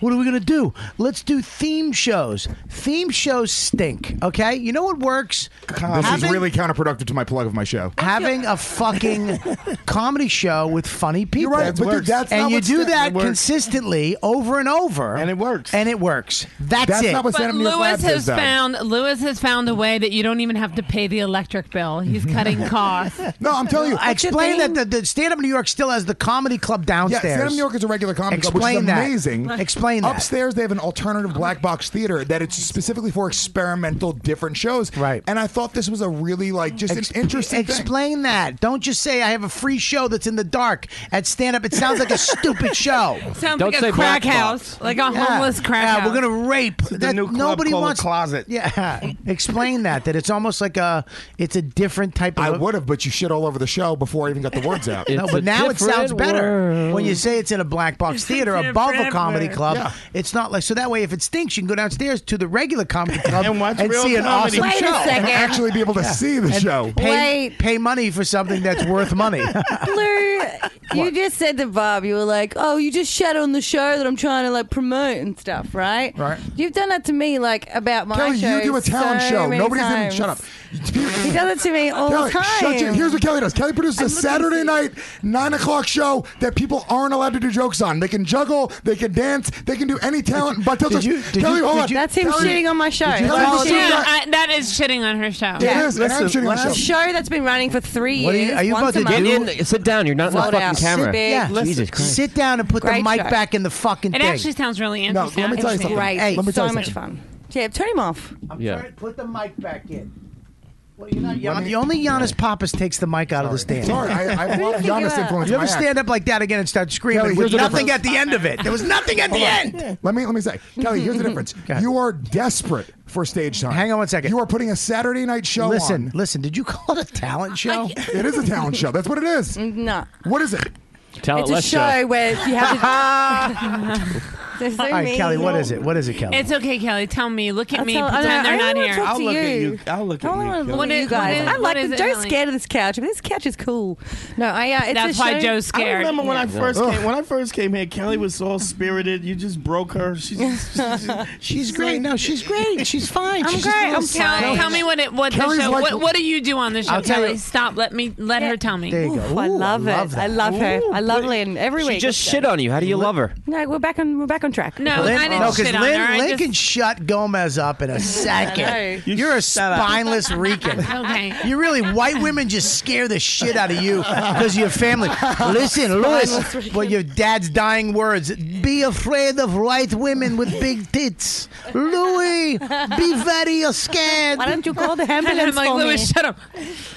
F: what are we gonna do? Let's do theme shows. Theme shows stink. Okay, you know what works?
I: This is
F: Having-
I: really counterproductive to my plug of my show.
F: having
I: [laughs]
F: a fucking comedy show with funny people.
I: right, That but dude, works. that's
F: and
I: not
F: you
I: what
F: do
I: sta- that
F: that
I: works.
F: consistently over and over, and it
K: works.
F: And it works. That's,
I: That's
F: it.
I: not what
H: But
I: New York
H: Lewis
I: Labs is,
H: has
I: though.
H: found Lewis has found a way that you don't even have to pay the electric bill. He's cutting
F: [laughs]
H: costs.
I: No, I'm telling you.
F: I explain that the, the stand up New York still has the comedy club
I: Yeah,
F: downstairs.
I: Stand Up New York is a regular comedy club, which
F: Explain
I: is
F: that.
I: amazing.
F: Explain that.
I: Upstairs, they have an alternative black box theater that it's specifically for experimental, different shows. Right. And I thought this was a really like just
F: Ex-
I: an interesting thing.
F: Explain that. Don't just say I have a free show that's in the dark at stand up. It
I: [laughs]
F: sounds like a stupid show.
H: Sounds like a crack house, like a homeless crack
F: yeah,
H: house.
F: we're gonna rape. That,
K: new club
F: nobody
K: called The
F: wants
K: Closet.
F: Yeah, [laughs] explain that. That it's almost like a. It's a different type of.
I: I would have, but you shit all over the show before I even got the words out.
F: [laughs] no, but now it sounds better when you say [laughs] it's in a black box theater above a
H: different
F: comedy
H: world.
F: club.
I: Yeah.
F: It's not like so that way if it stinks, you can go downstairs to the regular comedy club
K: And and watch
F: and
K: real
F: see an
K: comedy.
F: awesome
K: Wait a
F: show.
K: second. And actually
I: be able to see the
F: And
I: show.
F: Pay,
L: Wait.
F: pay money for something that's worth money.
L: Lou, you just said to Bob, you were like, "Oh, you just shat on the show that I'm trying to like promote and stuff, right?"
I: Right.
L: You've done that to me like about my
I: Kelly,
L: show.
I: you do a talent
L: so
I: show.
L: many
I: Nobody's
L: times.
I: even shut up.
L: He does it to me all
I: Kelly,
L: the time.
I: shut your- here's what Kelly does. Kelly produces a Saturday night nine o'clock show that people aren't allowed to do jokes on. They can juggle, they can dance, they can do any talent. But tell
F: Did
I: us-
F: you- did
I: Kelly,
F: you-
I: hold
F: did
I: on.
F: you- That's him
I: Kelly-
F: shitting on my show.
I: Kelly,
F: That's
I: listen to
H: Dude,
I: that.
H: I, that is shitting on her show.
I: Yeah. It is. That's Listen, shitting on her
L: a show that's been running for three
F: What are you-
L: years.
F: are you
L: once
F: about
L: a
F: to
L: month.
F: do-
J: In the- sit down. You're not in
L: Sold
J: the fucking
L: out.
J: camera.
L: Sit big. Yeah.
J: Jesus Christ.
F: Sit down and put
L: Great
F: the mic
L: show.
F: back in the fucking
H: It
F: thing.
H: actually sounds really
F: No,
H: interesting.
F: let me tell you
L: It's
F: something.
L: Great.
F: Hey, let me
L: so
F: tell you
L: much fun. Yeah, turn him off.
F: yeah.
B: Put the mic back in.
F: Yeah, the only Giannis Pappas takes the mic out of the stand.
I: Sorry, I- I have a lot of Who do you Giannis think you influence are? in
F: You ever
I: my act.
F: stand up like that again and start screaming
I: Kelly, here's
F: with
I: the
F: nothing
I: difference.
F: at the end of it? There was nothing at the
I: Hold on.
F: end.
I: Let me let me say, Kelly.
F: [laughs]
I: Here's the difference. you are desperate for stage time. Hang on one second. You are putting a Saturday night show
F: Listen,
I: on.
F: listen. Did you call it a talent show?
I: it is a talent show. That's what it is.
L: No.
I: What is it?
L: it's a show, where you
F: [laughs]
L: have to. They're so
F: All right,
L: mean.
F: Kelly. What is it? What is it, Kelly?
H: It's okay, Kelly. Tell me. Look at
L: I'll
H: me.
L: tell-
H: pretend
L: I- I
H: they're
L: don't
H: not
L: wanna
H: here.
L: talk I'll to look at you. you.
K: I'll look
L: I don't want to look at you guys. I like it. Joe's scared of this couch. I mean, this couch is cool. No, I. Uh, it's
H: That's
L: a
H: why
L: show-
H: Joe's
K: I
H: scared.
K: remember when I
H: Yeah.
K: first
H: Ugh.
K: came, when I first came here, Kelly was all spirited. You just broke her. She's, she's,
F: she's great. No, she's great. She's [laughs] fine.
H: I'm
K: She's
H: great.
K: just a
H: I'm
K: little
H: tell,
K: science.
H: tell me what it what
K: Kelly's
H: the show.
K: like-
H: what, what do you do on the show,
K: I'll tell
H: Kelly?
K: you-
H: Stop. Let me let her tell me.
L: Oof, I love it. I love, her. I love Lynn every
J: She
L: week.
J: just shit on you. How do you love her?
L: No, we're back on. We're back on track.
H: No,
F: Lin- no, because
L: shit on
F: Lin,
L: her, I
F: Lincoln shut Gomez
L: [laughs]
F: up in a second.
L: know.
F: You're a
L: up. [laughs]
F: spineless Rican.
H: okay.
F: You really white women just scare the shit out of you because of your family. Listen, Louis, well, your dad's dying words. Be afraid of white women with big tits, Louis. Be very scared.
L: Why don't you [laughs] call the
F: [laughs]
H: I'm
L: ambulance
H: like
L: for
H: Louis.
L: me?
H: Shut up.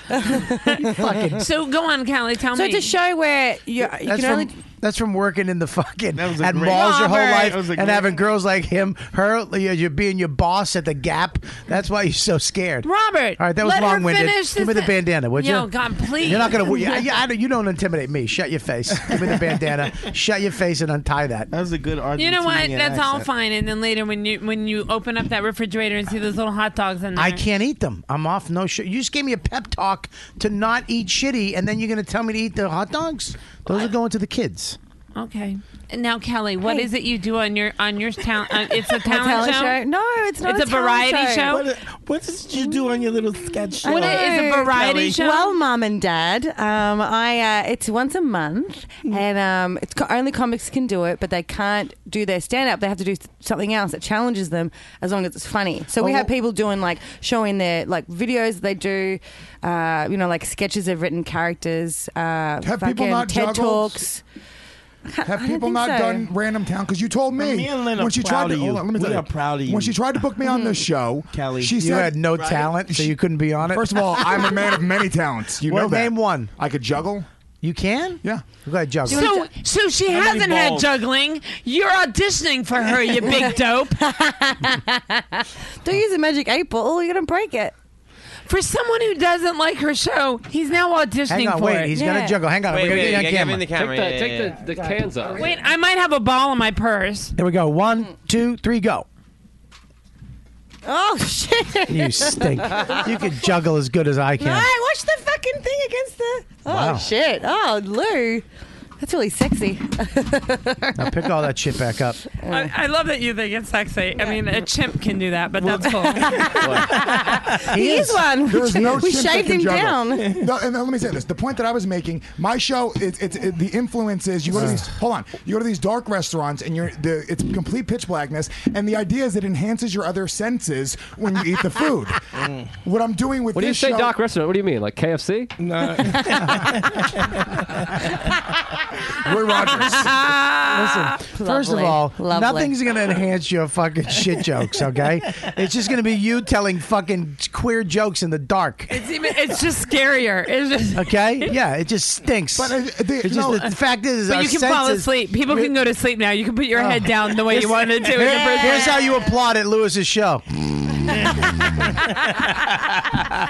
H: [laughs]
L: [laughs]
F: fucking-
H: So go on, Kelly. Tell
L: So
H: me.
L: it's a show where you, you
F: that's
L: can
F: from,
L: only
F: that's from working in the fucking
K: a
F: at
K: great-
F: malls your whole
K: Robert,
F: life
K: that was
F: and
K: a great-
F: having girls like him, her, you- you're being your boss at the Gap. That's why you're so scared.
H: Robert.
F: All right, that was
H: let her
F: long winded.
H: finish
F: Give me the
H: this-
F: bandana, would you?
H: Yo, God, please.
F: You're not gonna. You, I, I, don't- you don't intimidate me. Shut your face. Give me the
H: [laughs]
F: bandana. Shut your face and untie that.
K: That was a good argument.
H: You know what? That's all fine. And then later, when you when you open up that refrigerator and see those little hot dogs in there,
F: I can't eat them. I'm off no shit. You just gave me a pep talk to not eat shitty, and then you're gonna tell me to eat the hot dogs. Those are going to the kids.
H: Okay.
F: e-
H: Now, Kelly, what is
L: Hey.
H: it you do on your on your talent? Uh,
L: [laughs]
H: it's a
L: My
H: talent,
L: talent show? No, it's not
H: It's
L: a
H: a
L: talent
H: variety show?
K: What, what did you do on your little sketch show?
H: What is a variety show?
L: Well, mom and dad, um, I uh, it's once a month,
H: Mm.
L: and um, it's co- only comics can do it, but they can't do their stand up. They have to do s- something else that challenges them, as long as it's funny. So we
F: Oh,
L: have
F: well-
L: people doing like showing their like videos they do, uh, you know, like sketches of written characters. Uh,
I: Have people
L: fucking
I: not
L: TED
I: juggled?
L: talks? [laughs]
I: Have
L: I don't
I: people
L: think
I: not
L: so.
I: done random town? Because you told me,
K: Me and Lynn are
I: when she
K: proud
I: tried to.
K: of you.
I: Hold on, let me
K: We
I: tell you.
K: are proud of you.
I: When she tried to book me on
L: Mm-hmm.
I: this show,
K: Kelly.
I: she
F: you
I: said,
F: had no talent, so you couldn't be on it.
I: First of all, I'm a man of many talents. You
F: Well,
I: know that.
F: name [laughs] one.
I: I could juggle.
F: You can?
I: Yeah.
F: You gotta juggle.
H: so so she
K: How many
H: hasn't had
K: balls?
H: juggling. You're auditioning for her, you
F: [laughs]
H: big dope.
L: Don't use a magic eight ball; you're gonna break it.
H: For someone who doesn't like her show, Oh, he's now auditioning
F: Hang on,
H: for
F: wait.
H: it.
F: He's gonna juggle. Hang on,
J: Wait,
F: we're gonna
J: wait,
F: get you on
J: yeah, give
F: camera.
J: him the camera.
G: Take the,
J: yeah,
G: take
J: yeah,
G: the, the cans off.
H: Wait, I might have a ball in my purse.
F: There we go. Oh, One, two, three, go.
L: Oh
G: [laughs]
L: shit!
F: You
H: [laughs]
F: stink. you can juggle as good as I
L: No,
F: can.
L: watch the fucking thing against the. Oh
F: Wow.
L: shit! Oh Lou, that's really sexy.
F: Now pick all that shit back
H: [laughs]
F: up.
H: I, I love that you think it's sexy. I mean, a chimp can do that, but that's cool.
L: [laughs] He is one. We
I: There's
L: sh-
I: no
L: we
I: chimp that
L: shaved
I: can
L: him
I: juggle.
L: down.
I: No, and let me say this: the point that I was making, my show, it's it's it, the influence is you go to these. Hold on, you go to these dark restaurants, and you're the it's complete pitch blackness, and the idea is it enhances your other senses when you eat the food.
L: [laughs]
I: what I'm doing with
G: What do you
I: this
G: say,
I: show,
G: Doc Restaurant? What do you mean, like KFC?
K: No.
I: Roy
L: [laughs]
I: Rogers.
F: Listen, first of all,
L: Lovely.
F: nothing's going to enhance your fucking shit jokes, okay? It's just going to be you telling fucking queer jokes in the dark,
H: It's even. It's just scarier. It's just.
F: okay? Yeah, it just stinks.
I: But, uh, they-
F: It's just
I: no,
F: the fact is,
H: But
F: our
H: you can fall
F: senses- Oh.
H: asleep. People can go to sleep now. You can put your head down the way you want to do. in the
F: Here's
H: prison.
F: how you applaud at Lewis's show.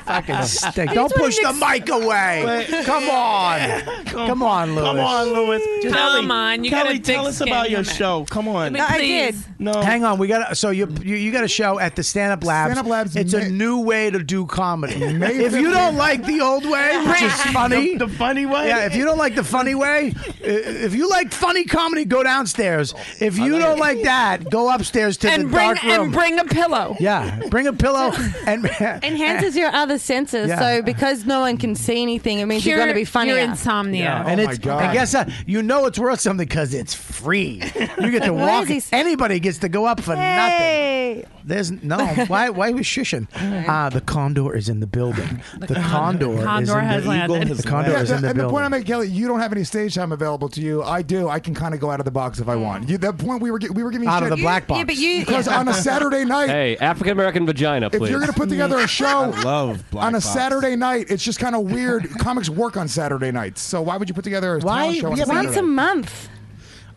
F: Fucking stink.
B: Here's
F: Don't
B: what
F: push
B: an
F: the
B: ex-
F: mic away.
B: Wait.
F: Come on.
K: [laughs] Come,
F: Come on, Louis.
K: Come on, Louis.
F: Just-
K: Kelly,
F: Come on, you got a
K: Kelly,
F: big
K: tell us
F: skin
K: about your
F: woman.
K: show. Come on.
F: No, I did.
K: No.
F: Hang on, we got so you you, you got a show at the Stand Up Labs.
I: Stand Up Labs
F: It's a
I: May-
F: new way to do comedy.
I: May
F: if you don't
I: 15th.
F: like the old
K: [laughs]
F: way, which is
I: Right.
F: funny,
I: The- the funny way?
F: Yeah, if you don't like the funny way, i- if you like funny comedy, go downstairs. If you don't like that, go upstairs to
H: And
F: the
H: bring-
F: dark room
H: and bring a pillow.
F: Yeah, bring
H: [laughs]
F: a pillow and
L: Enhances your other senses.
F: Yeah.
L: So because no one can see anything, it means you're,
H: Cure
L: going to be
H: your
L: funnier.
H: insomnia.
F: Yeah. And
L: Oh
F: it's,
L: my God.
F: And guess what? You know it's worth something because it's free. You get to
L: Why
F: walk.
L: is he
F: Anybody gets to go up for nothing. There's no. Why? Why we shushing? Ah, the condor is in the building. The, Uh, condor, is in the eagle. The condor
I: Yeah,
F: is
I: the- [laughs]
F: in the
I: and the point I
F: building.
I: make, Kelly, you don't have any stage time available to you. I do. I can kind of go out of the box if I want. You, that point we were gi- we were giving
G: Out of
I: shit-
G: the black box. Yeah, but you-
I: because on
G: [laughs]
I: a Saturday night
G: Hey, African American vagina,
I: If
G: please.
I: you're gonna put together a show
G: [laughs] I love black
I: on a
G: box.
I: Saturday night, it's just kind of weird. Comics work on Saturday nights, so why would you put together a talent
F: Why?
I: show?
F: Yeah,
I: on
F: but
I: Saturday?
F: it's a
L: month.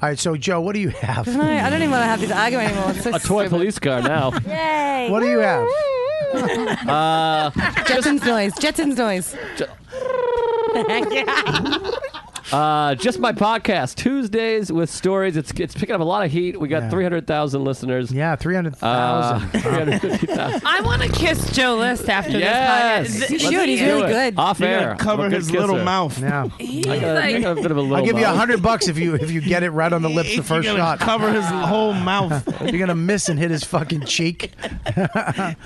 F: All right, so Joe, what do you have?
L: No, I don't even want to have this argument anymore. It's so
G: a toy police car now.
I: [laughs]
L: Yay!
F: What do
L: [laughs]
F: you have?
G: Uh,
L: Jetson's noise. Jetson's noise. [laughs]
G: Uh, just my podcast, Tuesdays with Stories. It's it's picking up a lot of heat. We got three hundred thousand listeners. Uh,
F: Yeah, three
I: [laughs]
F: hundred thousand.
G: three hundred fifty thousand.
H: I want to kiss Joe List after
G: Yes,
H: this podcast.
G: You
H: Th-
G: should. He's
H: he-
G: really good. Off
K: You're
G: air.
K: gonna cover
G: I'm a good
K: his little
G: kisser.
K: mouth.
G: [laughs]
F: Yeah.
G: I got, I got a bit of a little.
F: I'll give you a
G: mouth.
F: hundred bucks if you if you get it right on the lips the
G: You're
F: first
G: gonna
F: shot.
G: cover
F: [laughs]
G: his
K: whole mouth.
F: You're gonna miss and hit his fucking
G: [laughs]
F: cheek.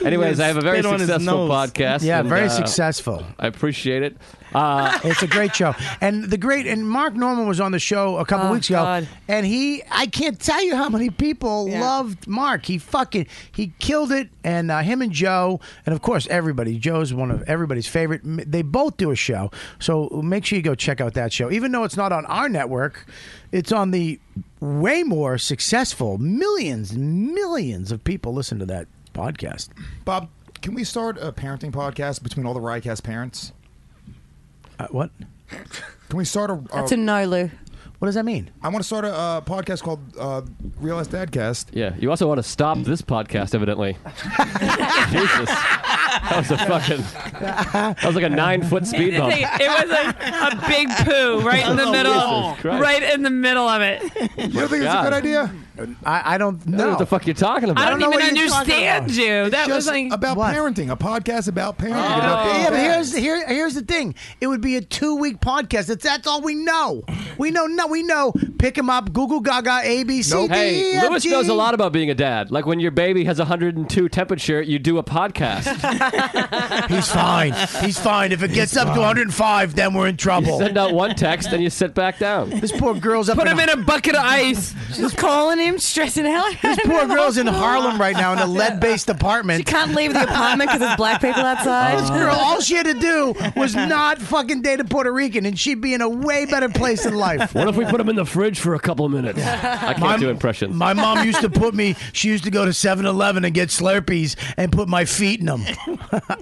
G: Anyways, I have a very successful podcast.
F: Yeah,
G: and,
F: very
G: uh,
F: successful.
G: I appreciate it. Uh,
F: it's a great show, and the great and Mark Norman was on the show a couple weeks ago, and he I can't tell you how many people loved Mark. He fucking he killed it, and uh, him and Joe, and of course everybody. Joe's one of everybody's favorite. M- They both do a show, so make sure you go check out that show. Even though it's not on our network, it's on the way more successful. Millions, and millions of people listen to that podcast.
I: Bob, can we start a parenting podcast between all the Riotcast parents?
F: Uh, what?
I: Can we start a?
L: That's a no, Lou.
F: What does that mean?
I: I want to start a uh, podcast called uh, Real Ass Dadcast.
G: yeah, you also want to stop this podcast,
I: [laughs]
G: evidently. Jesus, that was a fucking. That was like a nine foot speed bump.
H: It was a, a big poo right in the
G: Oh,
H: middle,
G: Jesus Christ.
H: right in the middle of it.
I: You don't think it's a good idea?
F: I, I don't know.
G: what the fuck you're talking about.
H: I don't
I: know
H: even
I: what you're talking
H: understand
I: about.
H: you.
I: It's
H: That was
I: just
H: like-
I: about parenting, a podcast about parenting.
O: Oh.
I: about being
F: Oh. Yeah, but
I: dads.
F: here's here, here's the thing. It would be a two week podcast. It's, that's all we know. We know no. We know. Pick him up. Google Gaga. A B C D. E,
G: Hey,
F: F,
G: Lewis
F: G.
G: knows a lot about being a dad. Like when your baby has 102 temperature, you do a podcast.
F: [laughs] He's fine. He's fine. If it gets up to 105, then we're in
G: you
F: trouble.
G: send out one text and you sit back down.
F: [laughs] This poor girl's up.
H: Put him
G: [laughs]
F: in
H: in a bucket of ice.
L: Just calling him, stressing out.
F: This
L: [laughs]
F: poor girl's in Harlem right now in a lead based apartment.
L: She can't leave the apartment because there's black people outside.
F: This girl, all she had to do was not fucking date a Puerto Rican, and she'd be in a way better place in life.
G: What if we put him in the fridge for a couple of minutes? I can't
F: My-
G: do impressions.
F: My mom used to put me, she used to go to 7 Eleven and get Slurpees and put my feet in them. [laughs]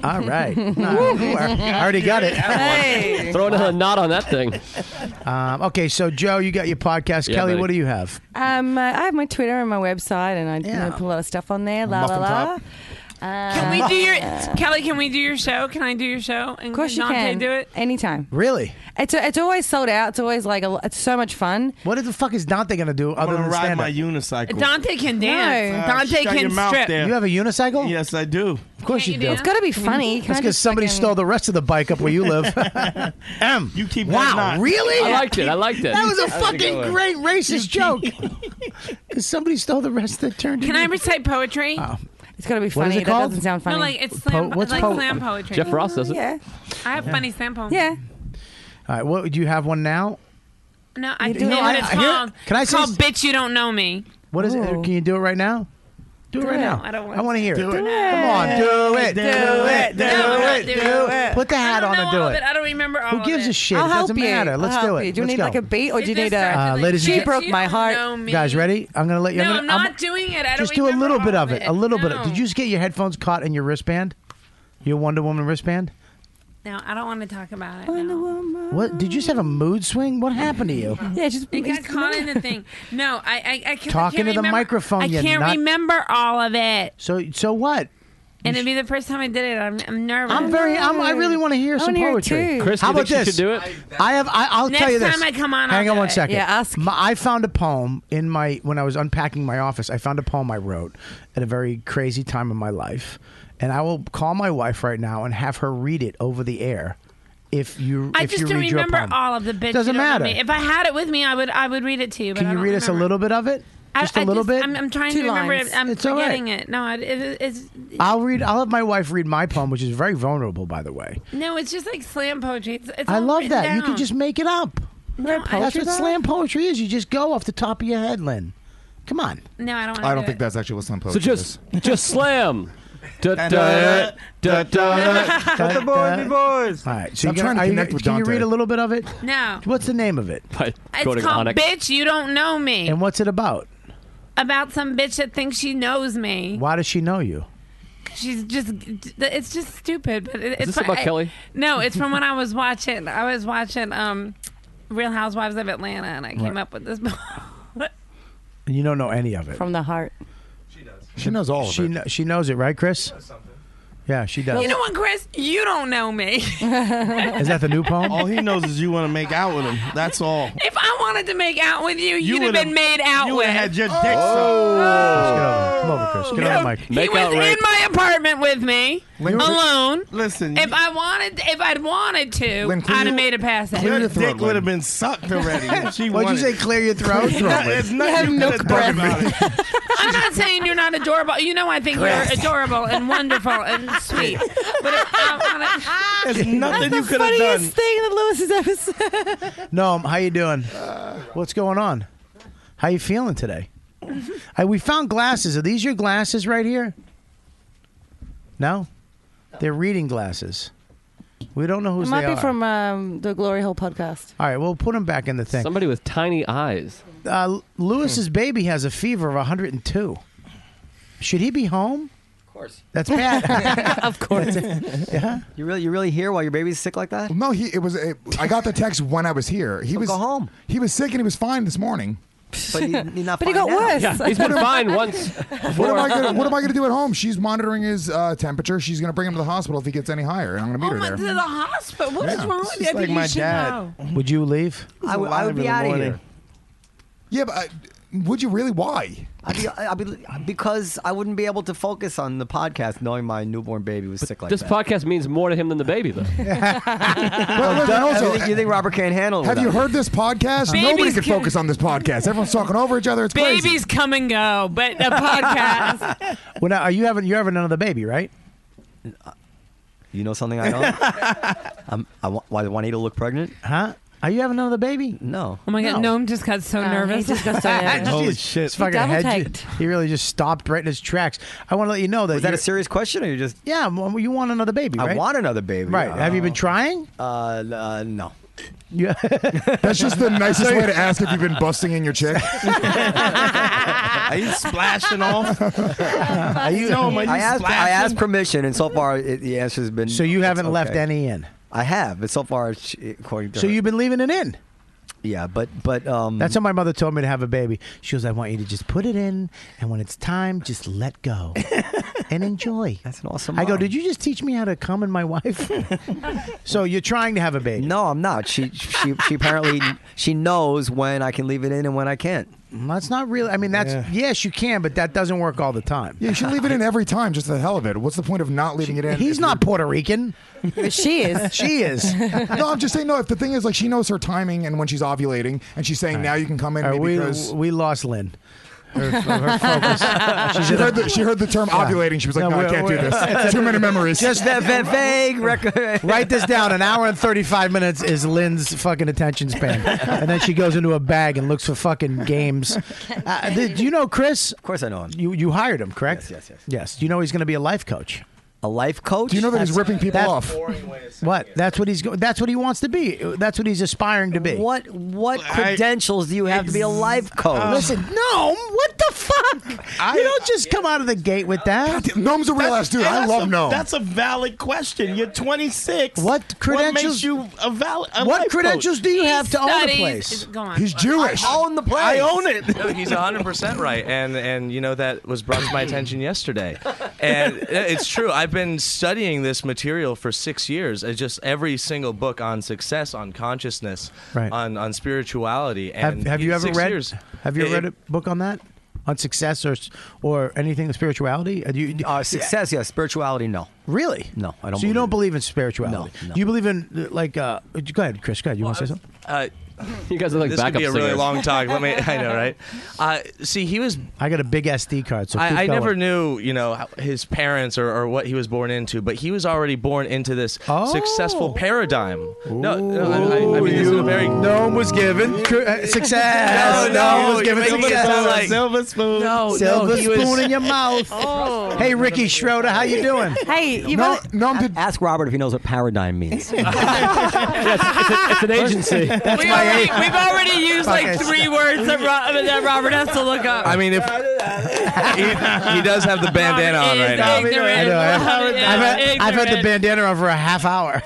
F: All right. Nah, you are- I already got it.
G: Throw another knot on that thing.
F: Um, okay, so Joe, you got your podcast.
G: Yeah,
F: Kelly,
G: buddy.
F: what do you have?
L: Um, uh, I have my Twitter and my website, and I you know, put a lot of stuff on there. La la
F: Muffin
L: la.
F: top.
L: Can
H: Can we do your Kelly? Can we do your show? Can I do your show? And
L: Of course you
H: Dante
L: can.
H: do it.
L: anytime.
F: Really?
L: It's it's always sold out. It's always like a, lo- it's so much fun.
F: What the fuck is Dante going to do
K: I'm
F: other
K: gonna
F: than
K: ride
F: stand
K: my
F: up?
K: unicycle.
H: Dante can dance.
L: No.
K: Ah,
H: Dante
K: shut
H: can
K: your mouth
H: strip.
K: there.
F: You have a unicycle?
K: Yes, I do.
F: Of course you do.
L: It's got to be funny. Can
F: That's
L: I
F: because
L: just
F: somebody
L: fucking-
F: stole the rest of the bike up where you live.
K: [laughs]
F: M.
K: You keep
F: wow,
K: that knot.
F: really?
G: I liked it. I liked it.
F: That was
G: That
F: a
G: was a good
F: fucking
G: one.
F: great racist joke. Because [laughs] somebody stole the rest that turned
H: Can
F: into-
H: I recite poetry?
L: It's got to be
F: What is
L: funny.
F: it
L: That
F: called?
L: doesn't sound funny.
H: No, like it's slam,
F: Po- what's
H: like
F: po-
H: slam poetry.
G: Jeff Ross does it.
L: yeah.
H: I have funny slam poems.
L: Yeah.
F: All right, what do you have one now?
H: No, I
F: You
H: do
F: know,
H: know
F: I-
H: what it's
F: I hear-
H: called.
F: Can I
H: it's
F: say
H: called
F: s-
H: "Bitch You Don't Know Me"?
F: What is it? Can you do it right now? Do it right
H: No,
F: now.
H: I don't want
F: want to hear it.
H: Do
F: Come
H: it.
F: on, do it, do it, do
H: No, I
F: it,
H: don't
F: do
H: do
F: it.
H: it.
F: Put the
H: I
F: hat
H: don't
F: on
H: know
F: and do
H: all of
F: it.
H: it. I don't remember all
F: Who
H: of
F: gives
H: it.
F: a shit?
L: I'll
F: it
L: help
F: doesn't
L: you.
F: matter. Let's
L: I'll
F: do
L: help
F: it.
L: you. Do you
F: Let's
L: need
F: go.
L: like a beat or do you
H: Just
L: need a?
F: Uh, ladies and
L: she
F: gentlemen-
L: broke my heart.
F: Guys, ready? I'm gonna let you.
H: No,
F: gonna-
H: I'm not doing it. I don't
F: just do a
H: remember
F: little bit
H: all
F: of
H: of
F: it. A little bit. of
H: No.
F: Did you just get your headphones caught in your wristband? Your Wonder Woman wristband?
H: No, I don't want to talk about it. No.
F: What? Did you just have a mood swing? What happened to you?
L: Yeah, just
H: It got caught in the thing. No, I, I, I, 'cause I
F: Talking
H: can't
F: to the
H: remember-
F: microphone,
H: I
F: you
H: can't
F: nut.
H: remember all of it.
F: So so what?
H: and it'd be the first time I did it. I'm, I'm nervous.
F: I'm very. I'm, I really want to hear some poetry. How about this? I have. I, I'll
H: Next
F: tell you this.
H: time I come on, I'll
F: hang on
H: do
F: one
H: it.
F: second.
H: Yeah,
F: My, I found a poem in my when I was unpacking my office. I found a poem I wrote at a very crazy time in my life, and I will call my wife right now and have her read it over the air. If you,
H: I
F: if
H: just
F: you
H: don't
F: read your
H: remember
F: poem.
H: all of the bitch.
F: Doesn't
H: shit over
F: matter.
H: Me. If I had it with me, I would I would read it to you. But
F: Can
H: I
F: you
H: don't
F: read us a
H: remember.
F: little bit of it? Just a
H: a
F: little bit.
H: I'm, I'm trying
F: Two
H: to remember.
F: lines.
H: It. I'm
F: It's all right.
H: forgetting it. No, it, it, it's
F: I'll read. I'll have my wife read my poem, which is very vulnerable, by the way.
H: no, it's just like slam poetry. It's, it's
F: I
H: all
F: love
H: written
F: that. You can
H: down.
F: just make it up.
H: No, I-
F: That's what slam poetry is. You just go off the top of your head, Lynn. Come on.
H: No, I don't. wanna
N: I
H: do
N: don't
H: it.
N: think that's actually what some
G: So
N: poetry
G: just just
F: [laughs]
G: slam. Da,
F: uh,
G: da,
N: Da-da,
G: da, da,
N: Let the boys be
F: boys. All right. So
N: I'm
F: you're gonna-
N: trying to
F: are you
N: connect
F: gonna-
N: with
F: can you
N: Dante.
F: read a little bit of it?
H: No.
F: What's the name of it?
H: It's called "Bitch, You Don't Know Me."
F: And what's it about?
H: About some bitch that thinks she knows me.
F: Why does she know you?
H: She's just. It's just stupid. But it, it's
F: this
H: from-
F: about
H: I-
F: Kelly?
H: No, it's from when I was watching. I was watching um, Real Housewives of Atlanta, and I came
F: Right.
H: up with this.
F: You don't know any of it.
H: From
L: the heart.
F: She knows all of she it. Kn- she knows it, right, Chris? Yeah, she does.
H: You know what, Chris? You don't know
L: [laughs]
H: me. Is
F: Is that the new poem?
K: All he knows is you want to make out with him.
H: [laughs]
K: That's all.
H: If I wanted to make out with you, you would have
K: would've-
H: been made out
K: you
H: with. Oh.
K: would've had
F: Oh.
K: your dick
F: Come over, Chris. Get
H: No,
F: on the mic.
H: he was in my apartment with me,
F: Lynn, Chris-
H: alone.
K: Listen,
H: If I wanted, if I'd wanted to,
K: Lynn, clear
H: I'd have
K: your-
H: made a pass at
K: your
H: him.
K: dick would have been
F: [laughs]
K: sucked already. if she
F: What'd you
K: wanted.
F: say, clear your throat?
K: There's nothing you could have done about it.
H: I'm not saying you're not adorable. You know, I think you're adorable and wonderful
L: [laughs]
H: and sweet. But if I wanted,
K: There's nothing you could have done.
L: thing that Lewis has ever said.
F: Noam, how you doing? What's going on? How you feeling today? Hey, we found glasses. Are these your glasses right here? No, they're reading glasses. We don't know
L: It
F: whose
L: [laughs] might
F: they
L: be
F: are.
L: from um, the Glory Hole podcast.
F: All right, we'll put them back in the thing. Somebody with tiny eyes. Uh, Lewis's baby has a fever of 102. Should he be home? Of
O: course. [laughs]
F: That's bad.
O: [laughs] of course.
F: [laughs] yeah.
O: You really, you really hear while your baby's sick like that?
N: No, he. It was. It, I got the text when I was here. He was home. He was sick and he was fine this morning.
O: But he, he
F: [laughs]
O: not
L: But he
O: fine
L: got
O: now.
L: worse.
G: Yeah, he's been fine once.
N: [laughs] What am
G: before.
N: I gonna What am I gonna do at home? She's monitoring his uh, temperature. She's gonna bring him to the hospital if he gets any higher, and I'm gonna meet her
H: to
N: there.
H: the hospital. Oh What is
N: Yeah.
H: wrong with you? I think you should know.
F: Would you leave?
O: I would- I would be out of here.
N: Yeah,
F: uh,
N: but I, would you really? Why?
O: I'd be, I'd be, because I wouldn't be able to focus on the podcast knowing my newborn baby was sick like
G: This
O: that.
G: podcast means
F: [laughs]
G: more to him than the baby, though.
O: Well,
N: Well,
O: Doug,
N: and also-
O: you, think, you think Robert can't handle it?
N: Have you
O: without
N: heard this podcast?
O: Babies
N: Nobody can,
O: can-
N: focus on this podcast. Everyone's talking over each other. It's
H: Babies
N: crazy.
H: come and go, but
L: [laughs]
H: a podcast.
F: Well, now, are you having you're having another baby, right?
O: it? Uh, You know something I don't?
F: [laughs]
O: I'm, I want, why want you to look pregnant?
F: Huh? Are you having another baby?
O: No.
H: Oh my god, Noam just got so
L: Uh, he
H: nervous. [laughs]
L: just got so
O: [laughs]
L: nervous. Holy
F: He's-
L: shit.
F: he's
L: He
F: fucking
L: double
F: head-
L: taked.
F: He really just stopped right in his tracks. I want to let you know that.
O: Is that a
F: you're-
O: serious question or you just.
F: Yeah, well, you want another baby, right?
O: I want another baby.
F: Right. Have you been trying?
O: Uh, uh, no. [laughs]
F: Yeah.
N: That's just
F: [laughs]
N: the nicest way to ask if you've been busting in your chick.
K: Are you splashing
F: [laughs]
K: off?
O: Are
K: you- No, but
O: I
K: you
O: asked, I
K: splashing?
O: asked permission, and so far it, the answer has been.
F: So you
O: it's
F: haven't left
O: okay.
F: any in.
O: I have, but so far, it's- according to
F: So
O: her-
F: you've been leaving it in.
O: yeah, but but um,
F: That's how my mother told me to have a baby. She goes, "I want you to just put it in, and when it's time, just let
O: [laughs]
F: go and enjoy." That's
O: an awesome.
F: I go, "Did you just teach me how to come in
O: [laughs]
F: my wife?" so you're trying to have a baby?
O: No, I'm not. She she she apparently she knows when I can leave it in and when I can't.
F: That's not really. I mean, that's yes, you can, but that doesn't work all the time.
N: Yeah, you should leave it in every time, just for the hell of it. What's the point of not leaving it in?
F: He's not Puerto Rican.
L: she is.
F: [laughs] She is.
N: no, I'm just saying. No, if the thing is, like, she knows her timing and when she's ovulating, and she's saying now you can come in.
F: All right, we
N: because
F: we lost Lynn. Her, her focus.
O: [laughs]
F: She's
N: she
F: in a-
N: heard the, she heard the term
F: Yeah.
N: ovulating. She was like,
F: No,
N: "No, I
F: we're-
N: can't do
F: we're-
N: this. Too many memories."
O: Just that va- vague record.
F: [laughs] Write this down. An hour and 35 minutes is Lynn's fucking attention span. And then she goes into a bag and looks for fucking
O: [laughs]
F: games. Uh, did, do you know Chris? Of
O: course I know him.
F: You, you hired him, correct? Yes, yes, yes. Yes. Do you know he's going to be a life coach?
O: A life coach? Do
N: you know that he's ripping people off?
F: What? That's what he's. go- That's what he wants to be. That's what he's aspiring to be.
M: Uh,
O: What? What credentials do you have to be a life coach?
F: Listen, no. What the fuck? you don't just come out of the gate with that.
N: Gnome's a real ass dude.
K: And
N: I
K: that's
N: love
K: a-
N: Gnome.
K: That's a valid question. You're 26.
F: What
K: What
F: credentials-
K: makes you a valid? A
F: What
K: life
F: credentials
K: coach?
F: do you have to own the place?
N: He's Jewish.
K: I
F: own the place.
K: I own it.
M: No, he's
F: [laughs]
M: 100% right. And and you know that was brought to my attention yesterday. And it's true. I've been studying this material for 6 years. It's just every single book on success, on consciousness,
F: Right.
M: on on spirituality and
F: Have, have you
M: in
F: ever
M: six
F: read?
M: years,
F: Have you
M: it-
F: read a book on that, on success or s- or anything with spirituality? Uh, Do you,
O: Uh, success, yes. Spirituality, no.
F: Really?
O: No, I don't.
F: so you
O: believe
F: don't believe in spirituality?
O: No, no.
F: Do you believe in uh, like? Uh, go ahead, Chris. Go ahead. You want to say something?
M: Uh,
G: you guys are like
M: this could
G: backup
M: be a really
G: singers.
M: long talk. Let me. I know,
J: [laughs]
M: right? Uh, see, he was
F: I got a big SD card, so keep
M: I, I
F: going.
M: never knew, you know, how- his parents or, or what he was born into, but he was already born into this successful
F: Oh.
M: paradigm. No, no, I, I- I mean, this is a very
F: gnome was given uh,
M: No, [laughs]
F: success.
M: no, you're making it sound like
K: silver spoon.
M: No, no,
F: Silver
M: he
F: spoon
M: was- Oh,
F: in your
M: [laughs]
F: mouth. Hey, Ricky Schroeder, how you doing?
L: Hey, you
F: know,
N: no,
O: Ask Robert if he knows what paradigm
F: [laughs]
O: means.
G: it's an agency.
O: That's
H: we already, we've already used like three words that, Ro- that Robert has to look up.
M: I mean, if [laughs] he, he does have the bandana on right now.
F: I know. I have,
L: Robert
F: I've,
L: is
F: had, I've had the
L: ignorant.
F: bandana on for a half [laughs] hour.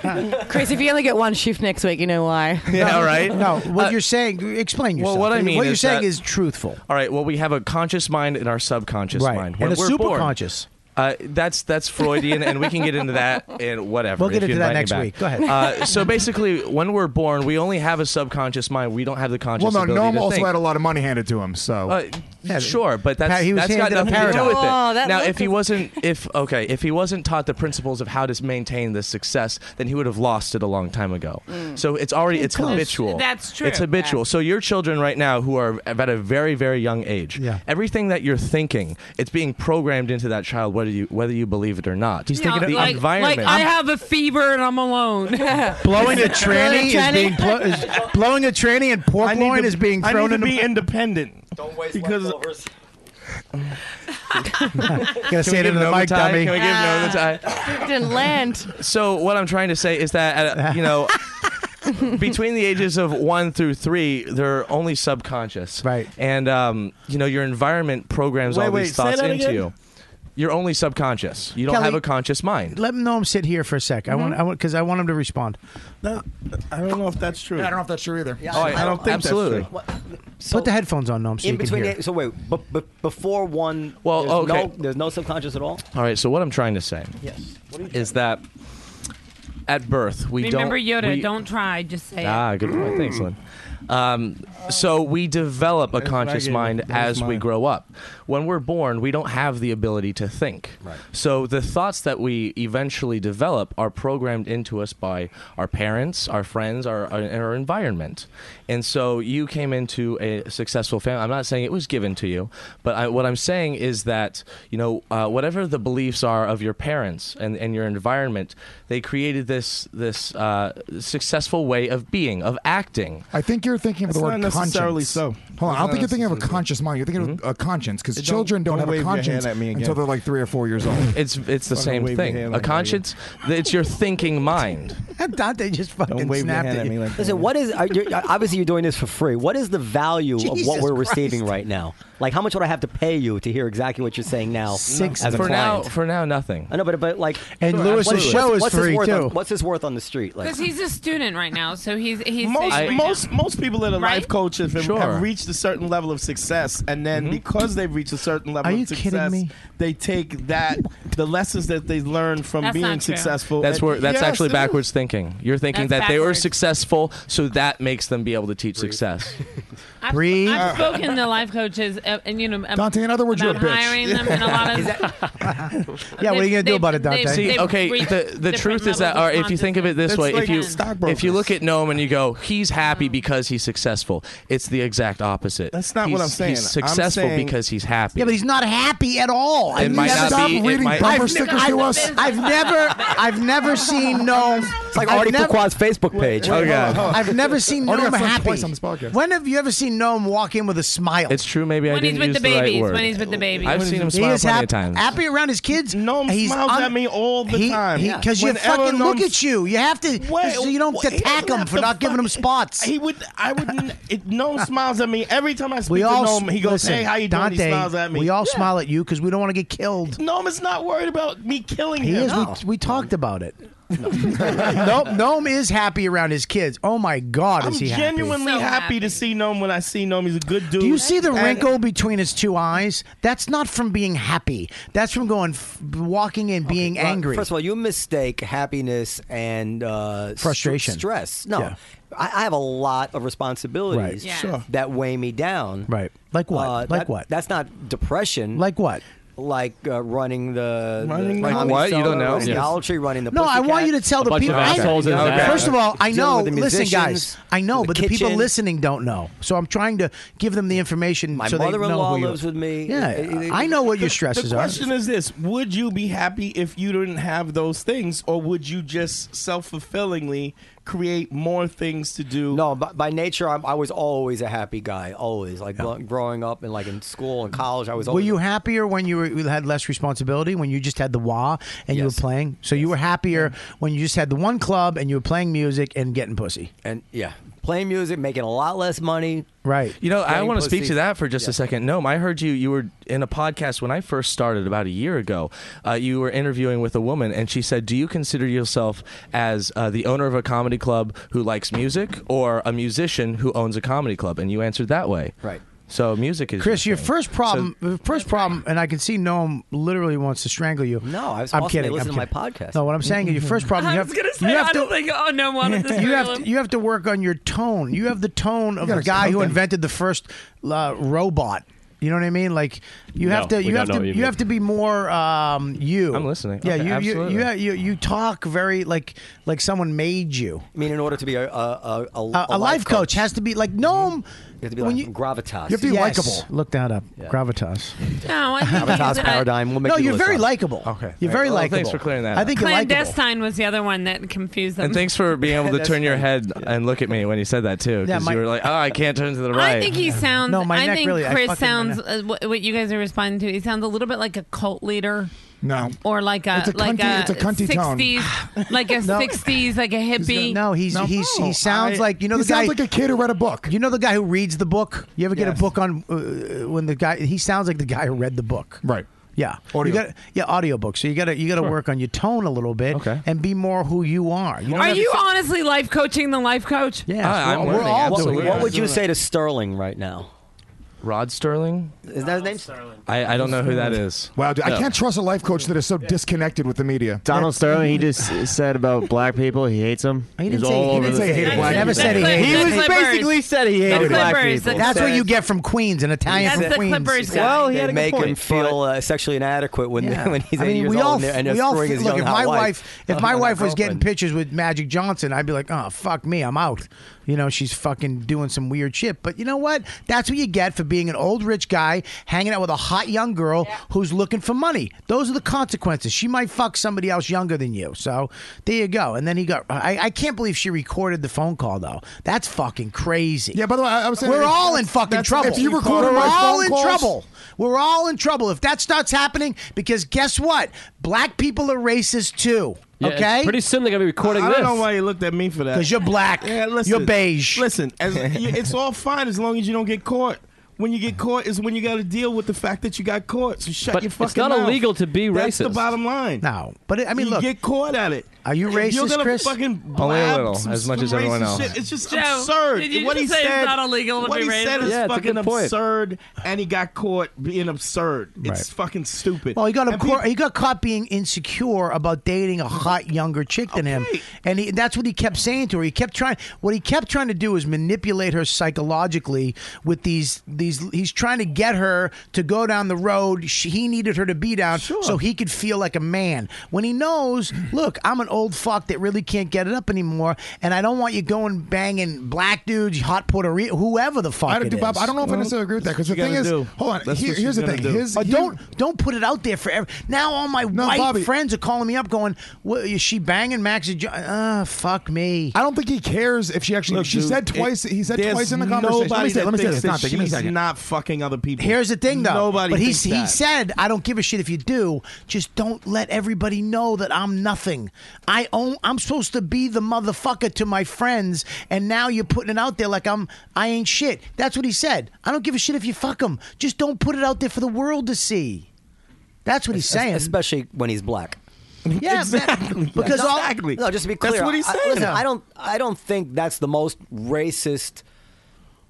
L: Chris, if you only get one shift next week, you know why.
M: Yeah, right?
F: No, what you're saying, explain yourself.
M: Well, what I mean
F: what you're
M: is
F: saying
M: that-
F: is truthful.
M: All right. Well, we have a conscious mind and our subconscious
F: Right,
M: mind.
F: and
M: When
F: a
M: we're born-
F: superconscious.
M: Uh, that's that's Freudian, and we can get into
F: [laughs]
M: that and whatever.
F: We'll get
M: if you
F: into
M: invite
F: that
M: me
F: next
M: back.
F: week. Go ahead.
M: Uh, so basically, when we're born, we only have a subconscious mind. We don't have the conscious.
N: Well, no,
M: ability
N: Gnome
M: to
N: also
M: think.
N: had a lot of money handed to him, so.
M: Uh, sure, but that's
N: Pa- he was
M: that's got
N: handed a
M: nothing to do with it.
N: paradigm. Oh, that
M: now,
N: look
M: if he
N: is-
M: wasn't, if okay, if he wasn't taught the principles of how to maintain this success, then he would have lost it a long time ago. So it's already it's habitual.
H: That's true.
M: It's habitual. So your children right now, who are at a very very young age,
F: Yeah.
M: everything that you're thinking, it's being programmed into that child, whether you whether you believe it or not. He's
H: Yeah,
M: the
H: like,
M: environment.
H: Like I have a fever and I'm alone.
M: [laughs]
F: Blowing a tranny is being plo- is blowing a tranny and pork
K: I need
F: loin
K: to-
F: is being
K: I
F: thrown
K: need
F: in
K: to be
F: the.
K: independent. Don't waste because leftovers.
F: Gotta say it into the mic, dummy.
M: Can we give Gnome
H: Ah.
M: the tie?
L: Ah. [laughs] Didn't land.
M: So what I'm trying to say is that uh, you
F: [laughs]
M: know, between the ages of one through three, they're only subconscious, right? And um, you know, your environment programs
F: Wait,
M: all
F: wait,
M: these
F: say
M: thoughts
F: that
M: into
F: again?
M: you. You're only subconscious. You don't
F: Kelly-
M: have a conscious mind.
F: Let Noam sit here for a sec. I want, I want, because I want him to respond. Uh,
K: No, I don't know if that's true.
N: I don't know if that's true either.
O: Yeah, Oh, I- I don't think that's
F: absolutely.
O: true.
F: Put the headphones on, Noam, so
O: in
F: you can
O: between.
F: hear.
O: The, so wait, but, but before one.
M: Well,
O: there's
M: okay.
O: No, there's no subconscious at all.
M: All right. So what I'm trying to say
O: Yes.
M: is that at birth we
H: Remember
M: don't
H: Yoda,
M: we-
H: don't try, just say
M: Ah,
H: it.
M: good point. Thanks, Lynn. Um, so we develop a
K: what I
M: conscious
K: gave you.
M: mind
K: That was
M: as we
K: mine.
M: grow up. When we're born, we don't have the ability to think. Right. So the thoughts that we eventually develop are programmed into us by our parents, our friends, our, our, our environment. And so you came into a successful family. I'm not saying it was given to you, but I, what I'm saying is that you know uh, whatever the beliefs are of your parents and, and your environment, they created this this uh, successful way of being, of acting.
N: I think you're thinking of
M: That's
N: the word
M: not necessarily
N: conscience.
M: so.
N: Hold on, I don't
M: That's
N: think
M: not
N: you're thinking of a conscious mind. You're thinking
K: Mm-hmm.
N: of a conscience because
M: Don't-
N: children don't,
M: don't
N: have
M: wave
N: a
M: your hand
N: conscience
M: at me
N: until
M: again.
N: they're like three or four years old.
M: It's it's the
N: Fucking
M: same
N: wave your
M: thing.
N: hand
M: A
N: like that,
M: conscience. It's your thinking mind.
F: Dante [laughs] just fucking snapped at you.
O: Listen, what is are you, obviously you're doing this for free? What is the value of
F: Jesus
O: what we're
F: Christ.
O: receiving right now? Like, how much would I have to pay you to hear exactly what you're saying now?
F: Six
O: as a
M: for now.
O: client?
M: For now, nothing.
O: I know, but but like,
F: And
O: Sure,
F: Lewis's
O: absolutely.
F: show
O: What's-
F: is
O: what's this
F: free,
O: worth on-
F: too.
O: what's this worth on the street? Like,
H: Because he's a student right now, so he's he's
K: most
H: saying right now.
K: most most people that are life coaches have,
M: Sure.
K: have reached a certain level of success, and then because they've reached a certain level
F: Are you
K: of
F: kidding
K: success,
F: me?
K: they take that the lessons that they learned from
H: That's
K: being
H: not true.
K: successful.
M: That's
K: and-
M: where that's
K: Yes,
M: actually
K: it is.
M: backwards thinking. You're thinking
K: That's
M: that they were
H: backwards.
M: successful, so that makes them be able to teach
H: [laughs]
M: success.
H: I've,
M: Breathe.
H: I've spoken to life coaches, uh, and you know, um,
M: Dante, in other words, you're a
H: about
M: bitch.
H: hiring them, and a
M: [laughs]
H: lot of
F: Yeah, what are you gonna do
H: They've-
F: about it, Dante?
H: they've- they've
M: See, okay,
H: reached
M: the the truth
H: different
M: is that,
H: levels
M: all
H: of
M: right, if you think of it this
K: It's
M: way,
K: like
M: if you
K: stockbrokers.
M: if you look at Noam and you go, he's happy because he's successful, it's the exact opposite. That's
K: not what I'm saying.
M: He's
K: I'm
M: successful
K: saying-
M: because he's happy.
F: Yeah, but he's not happy at all.
M: It might not be- it might-
O: [laughs]
F: I've, I've never, I've never seen Gnome
O: like
F: I've
O: Artie
F: never-
O: Fuqua's Facebook page.
M: Oh,
F: Wait, wait, hold on, hold on. I've never seen
O: Artie
F: Noam
O: got slapped
F: happy.
O: twice on this podcast.
F: When have you ever seen Noam walk in with a smile?
M: It's true. Maybe I
F: When he's
M: didn't
F: with
M: use
F: the
M: right
F: babies,
M: word.
F: when he's with the babies.
M: I've
F: When
M: seen him
F: he's-
M: smile
F: He is
M: plenty
F: hap-
M: of times.
F: happy around his kids. No,
K: He smiles at me all the time.
F: Because you
K: Whenever
F: fucking
K: Noam-
F: look at you. You have to. 'cause you don't
K: Well, he
F: attack
K: doesn't
F: him
K: have
F: for
K: to
F: not giving him
K: fuck-
F: spots.
K: He would. I wouldn't. It, no smiles at me every time I speak
F: We
K: to
F: all
K: Noam. He goes,
F: listen,
K: "Hey, how you doing?"
F: Dante,
K: He smiles at me.
F: We all smile at you because we don't want to get killed.
K: Noam is not worried about me killing
F: He
K: him.
F: is. We, we talked about it. [laughs]
K: [laughs]
F: nope. Noam is happy around his kids. Oh my God,
K: I'm
F: is he
K: genuinely
F: happy?
K: happy. to see Noam when I see Noam. He's a good dude.
F: Do you see the
K: And-
F: wrinkle between his two eyes? That's not from being happy. That's from going, f- walking and being
O: Well,
F: angry.
O: First of all, you mistake happiness and uh, st-
F: Frustration.
O: stress. No,
F: Yeah.
O: I, I have a lot of responsibilities
F: Right. Yeah. Sure.
O: that weigh me down. Uh,
F: Right. Like what? Like
O: that-
F: what?
O: That's not depression.
F: Like what?
O: Like uh, running the
F: Running
O: the
F: the-
O: comedy
F: What? You
O: cellar,
F: don't know?
O: Running the
F: Yes.
O: Dollar Tree, running the
F: no, I want
O: Pussycat.
F: you to tell the people. I- First of all, I
O: Dealing
F: know.
O: with the
F: Listen, guys,
O: musicians,
F: I know,
O: the
F: but the people
O: kitchen.
F: listening don't know. So I'm trying to give them the information.
O: My
F: so they know
O: mother-in-law
F: who you
O: lives
F: are.
O: with me.
F: Yeah,
O: It- it-
F: I know
O: [laughs]
F: what your
K: The-
F: stresses
K: The
F: are.
K: question is this: Would you be happy if you didn't have those things, or would you just self-fulfillingly create more things to do?
O: No, Oh, by, by nature, I'm, I was always a happy guy. Always, like gro- growing up and like in school and college, I was.
F: Were
O: Always
F: you happier when you, were, you had less responsibility, when you just had the wah and you were playing? So you were happier when you just had the one club and you were playing music and getting pussy.
O: and yeah, playing music, making a lot less money.
F: Right.
M: You know, I
O: Getting
M: want to speak
O: pussy.
M: to that for just
O: Yeah.
M: a second. No, I heard you. You were in a podcast when I first started about a year ago. Uh, you were interviewing with a woman, and she said, "Do you consider yourself as uh, the owner of a comedy club who likes music, or a musician who owns a comedy club?" And you answered that way. Right. So music is
F: Chris, your
M: thing.
F: first problem, the first problem, and I can see Noam literally wants to strangle you. No,
O: was
F: I I'm
O: supposed to
F: kidding.
O: listen
F: I'm
O: to my
F: kidding.
O: podcast.
F: No, what I'm saying is your
O: [laughs]
F: first problem.
H: I
F: you
H: was
F: have,
H: gonna say,
F: you have
H: I
F: to,
H: don't think. Oh no,
F: [laughs]
H: one is.
F: you have to, you have to work on your tone. You have the tone of
H: gotta
F: the guy who
H: something.
F: invented the first uh, robot. You know what I mean? Like you
M: No,
F: have to
M: we
F: you
M: don't
F: have
M: know
F: to
M: what
F: you,
M: you mean.
F: have to be more um, you.
M: I'm listening.
F: Yeah,
M: Okay,
F: you, you, you
M: absolutely.
F: you you talk very like like someone made you.
O: I mean, in order to be a a, a, a, Mm-hmm.
F: A, a life coach has to be like Noam.
O: you have to be
F: when
O: like gravitas.
F: Yes. Look that up. Gravitas.
H: No,
M: [laughs]
H: I think [laughs] he's
O: Gravitas
H: not-
O: paradigm. We'll make
F: no,
O: you
F: you're
O: listen.
F: very likable. Okay, you're
M: All right.
F: very
M: Well,
F: likable.
M: thanks for clearing that
F: I
M: up.
F: think you're likable.
H: Clandestine was the other one that confused them.
M: And thanks for being able
H: [laughs]
M: to
H: That's
M: turn your head and look at me when you said that too,
H: Yeah,
M: because
H: my-
M: you were like, "Oh, I can't turn to the right."
H: I think he sounds.
M: No, my
H: I
M: neck
H: think
M: really- I
H: Chris
M: fucking- my
H: sounds. Uh, what, what you guys are responding to, he sounds a little bit like a cult leader.
I: No.
H: Or like a,
I: It's a
H: like
I: cunty-
H: a
I: it's a cunty tone.
H: 60s, like a
I: No.
H: 60s, like a hippie.
F: No, he's he's he sounds
I: I-
F: like you know
I: he
F: the guy.
I: sounds like a kid who read a book.
F: You know the guy who reads the book. You ever get
I: Yes.
F: a book on uh, when the guy? He sounds like the guy who read the book. Right. Yeah.
I: Audio.
F: You got yeah, audiobook. So you got to you got to work on your tone a little bit and be more who you are. You don't
H: Are
F: have
H: you
F: to-
H: honestly life coaching the life coach?
F: Yeah. Ah, I'm
O: We're all
F: learning,
O: doing
F: absolutely.
O: it. What would you
F: Absolutely.
O: say to Sterling right now?
M: Rod Sterling?
O: Is that his name? Sterling.
M: I, I don't know who that is.
I: Wow, dude,
M: No.
I: I can't trust a life coach that is so disconnected with the media.
Q: Donald Sterling, he just said about black people, he hates them. He
I: didn't say- he didn't say he hated black Never people. said he hated
Q: He
F: them.
Q: was
F: Clippers.
Q: basically said he hated black people.
F: That's what you get from Queens, an Italian
O: That's
F: from
O: the
F: Queens.
O: Clippers Well, he had make him feel uh, sexually inadequate when [laughs]
F: Yeah.
O: when he's
F: I
O: eight
F: mean,
O: years
F: we
O: old
F: all,
O: and they're, and they're
F: we all
O: screwing his
F: look.
O: young
F: If
O: hot
F: my
O: wife,
F: wife,
O: [laughs]
F: if my wife was getting pictures with Magic Johnson, I'd be like, oh fuck me, I'm out. You know, she's fucking doing some weird shit. But you know what? That's what you get for being an old rich guy hanging out with a hot young girl who's looking for money. Those are the consequences. She might fuck somebody else younger than you. So there you go. And then he got. I, I can't believe she recorded the phone call though. That's fucking crazy. Yeah.
I: By the way, I, I was saying
F: We're
I: if-
F: all in fucking
I: that's-
F: trouble.
I: If you recorded
F: We're
I: my
F: all
I: phone
F: in
I: calls-
F: trouble. We're all in trouble if that starts happening because guess what? Black people are racist too.
K: Yeah, it's
F: okay?
K: pretty
G: soon they're going to be
K: I don't know why you looked at me for that.
F: 'Cause you're black.
K: Yeah, listen.
F: You're beige.
K: Listen,
F: [laughs]
K: as, you- it's all fine as long as you don't get caught. When you get caught is when you got to deal with the fact that you got caught. So shut
G: But
K: your
G: it's
K: fucking
G: not
K: mouth.
G: illegal to be
K: That's the
G: racist.
K: bottom line.
F: No, but I
G: mean,
K: you
G: look.
K: get caught at it.
F: Are you
K: If You're
F: racist,
K: gonna
F: Chris?
K: fucking
F: Only a
K: blab
M: little,
K: some
M: as much
K: some
M: as everyone
K: racist
M: else.
K: Shit. It's just
H: Joe,
K: absurd.
H: did you
K: what
H: just
K: he
H: say it's
K: said,
H: not illegal to
K: what
H: be
K: he said
H: racist?
K: is
H: Yeah, it's a
K: fucking
H: good point.
K: absurd, and he got caught being absurd. It's fucking stupid.
F: Well, he got
K: And
F: he got caught being insecure about dating a hot younger chick than him, and he, that's what he kept saying to her. He kept trying. What he kept trying to do is manipulate her psychologically with these these. He's trying to get her to go down the road she, he needed her to be down, so he could feel like a man. When he knows, look, I'm an old fuck that really can't get it up anymore. And I don't want you going banging black dudes, hot Puerto Rican, whoever the fuck
I: I don't,
F: it
I: do, Bob,
F: is.
I: I don't know if I necessarily agree with that because the
F: What you
I: thing
F: gotta
I: is,
F: do.
I: hold on.
F: That's
I: here-
F: what she's
I: here's the
F: gonna
I: thing.
F: do.
I: His,
F: Uh, don't don't put it out there for every. Now all my white
I: Bobby-
F: friends are calling me up, going, "What is she banging Max?" and Jo- Uh, fuck me.
I: I don't think he cares if she actually.
K: Look,
I: she
K: dude,
I: said twice.
K: it-
I: he said
K: there's
I: twice in the conversation. Let me
K: nobody
I: say. it, Let me
K: that
I: say
K: thinks
I: this. Not.
K: that
I: Give me a
K: she's
I: second.
K: not fucking other people.
F: Here's the thing, though.
K: Nobody.
F: but he
K: thinks
F: he
K: that.
F: said, "I don't give a shit if you do. Just don't let everybody know that I'm nothing. I own. I'm supposed to be the motherfucker to my friends, and now you're putting it out there like I'm. I ain't shit. That's what he said. I don't give a shit if you fuck him. Just don't put it out there for the world to see. That's what he's saying.
O: Especially when he's black.
F: yeah, exactly. because all
O: No, just to be clear. I, listen, I don't. I don't think that's the most racist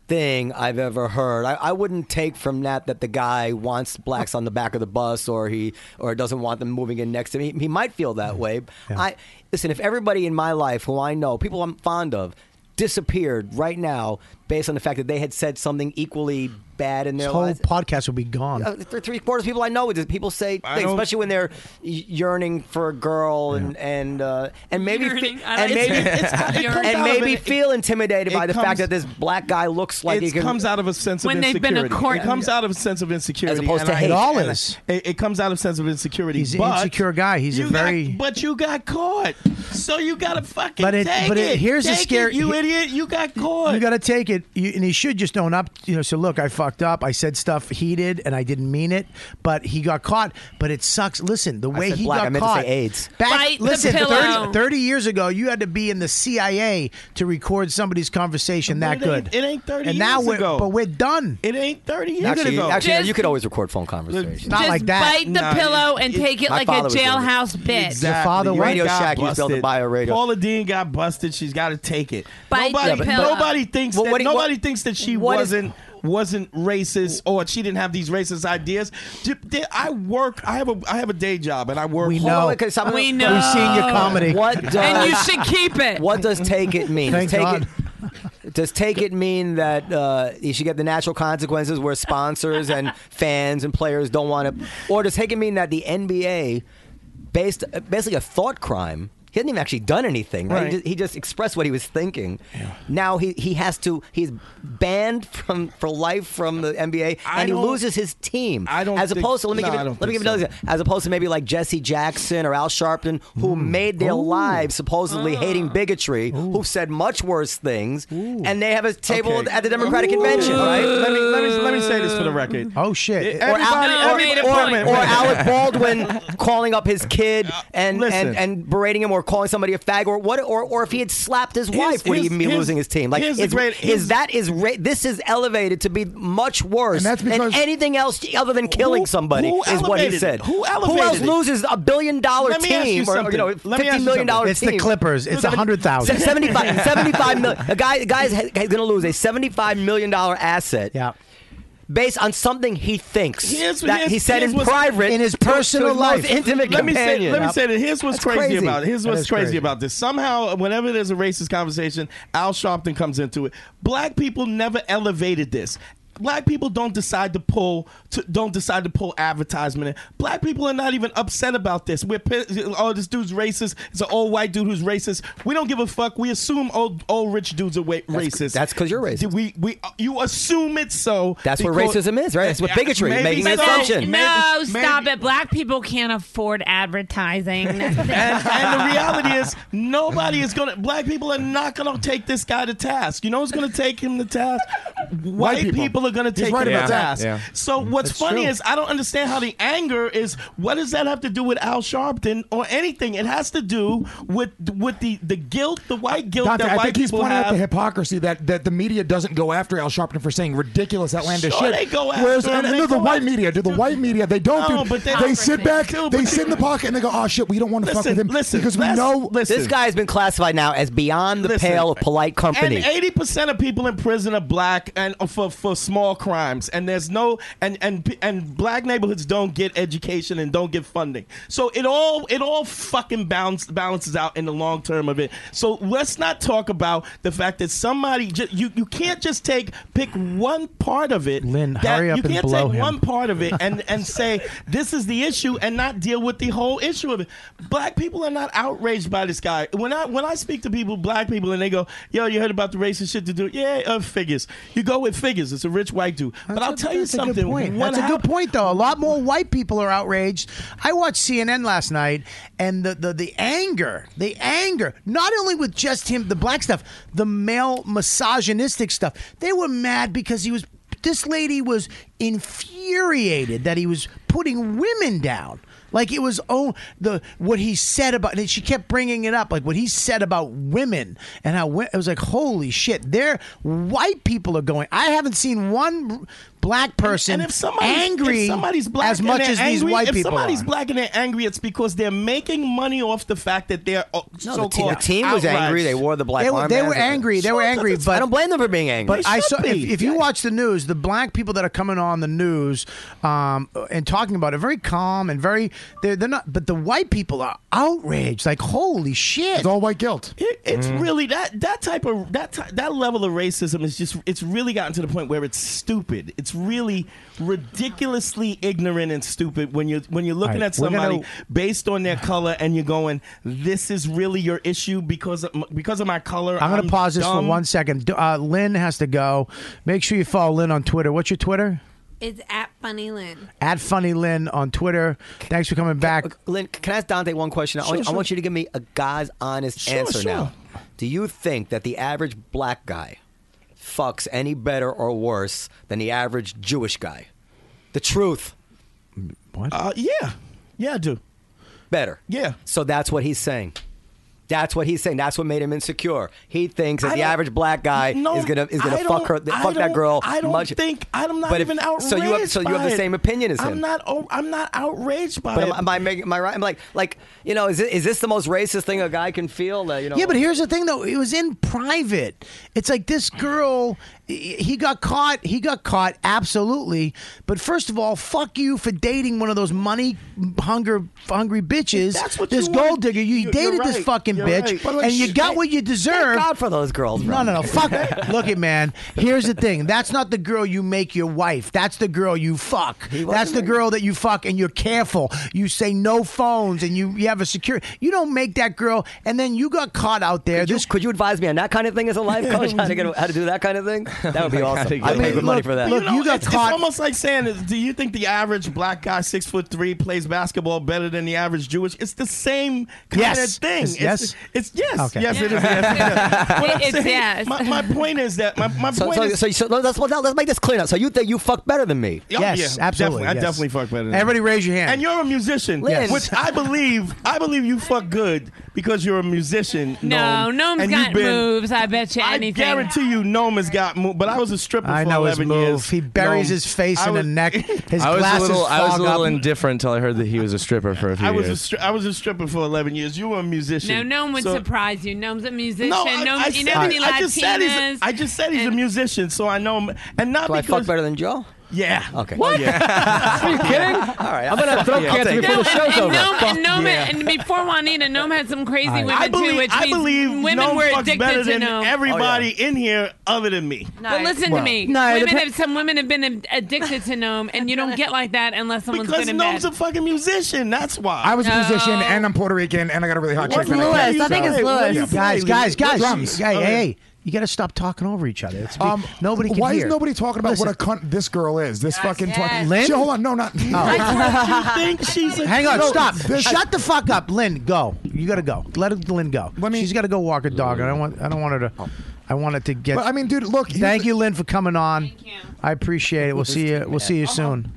O: thing I've ever heard. I, I wouldn't take from that that the guy wants blacks on the back of the bus, or he, or doesn't want them moving in next to him. He, he might feel that way. I listen. If everybody in my life who I know, people I'm fond of, disappeared right now based on the fact that they had said something equally bad in
F: This
O: their
F: whole
O: lives.
F: podcast would be gone.
O: Uh, th- three quarters of people I know, would- people say
F: I
O: things,
F: don't-
O: especially when they're y- yearning for a girl and and uh, and maybe fe-
H: Yearning? I
O: and
H: like
O: maybe
H: it. It's-
O: [laughs]
H: it comes
O: and
H: out
O: maybe
H: of it.
O: feel intimidated
K: it
O: by the
K: comes-
O: fact that this black guy looks like he
K: it
O: can,
K: comes out of a sense of
O: When they've been
K: insecurity.
O: to court-
K: It comes out of a sense of insecurity.
O: As opposed
K: and
O: to
K: I-
O: hate. It all
K: and I-
O: is.
K: It, it comes out of a sense of insecurity.
F: He's an
K: but
F: insecure guy. He's a
K: you got-
F: very-
K: but you got caught, so you got to fucking
F: But it,
K: take
F: but it, here's
K: take
F: the scary.
K: It, you idiot! You got caught.
F: You got to take it, you, and he should just own up. You know, so look, I fucked up. I said stuff heated, and I didn't mean it. But he got caught. But it sucks. Listen, the way
O: said
F: he
O: black,
F: got
O: I meant to say
F: caught.
O: AIDS.
F: Back,
O: Bite the
F: listen,
O: pillow.
F: 30, 30 years ago, you had to be in the CIA to record somebody's conversation that
O: But it ain't-
F: good.
O: it ain't 30
F: and now
O: years
F: we're,
O: ago.
F: But we're done.
K: It ain't thirty
O: actually, actually you could always record phone conversations.
F: Not
H: Just
F: like that.
H: bite the pillow and take it
O: My
H: like a
O: father was doing it.
H: jailhouse bitch.
K: Exactly. You
O: Radio
K: got
O: Shack used to be able to
K: busted.
O: buy a radio.
K: Paula Dean got busted. She's got to take it.
H: Bite
K: nobody,
H: the pillow.
K: nobody thinks
H: Well,
K: that.
H: what do you-
K: nobody
H: what-
K: thinks that she
H: what is-
K: wasn't wasn't racist or she didn't have these racist ideas. J- did- I work. I have a I have a day job and I work.
F: We
K: hard.
F: know. Hold on, 'cause I'm- We know. We've seen your comedy.
O: What does,
F: And you should
H: keep it.
O: What does take it mean?
F: Thank
O: does take
F: God.
O: It, does take it mean that uh, you should get the natural consequences where sponsors and fans and players don't want to, or does take it mean that the NBA, based basically a thought crime, he hasn't even actually done anything. Right?
K: Right.
O: He, just, he just expressed what he was thinking. Now he, he has to he's banned from for life from the NBA,
K: I
O: and he
K: don't-
O: loses his team.
K: I don't
O: As
K: think-
O: opposed to let me
K: no,
O: give
K: I
O: it,
K: don't
O: let me
K: think
O: give another
K: so.
O: example. as opposed to maybe like Jesse Jackson or Al Sharpton, who
K: Hmm.
O: made their lives supposedly
K: Ah.
O: hating bigotry, who said much worse things, and they have a table
K: Okay.
O: at the Democratic
K: Ooh.
O: convention, right?
K: Let me, let, me, let me say this for the record.
F: Oh shit!
O: Or, Al, or,
K: everybody-
O: or-
K: wait a minute,
O: or
K: [laughs] wait a minute.
O: Alec Baldwin calling up his kid and,
K: listen.
O: and and berating him, or calling somebody a fag, or what, or or if he had slapped his
K: Here's-
O: wife, would he
K: here's-
O: even be
K: here's-
O: losing his team? Like,
K: here's
O: is,
K: the great- here's-
O: is that is ra- this is elevated to be much worse
K: And that's because-
O: than anything else other than killing somebody?
K: who
O: is what he
K: elevated it?
O: said.
K: Who
O: else
K: elevated it?
O: loses a billion dollar
K: Let me ask
O: team,
K: you
O: or, you know,
K: something. Let me ask
O: fifteen
K: you
O: million dollar
K: something.
O: team?
K: It's the Clippers. It's
O: Seventy-
K: [laughs]
F: 100,000.
O: Seventy-five. Seventy-five million. A guy, a guy's he's going to lose a seventy-five million dollar asset.
F: Yeah.
O: Based on something he thinks
K: Here's-
O: that
K: here's-
O: he said
K: here's
O: in
K: what's-
O: private
F: In his
O: to- to
F: personal
O: his
F: life.
O: most intimate
K: let me
O: companion.
K: say, let me say that. Here's what's
O: That's
K: crazy, about it. Here's
F: That
K: what's
F: is
K: crazy,
F: crazy.
K: about this. Somehow, whenever there's a racist conversation, Al Sharpton comes into it. Black people never elevated this. Black people don't decide to pull to, don't decide to pull advertisement. In. Black people are not even upset about this. We're pissed, oh this dude's racist. It's an old white dude who's racist. We don't give a fuck. We assume old old rich dudes are wa- racist.
O: that's 'cause you're racist.
K: We we you assume it so.
O: That's what
K: because-
O: racism is, right? That's what
K: Yeah,
O: bigotry,
K: maybe
O: making an
K: so.
R: Oh,
O: assumption.
K: Maybe-
H: No,
K: maybe-
H: stop it. Black people can't afford advertising.
K: [laughs] and, and the reality is, nobody is going to, black people are not going to take this guy to task. You know who's going to take him to task? White, people.
I: people.
K: are going to
I: He's
K: take
I: right
K: him
I: about
K: to
I: that.
K: task.
I: Yeah. Mm,
K: So what's
I: That's
K: funny
I: true.
K: is, I don't understand how the anger is, what does that have to do with Al Sharpton or anything? It has to do with with the, the guilt, the white guilt
I: Dante,
K: that
I: I
K: white
I: think he's
K: people
I: pointing
K: have.
I: out the hypocrisy that, that the media doesn't go after Al Sharpton for saying ridiculous, outlandish
K: Sure,
I: shit.
K: they go after
I: Whereas,
K: him.
I: and, and
K: They
I: no, the
K: go
I: white media, do the white media? They don't
K: No,
I: do.
K: but they-
I: they sit back,
K: Dude,
I: they
K: but
I: sit in the pocket, and they go, "Oh shit, we don't want to fuck
K: Listen,
I: with him
K: listen,
I: because we
K: let's-
I: know
K: listen.
O: This guy has been classified now as beyond the
K: Listen.
O: pale of polite company.
K: And eighty percent of people in prison are black, and for for small crimes, and there's no and and p- and black neighborhoods don't get education and don't get funding. So it all it all fucking balance, balances out in the long term of it. So let's not talk about the fact that somebody ju- you you can't just take pick one part of it. Lynn,
F: hurry up
K: you
F: and
K: can't
F: blow
K: take
F: him.
K: one part of it
F: [laughs]
K: and and say this is the issue and not deal with the whole issue of it. Black people are not outraged by this guy. When I when I speak to people, black people, and they go, "Yo, you heard about the racist shit to do?" Yeah, uh, figures. You go with figures. It's a rich white dude. but I'll tell you
F: That's a good
K: something.
F: point.
K: What
F: That's a
K: hap-
F: good point, though. A lot more white people are outraged. I watched CNN last night, and the, the, the anger, the anger, not only with just him, the black stuff, the male misogynistic stuff. They were mad because he was. This lady was infuriated that he was putting women down. Like it was oh the what he said about and she kept bringing it up like what he said about women and how wo- it was like holy shit there white people are going I haven't seen one black person
K: And if somebody's
F: angry
K: if somebody's black
F: as
K: and
F: much
K: they're
F: as these
K: angry-
F: white
K: if
F: people
K: somebody's
F: are.
K: black and they're angry, it's because they're making money off the fact that they're uh,
O: No, the,
K: so-called
O: team, the team was
K: outraged.
O: angry. They wore the black.
F: They were- they
O: armbands.
F: were angry. They were
O: Sure,
F: angry,
O: that's-
F: but-
O: I don't blame them for being angry.
F: But I saw if, if you watch the news, the black people that are coming on the news um, and talking about it, very calm and very they're, they're not. But the white people are outraged, like holy shit! Mm-hmm. It's all
N: white guilt.
K: It, it's really that that type of that ty- that level of racism is just it's really gotten to the point where it's stupid. It's really ridiculously ignorant and stupid when you're when you're looking
F: right,
K: at
F: we're gonna-
K: somebody based on their color and you're going, "This is really your issue because of, m- because of my color."
F: I'm going to pause this
K: dumb."
F: for one second. D- Uh, Lynn has to go. Make sure you follow Lynn on Twitter. What's your Twitter?
R: It's at Funny Lynn.
F: At Funny Lynn on Twitter. Thanks for coming back.
O: Lynn, can I ask Dante one question? I
F: Sure,
O: want- I
F: sure.
O: want you to give me a guy's honest
F: Sure,
O: answer
F: sure.
O: now. Do you think that the average black guy fucks any better or worse than the average Jewish guy? The truth.
F: What?
K: Uh, yeah. Yeah, I do.
O: Better.
K: Yeah.
O: So that's what he's saying. That's what he's saying. That's what made him insecure. He thinks that
K: I
O: the
K: don't-
O: average black guy
K: No,
O: is gonna is gonna
K: I
O: fuck her,
K: don't- I
O: fuck that
K: don't-
O: girl.
K: I don't
O: much.
K: think I'm not
O: But if-
K: even outraged.
O: so you have- so you have the
K: by it.
O: same opinion as
K: I'm
O: him.
K: not. o- I'm not outraged by
O: But
K: it.
O: am, am I making am I right? I'm like like you know is it, is this the most racist thing a guy can feel? That, you know.
F: Yeah, but here's the thing, though. It was in private. It's like this girl. h- He got caught. He got caught. Absolutely. But first of all, fuck you for dating one of those money hunger hungry bitches.
O: That's what
F: this
O: you
F: gold
O: wanted-
F: digger. You,
O: you're-
F: dated
O: you're
F: this
O: right.
F: fucking
O: You're
F: bitch,
O: right. But, like,
F: and you
O: sh-
F: got what you deserve.
O: God for those girls.
F: No, no, no. Fuck.
O: [laughs]
F: Look at man. Here's the thing. That's not the girl you make your wife. That's the girl you fuck. That's the girl that you fuck, and you're careful. You say no phones, and you, you have a security. You don't make that girl, and then you got caught out there.
O: Could you, could you advise me on that kind of thing as a [laughs] life coach? How to get how to do that kind of thing? [laughs] That would be
K: Like, how to
O: awesome.
K: get
O: I'd pay
K: it.
O: good money for that.
K: But know, it's, It's almost like saying, is- "Do you think the average black guy, six foot three, plays basketball better than the average Jewish?" It's the same kind
F: Yes.
K: of thing.
F: Is-
K: it's,
F: yes?
K: It's yes.
F: Okay.
K: Yes,
F: [laughs]
K: it is. Yes,
H: It-
K: What I'm
H: it's
K: saying-
H: yes.
K: My, my point is that my, oh, my
O: So,
K: point
O: so,
K: is.
O: so, so let's, well, now let's make this clear now. So you think you fuck better than me?
K: Oh, yeah, definitely. I definitely fuck better. Than
O: Everybody
F: raise your hand.
K: And you're a musician,
O: Yes.
K: which I believe. I believe you fuck good because you're a musician.
R: No,
K: Noam,
R: Gnome's
K: and you've
R: got
K: been-
R: moves. I bet you
K: I
R: anything.
K: guarantee you, Noam has got moved. But I was a stripper
F: I
K: for
F: know his
K: 11
F: move.
K: years.
F: He buries
K: Noam,
F: his face
K: I
F: in the
K: was- [laughs]
F: neck. His
M: I was a
F: glasses
M: little, I was
F: fog
M: a little
F: up.
M: indifferent until I heard that he was a stripper for a few
K: I was a
M: years.
K: stri- I was a stripper for 11 years. You were a musician.
R: No, no one would
K: So-
R: surprise you. Gnome's a musician.
K: No, I,
R: Gnome,
K: I
R: you
K: said-
R: know any
K: I just said
R: Latinas.
K: he's. I just said he's a musician, so I know him, and not
O: Do I
K: because.
O: fuck better than Joe?
K: yeah.
O: Okay. [laughs]
K: What?
O: Are
K: you kidding?
O: All right.
K: I'm gonna have throat
O: I'll
K: cancer
O: take
K: before
O: it.
K: the show's
R: and
K: over.
R: Gnome,
K: Fuck
R: and, Gnome
K: yeah.
R: and before Juanita, Gnome had some crazy
K: I,
R: women
K: believe.
R: too, which
K: I
R: means
K: believe
R: women
K: Noam
R: were
K: fucks
R: addicted to
K: better than
R: Gnome.
K: everybody
F: Oh,
K: in here other than me.
R: But listen to me.
K: No,
R: women have, some women have been ad- addicted to gnome, and you don't get like that unless someone's
K: because
R: good in bed.
K: Gnome's a fucking musician. That's why.
N: I was a
R: No.
N: musician and I'm Puerto Rican and I got a really hot
K: What's
N: chick. that
K: Louis?
N: kicked,
K: I think
N: so-
K: it's Louis. Yeah,
F: guys, guys, guys,
N: Drums.
F: Hey,
N: Okay.
F: hey, you got to stop talking over each other. It's, um, nobody can
N: Why
F: hear.
N: is nobody talking about [laughs] what a cunt this girl is? This fucking
F: yes.
N: twat.
F: Lynn?
N: Shit, hold on, no, not.
F: Oh.
K: I think she's a
F: Hang on,
N: No,
F: stop.
N: this-
F: Shut the fuck up, Lynn. Go. You got to go. Let Lynn go. She's got to go walk her dog. I don't want. I don't want her
N: Oh.
F: to. I wanted to get.
N: But, I mean, dude, look. here's
F: Thank
N: the-
F: you, Lynn, for coming on. I appreciate it. We'll see you. We'll see you soon.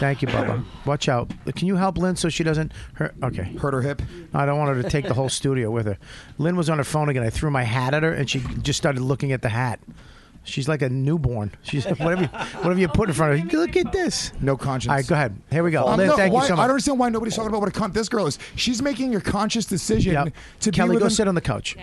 F: Thank you, Bubba. Watch out. Can you help Lynn so she doesn't hurt? Okay,
N: hurt her hip.
F: I don't want her to take the whole studio with her. Lynn was on her phone again. I threw my hat at her, and she just started looking at the hat. She's like a newborn. She's [laughs] whatever, you- whatever you put in front of her. Look at this.
N: No conscience.
F: All right, go ahead. Here we go.
N: Um,
F: Lynn,
N: no,
F: thank
N: why-
F: you so
N: I
F: much.
N: don't understand why nobody's talking about what a cunt this girl is. She's making a conscious decision to
F: Kelly,
N: be with
F: go
N: him.
F: sit on the couch.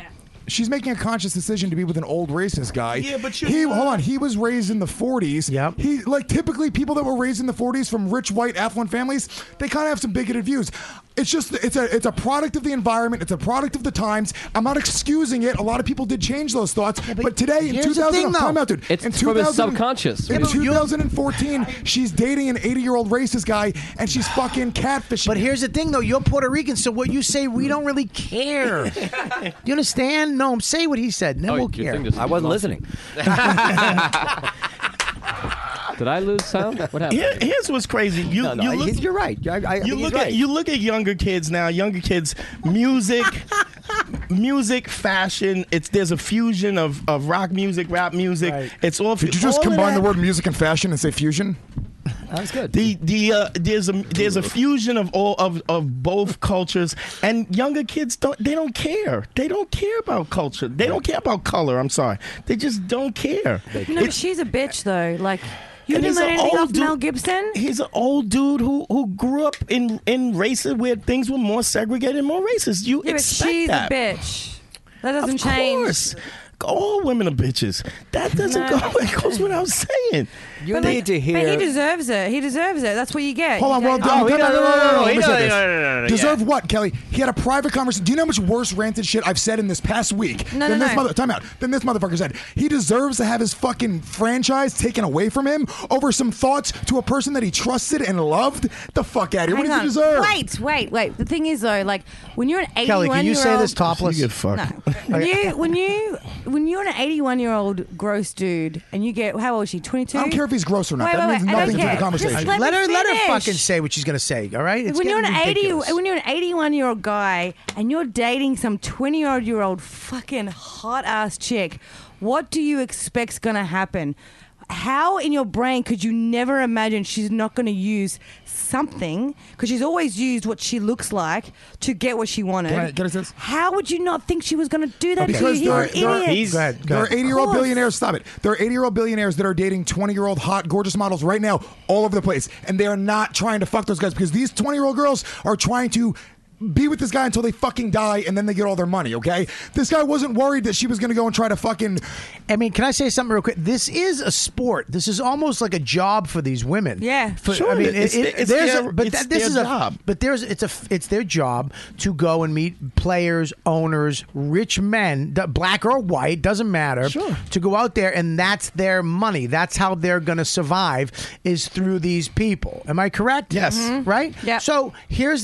I: she's making a conscious decision to be with an old racist guy.
K: Yeah, but you're
I: he
K: not.
I: hold on. He was raised in the '40s. Yep. He like typically people that were raised in the '40s from rich white affluent families, they kind of have some bigoted views. It's just it's a it's a product of the environment. It's a product of the times. I'm not excusing it. A lot of people did change those thoughts, but, today in
G: here's the
I: 2000,
G: thing, though.
I: time out, dude.
G: It's
I: in
G: from his
I: 2000
G: subconscious.
I: In
G: Yeah, but you-
I: 2014, she's dating an 80 year old racist guy, and she's fucking catfishing.
F: But here's the thing, though. You're Puerto Rican, so what you say, we don't
O: [laughs]
F: really care. Do you understand? No, I'm say what he said. and Then we'll care.
O: I wasn't listening.
G: Did I lose sound? What happened?
K: Here- here's what's crazy. You,
O: No, no,
K: you
O: he's-
K: look,
O: you're right. I- I- I
K: you
O: think he's
K: look
O: right.
K: at you look at younger kids now. Younger kids,
O: [laughs]
K: music, music, fashion. It's there's a fusion of, of rock music, rap music. It's all.
I: Did you just combine the word music and fashion and say fusion?
K: That's good. The the uh, there's a there's a fusion of all of, of both [laughs] cultures, and younger kids don't they don't care. They don't care about culture. They don't care about color. I'm sorry. They just don't care.
L: No, but
K: It's-
L: she's a bitch though. Like you
K: And
L: didn't
K: he's
L: learn
K: an
L: anything
K: old
L: off Mel
K: dude-
L: Gibson.
K: He's an old dude who who grew up in in races where things were more segregated, and more racist. You
L: Yeah, but
K: expect
L: she's a
K: that.
L: bitch. That doesn't
K: of
L: change.
K: course. All women are bitches. That doesn't
L: No.
K: go. [laughs] It goes without saying.
O: You
L: But, like, But he deserves it. He deserves it. That's what you get.
I: Hold on,
L: You
I: well
L: get-
I: done. No, no, no, no, no, no, let me say
L: Oh, no,
I: this.
L: no, no, no, no,
I: Deserve what, Kelly? He had a private conversation. Do you know how much worse ranted shit I've said in this past week
L: No,
I: than
L: no,
I: this
L: no.
I: mother? Time out. Than this motherfucker said. He deserves to have his fucking franchise taken away from him over some thoughts to a person that he trusted and loved. The fuck out of here. What
L: Hang
I: does he
L: on.
I: deserve?
L: Wait, wait, wait. The thing is though, like when you're an eighty-one
F: Kelly, can you
L: year
F: say
L: old,
F: this topless? You get [laughs]
L: No. When you when you when you're an eighty-one year old gross dude and you get how old is she? Twenty-two.
I: I don't care if he's gross or not.
L: Wait,
I: that
L: wait,
I: means
L: wait, I don't
I: nothing to
L: care.
I: the
L: Just
I: conversation.
L: let
F: let
L: me
F: her let her
L: finish.
F: fucking say what she's gonna say. All right. It's
L: when you're an
F: getting ridiculous.
L: eighty, when you're an eighty-one year old guy and you're dating some twenty-year-old year old fucking hot ass chick, what do you expect's gonna happen? How in your brain could you never imagine she's not going to use something because she's always used what she looks like to get what she wanted?
I: Can I- can I say this?
L: How would you not think she was going to do that to
I: Because
L: you? You're
I: there are,
L: an
I: there, are,
L: idiot.
I: He's- there are 80 year
L: Of
I: old
L: course.
I: billionaires. Stop it. There are 80 year old billionaires that are dating 20 year old hot, gorgeous models right now all over the place. And they are not trying to fuck those guys because these 20 year old girls are trying to. Be with this guy until they fucking die, and then they get all their money. Okay, this guy wasn't worried that she was going to go and try to fucking.
F: I mean, can I say something real quick? This is a sport. This is almost like a job for these women. Yeah, for,
K: Sure,
F: I mean,
K: it's
F: it- it-
K: their- it's
F: there's
K: their-
F: a, but
K: it's
F: that, this
K: their
F: is a
K: job.
F: But there's it's a it's their job to go and meet players, owners, rich men, d- black or white, doesn't matter. Sure. To go out there and that's their money. That's how they're going to survive is through these people. Am I correct? Yes. Right. Yeah. So here's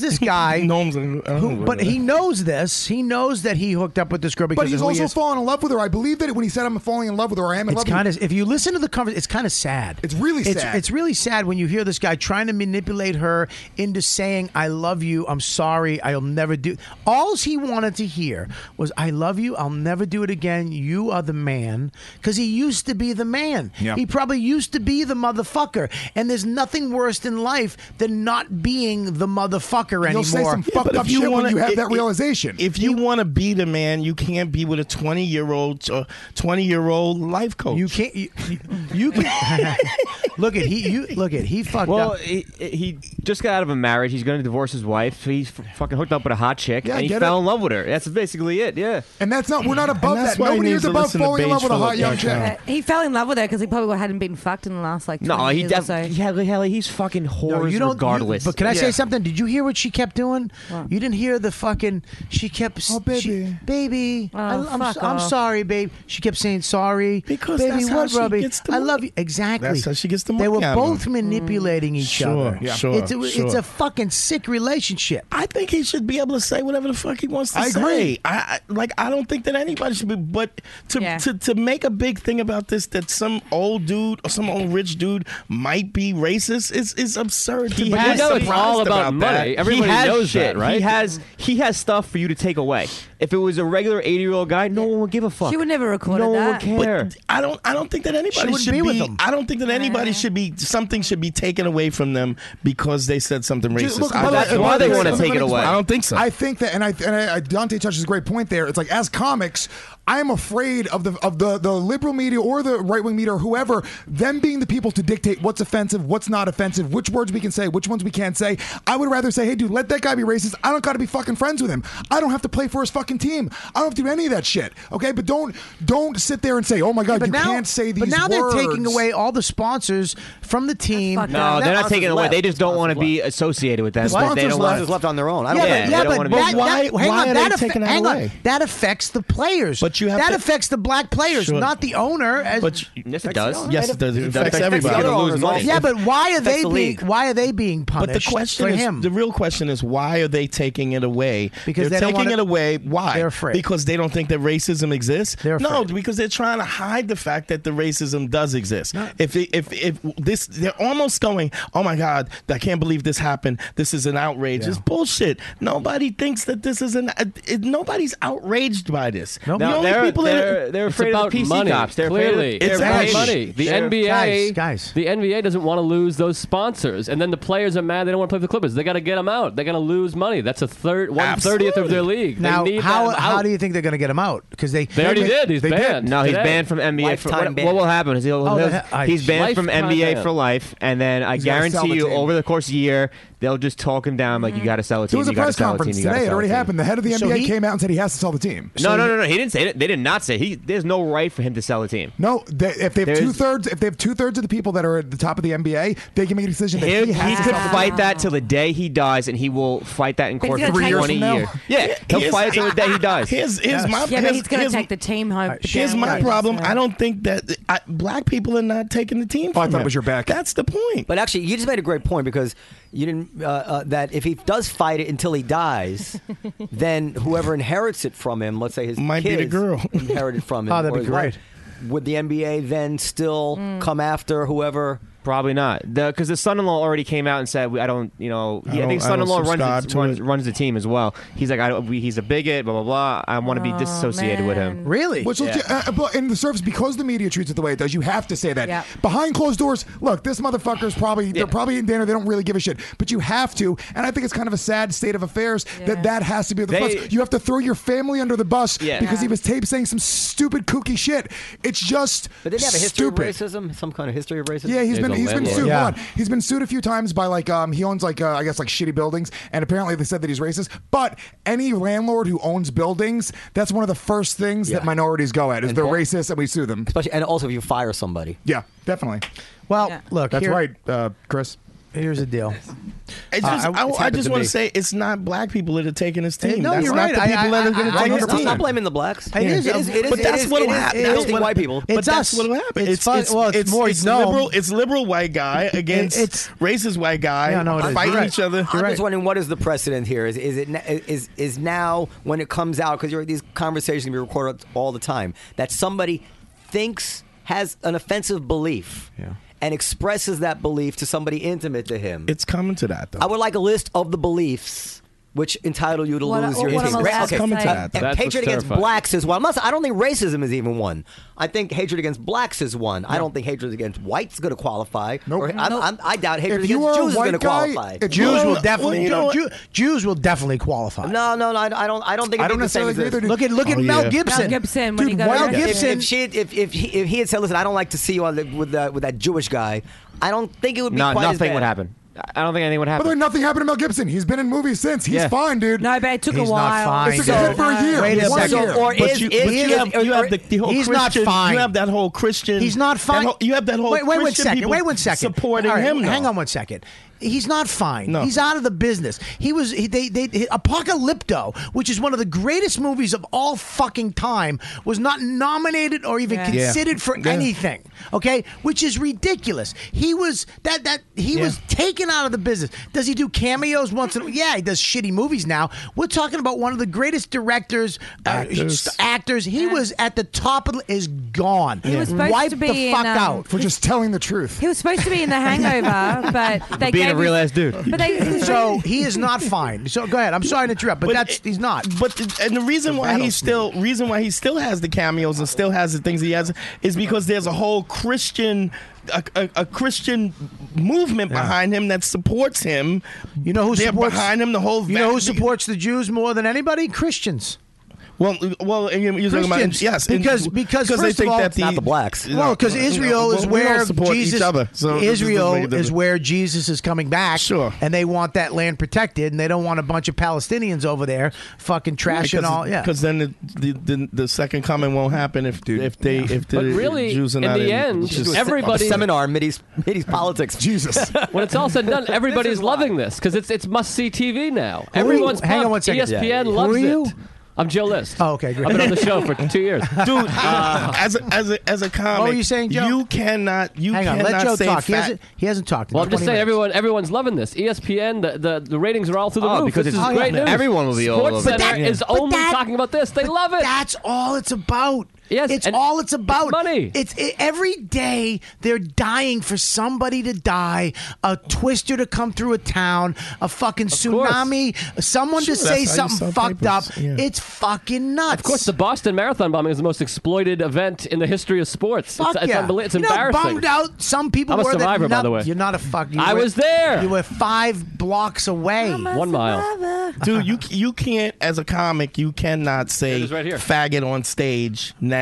K: [laughs]
F: this guy. who, but he knows this. He knows that he hooked up with this girl because
I: But he's
F: of who he
I: also
F: is.
I: falling in love with her. I believe that when he said, "I'm falling in love with her," I am in
F: It's
I: love. with
F: kind
I: her.
F: of if you listen to the cover, it's kind of sad. It's
I: really
F: it's,
I: sad.
F: It's really sad when you hear this guy trying to manipulate her into saying, "I love you. I'm sorry. I'll never do." All he wanted to hear was, "I love you. I'll never do it again. You are the man," because he used to be the man.
S: Yeah.
F: He probably used to be the motherfucker. And there's nothing worse in life than not being the motherfucker anymore.
I: You'll say some fucked
K: but
I: up
K: if you
I: shit when
K: wanna-
I: you have
K: i-
I: that
K: i-
I: realization.
K: If you want to be the man, you can't be with a twenty year old twenty year old life coach. You
F: can't. You, can. [laughs] look at he. You look at he fucked
J: Well,
F: up.
J: he, he just got out of a marriage. He's going to divorce his wife. So he's f- fucking hooked up with a hot chick,
I: Yeah, I
J: and he
I: get
J: fell
I: it.
J: in love with her. That's basically it. Yeah.
I: And that's not. We're not above
J: that's
I: that.
J: why he
I: Nobody
J: needs
I: is
J: to
I: above
J: listen to
I: falling in
J: Beige
I: love with a
J: Philip
I: hot young
J: Young
I: chick.
J: Channel.
L: He fell in love with her because he probably hadn't been fucked in the last like.
J: No,
L: 20
J: he
L: years or
J: definitely.
L: so.
J: Hell, hell, he's fucking whores regardless.
F: but can I say something? Did you hear what she kept doing? You didn't hear the fucking. She kept. Oh baby, baby. I,
S: Oh,
F: am
S: fuck
F: I'm
S: off.
F: sorry, babe. She kept saying sorry. Because baby,
S: that's how
F: what,
S: she
F: Robbie?
S: gets the
F: I love you. Exactly.
S: That's how she gets the
F: They were
S: money out of
F: both
S: him.
F: manipulating each
K: Sure,
F: other.
K: yeah. sure,
F: it's, a, it's
K: sure.
F: a fucking sick relationship.
K: I think he should be able to say whatever the fuck he wants to
F: I
K: say.
F: agree.
K: I, I like. I don't think that anybody should be. But to, to to make a big thing about this that some old dude or some old rich dude might be racist is is absurd. to
J: He
K: be
J: has
K: surprised
J: it's all about, money.
K: that.
J: Everybody
K: He has
J: knows
K: shit.
J: that, right? He has he has stuff for you to take away. If it was a regular eighty year old guy, no one would give a fuck.
L: She would never record
J: No one would
L: that.
J: care.
K: I don't. I don't think that anybody
J: wouldn't
K: should
J: be with
K: be.
J: them.
K: I don't think that anybody should be something should be taken away from them because they said something racist.
I: Just- look,
K: I-
I: but
K: that's
I: like-
K: why
I: but
K: they
I: like-
K: want to
I: let me
K: take it away.
I: explain.
K: I don't think so.
I: I think that, and I and I, Dante touches a great point there. It's like as comics, I am afraid of the of the the liberal media or the right wing media or whoever them being the people to dictate what's offensive, what's not offensive, which words we can say, which ones we can't say. I would rather say, hey, dude, let that guy be racist. I don't got to be fucking friends with him. I don't have to play for his fucking team. I don't have to do any of that shit. Okay, but don't don't sit there and say, oh my god, you can't say these.
F: But now
I: words.
F: they're taking away all the sponsors from the team.
Q: No, they're not taking it away.
O: left.
Q: They just don't want to be associated with that.
O: The
Q: They- they
O: sponsors
Q: don't
O: left.
Q: want
O: Sponsors left on their own. I
Q: Yeah,
O: don't
F: yeah, but,
Q: they
F: yeah,
Q: don't
F: but,
Q: wanna be-
F: that,
Q: But why-
F: that- hang
Q: why
F: on,
Q: are
F: that
Q: they
F: aff-
Q: taking that
F: hang on.
Q: away?
F: That affects the players.
K: But you have
F: that
K: to-
F: affects the black players,
K: Sure.
F: not the owner. As
K: But you- Yes, it does.
F: affects the
K: Yes,
F: owner.
K: it does. It It affects affects everybody. the other They're losing owners money. also.
F: Yeah, but why are
K: Affects
F: they
K: the
F: being
K: league.
F: why are they being punished?
K: But the question
F: for
K: is,
F: him?
K: the real question is, why are they taking it away?
F: Because
K: they're
F: they don't
K: taking
F: wanna-
K: it away. Why?
F: They're afraid.
K: Because they don't think that racism exists.
F: They're
K: no, because they're trying to hide the fact that the racism does exist. If it- if if this, they're almost going, oh my god, I can't believe this happened. This is an outrage. It's bullshit. Nobody thinks that this is an. uh, It, nobody's outraged by this.
G: No, they're- they're- they're afraid of the PC cops. They're afraid of- they're
K: it's
G: afraid of
K: ash.
G: money. The NBA, the NBA doesn't want to lose those sponsors, and then the players are mad. They don't want to play for the Clippers. They got to get them out. They're going to lose money. That's a third, one thirtieth of their league.
F: Now,
G: they need
F: how
G: them out.
F: how do you think they're going to get him out? Because they
G: They already did. He's
F: they
G: banned.
Q: No, he's
G: Today.
Q: banned from NBA. For, what, what will happen is he'll,
F: Oh,
Q: he'll-
F: the he- I-
Q: he's banned from
F: Lifetime
Q: NBA
F: ban.
Q: for life, and then I
F: He's gotta sell
Q: guarantee
F: the
Q: you,
F: team.
Q: over the course of the year, they'll just talk him down
L: Mm-hmm.
Q: like you got to sell a team.
I: There was a
Q: you gotta
I: press
Q: sell
I: conference
Q: team, you gotta
I: today. It
Q: sell a
I: already
Q: team.
I: happened. The head of the
Q: So
I: NBA
Q: he-
I: came out and said he has to sell the team.
Q: No, no, no, no. He didn't say it. They did not say he. There's no right for him to sell a team.
I: No, they, if they have
Q: There's-
I: two thirds, if they have two thirds of the people that are at the top of the NBA, they can make a decision. That
Q: He,
I: he has
Q: he
I: to
Q: could
I: sell the
Q: fight that till the day he dies, and he will fight that in
I: But
Q: court
I: he's
Q: for
I: gonna take-
Q: twenty
I: Three years
Q: years.
I: from now?
Q: Yeah, he'll
K: Here's-
Q: fight till the day he dies.
K: Here's, here's
R: yeah,
K: my
R: but
K: here's-
R: he's gonna
K: here's-
R: take the team home.
K: Here's my problem. I don't think that I, black people are not taking the team.
F: Oh,
K: From him. That's the point.
O: But actually, you just made a great point because you didn't uh, uh, that if he does fight it until he
K: [laughs]
O: dies, then whoever inherits it from him, let's say his
K: Might be the
O: kids
K: girl.
O: [laughs] inherited from him.
F: Ah,
Q: Oh, that'd
O: or
Q: be
O: his wife,
Q: great.
O: Would the NBA then still come after whoever?
Q: Probably not, because the, son-in-law already came out and said, "We- "I don't," you know. He, I,
O: I
Q: think
O: don't- I don't
Q: son-in-law runs
O: subscribe
Q: the,
O: to
Q: runs, runs the team as well. He's like, I, don't- we, "He's a bigot," blah blah blah. I want to be disassociated with him.
J: Oh,
F: Really?
I: Oh, Which
Q: Yeah.
I: legit, uh, but in the service because the media treats it the way it does, you have to say that.
F: Yeah.
I: Behind closed doors, look, this motherfucker's probably
F: Yeah.
I: they're probably in danger. They don't really give a shit, but you have to. And I think it's kind of a sad state of affairs that that has to be the
Q: They-
I: bus. You have to throw your family under the bus
O: Yeah.
I: because he
O: Yeah.
I: was taped saying some stupid kooky shit. It's just
O: But did they have a history
I: stupid.
O: of racism? Some kind of history of racism?
I: Yeah, he's been he's been sued.
O: Yeah.
I: Hold on. He's been sued a few times by like um he owns like uh, I guess like shitty buildings, and apparently they said that he's racist. But any landlord who owns buildings, that's one of the first things that minorities go at is they're racist, and we sue them.
O: Especially, and also if you fire somebody.
I: Yeah, definitely.
F: Well, look,
I: That's
F: here-
I: right, uh, Chris.
F: Here's the deal.
K: It's
F: Uh,
K: just,
F: I-
K: I,
F: it's
K: I
F: happened
K: just
F: to
K: want
F: me.
K: to say it's not black people that are taking his team.
F: no,
K: that's
F: you're
K: not
F: right.
K: the
F: I-
K: people that are
F: I-
K: going to
F: I-
K: take his
F: I'm
K: team.
F: not
O: blaming the blacks.
F: It is.
O: It is- it is-
K: but
O: it
K: that's
O: is-
K: what'll
O: it is-
K: happen.
O: it
K: That's
O: is
K: what-
O: white people.
K: But
F: It's
K: that's
F: us.
K: what'll happen.
F: It's fun- well, it's more
K: it's
F: known.
K: liberal. It's liberal white guy against
F: it's-
K: racist white guy fighting each other.
O: I'm just wondering what is the precedent here? Is is it is is now when it comes out because these conversations can be recorded all the time that somebody thinks has an offensive belief and expresses that belief to somebody intimate to him.
K: It's coming to that though.
O: I would like a list of the beliefs. Which entitle you to
R: What-
O: lose your
R: what I'm
O: team.
R: allowed to Coming to say. that,
O: Uh,
R: though. That's
O: hatred
R: what's
O: against
R: terrifying.
O: blacks is one. I'm not- I don't think racism is even one. I think hatred against blacks is one. I don't think hatred against whites is going to qualify. Nope. Or, I, I, I doubt hatred
I: If you
O: against
I: are a
O: Jews is going to
I: white guy,
O: qualify.
I: if
F: Jews
I: Well,
F: will definitely
I: well, you
F: you know,
I: know
F: Jew- Jews will definitely qualify.
O: No, no, no. I I don't. I don't think.
F: I
O: it'd
F: don't
O: be the same
F: necessarily
O: as
F: agree
O: this.
F: either, dude. Look at- look at Oh, Mel yeah. Gibson.
R: Mel Gibson. When
F: Dude,
R: he got
F: Mel
R: arrested.
O: If, if she, had- if if he, if he had said, "Listen, I don't like to see you on the, with that with that Jewish guy," I don't think it would be
Q: No,
O: quite as
Q: nothing
O: bad.
Q: would happen. I- I don't think anything would
I: By the way,
Q: happen.
I: nothing happened to Mel Gibson. He's been in movies since. He's
Q: Yeah.
I: fine, dude. No,
R: but it
Q: took a He's not while. fine.
I: It took a hit for a year.
F: Wait a
I: One
F: second.
I: year.
F: Or is-
K: you,
F: is-
K: but you
F: is-
K: have, you have the, the whole
F: he's not
K: Christian,
F: fine.
K: You have that whole Christian.
F: He's not
K: that
F: fine.
K: whole- you have that whole
F: Wait, wait one
K: Christian
F: second.
K: people
F: Wait one second.
K: supporting
F: All right,
K: him.
F: Hang
K: though.
F: on one second. He's not fine.
K: No.
F: He's out of the business. He was he, they they he- Apocalypto, which is one of the greatest movies of all fucking time, was not nominated or even
B: Yeah. Yeah.
F: considered for
B: Yeah.
F: anything. Okay, which is ridiculous. He was that that he
B: Yeah.
F: was taken out of the business. Does he do cameos once in? Yeah, he does shitty movies now. We're talking about one of the greatest directors,
I: Actors.
F: Uh, st- actors. He was at the top of the- is gone.
I: He was
R: supposed
F: Wiped
R: to be
F: the fuck
R: in, um,
F: out
I: for just telling the truth.
R: He was supposed to be in The
F: [laughs]
R: Hangover, but they gave him- But they
F: so he is not fine. So go ahead. I'm sorry to interrupt, but, that's he's not.
K: But and the reason
F: The
K: why he
F: rattlesnake.
K: still reason why he still has the cameos and still has the things he has is because there's a whole Christian a, a, a Christian movement behind him that supports him.
F: You know who
K: They're
F: supports-
K: behind him the whole.
R: [laughs]
F: You know who supports the Jews more than anybody? Christians.
K: Well, well, and you're talking about
F: Christians,
K: yes, and-
F: because because
K: because
F: first
K: they think
F: of all,
K: that the,
F: Well, because Israel is where Jesus. Israel is
K: where.
F: where Jesus is coming back. Sure, and they want that land protected, and they don't want a bunch of Palestinians over there fucking trashing all. Yeah,
K: because then the, the, the the second coming won't happen if if they if the
G: But really,
K: Jews are
G: in
K: not
G: the end,
K: it's
G: just everybody- A seminar,
K: Midis
G: [laughs]
K: Midis politics Jesus
G: when it's all said [laughs] and done, everybody's loving this because it's it's must see TV now.
F: Who are you?
G: Everyone's
F: Hang on
G: pumped. E
F: one second.
G: ESPN
F: Yeah. Who
G: loves
F: are you?
G: it. I'm Joe List.
F: Oh, okay, great.
G: I've been on the show for two years,
K: dude.
G: [laughs]
K: as a, as a, as a comic,
G: were you saying, Joe?
K: You cannot you
G: Hang on,
K: cannot
G: let Joe
K: say
G: talk.
K: Fat,
G: He hasn't-
F: he hasn't talked.
G: Well, I'm just saying everyone everyone's loving this. E ESPN, the, the, the ratings are all through the
J: Oh,
G: roof.
J: because
G: this is
J: it's-
G: great
J: yeah.
G: news.
J: Everyone will be all
G: Sports
J: over
G: Center
J: that.
G: is
J: But
G: only
F: that-
G: talking about this. They
F: But
G: love it.
F: That's all it's about.
G: Yes,
F: it's
G: and
F: all it's about.
G: money.
F: It's it, every day they're dying for somebody to die, a twister to come through a town, a fucking tsunami, someone
G: Sure,
F: to
G: that's how
F: say
G: you
F: something
G: sell
F: fucked
G: papers.
F: up.
G: Yeah.
F: It's fucking nuts.
G: Of course, the Boston Marathon bombing is the most exploited event in the history of sports.
F: Fuck
G: it's, it's,
F: yeah.
G: unbelievable. it's
F: you know, how
G: embarrassing.
F: bummed out. Some people
G: I'm a
F: were that
G: survivor, by
F: nub-
G: the way.
F: You're not a fuck. you
G: I
F: were-
G: was there.
F: You were five blocks away.
G: One mile.
K: dude. You you can't as a comic you cannot say faggot on stage now.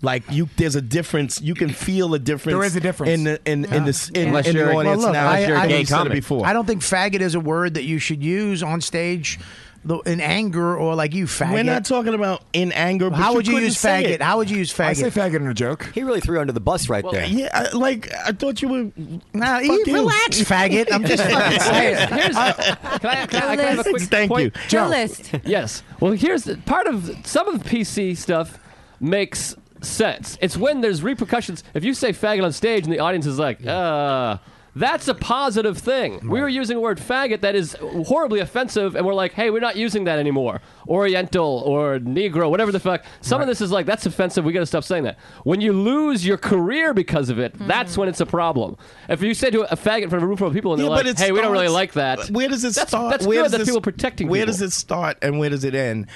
K: Like you, there's a difference. You can feel a difference.
T: There is a difference.
K: in the in in, the, in,
J: Unless
K: in the
J: you're-
K: audience
J: well, look,
K: now.
J: I- I-
K: You've
J: gay
K: said it
J: comic.
K: before.
F: I don't think faggot is a word that you should use on stage the- in anger or like you faggot.
K: We're not talking about in anger. but
F: How would you
K: couldn't
F: use
K: say
F: faggot?
K: it.
F: How would you use faggot?
I: faggot in a joke.
O: He really threw you under the bus right there.
K: Yeah, I, like I thought you were.
F: Nah,
K: fuck
F: you-
K: you.
F: relax, faggot.
G: [laughs]
F: I'm just fucking saying.
G: Here's, can I, can I, can I have a quick
K: Thank
G: point?
K: you.
G: [laughs] Yes. Well, here's the, part of some of the PC stuff makes sense. It's when there's repercussions. If you say faggot on stage and the audience is like, uh, that's a positive thing. We were using the word faggot that is horribly offensive, and we're like, hey, we're not using that anymore. Oriental or Negro, whatever the fuck. Some of this is like, that's offensive. We got to stop saying that. When you lose your career because of
K: Mm-hmm.
G: it, that's when it's a problem. If you say to a faggot in front of a room full of people and
K: Yeah,
G: they're
K: but
G: like,
K: it
G: hey, we don't really
K: starts-
G: like that.
K: [laughs] Where does it
G: that's,
K: start?
G: That's
K: where
G: good
K: does
G: that
K: this-
G: people protecting
K: Where
G: people.
K: does it start and where does it end?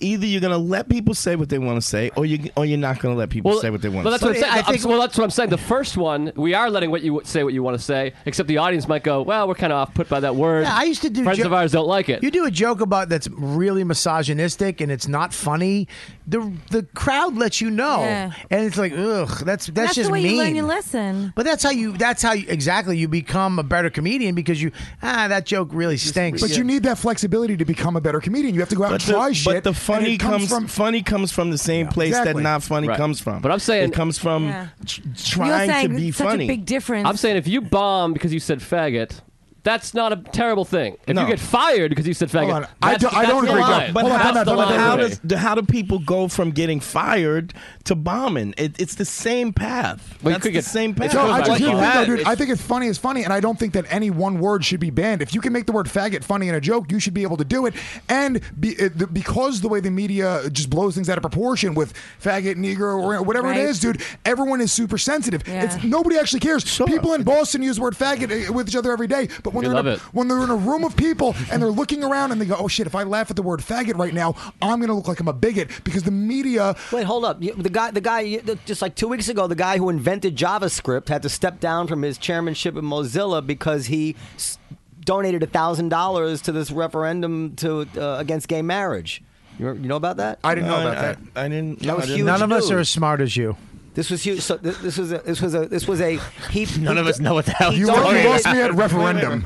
K: Either you're gonna let people say what they want to say, or you or you're not gonna let people say what they want
G: Well,
K: to
G: that's
K: say.
G: what I'm saying. I'm- well, that's what I'm saying. The first one, we are letting what you say what you want to say, except the audience might go, "Well, we're kind of off put by that word."
F: Yeah, I used to do
G: Friends
F: jo-
G: of ours don't like it.
F: You do a joke about that's really misogynistic and it's not funny. The the crowd lets you know,
L: Yeah.
F: and it's like, ugh, that's that's,
L: That's
F: just
L: the way you learn
F: mean.
L: your lesson.
F: But that's how you. That's how you, exactly you become a better comedian because you ah that joke really stinks.
I: But you need that flexibility to become a better comedian. You have to go out
K: But
I: and
K: the,
I: try
K: but
I: shit.
K: the
I: and it
K: funny comes,
I: from
K: funny comes from the same place
I: exactly.
K: that not funny
G: Right.
K: comes from.
G: But I'm saying-
K: it comes from
G: Yeah.
K: tr- trying to be funny.
G: I'm saying if you bomb because you said faggot, that's not a terrible thing. If
K: No.
G: you get fired because you said faggot,
K: Hold on.
G: that's- that's the line.
K: But
G: That's
K: how,
G: the
K: but
G: line
K: how
G: for me.
K: does the- how do people go from getting fired to bombing? It, it's the same path.
G: Well, you
K: That's
G: could
K: the
G: get-
K: same path.
I: No, I, just here's the thing, though, dude. I think it's funny is funny, and I don't think that any one word should be banned. If you can make the word faggot funny in a joke, you should be able to do it. And be, uh, the, because the way the media just blows things out of proportion with faggot, negro, or whatever
T: Right.
I: it is, dude, everyone is super sensitive. It's nobody actually cares. People in Boston use the word faggot uh, with each other every day, but when
G: We
I: they're in
G: love
I: a,
G: it.
I: when they're in a room of people and they're looking around and they go, "Oh shit, if I laugh at the word faggot right now, I'm gonna look like I'm a bigot," because the media.
O: Wait, hold up. You- The guy, the guy, you- the- just like two weeks ago, the guy who invented JavaScript had to step down from his chairmanship at Mozilla because he s- donated thousand dollars to this referendum to uh, against gay marriage. You, you know about that? Uh,
K: I, I didn't.
O: That
K: no,
O: was
K: I didn't.
O: huge
F: None of us
O: dude.
F: are as smart as you.
O: This was huge. So this, this was a, this was a this was a he.
F: [laughs] None
O: he-
F: of us know what the hell
O: he
F: you are.
O: donated-
F: You lost me at referendum.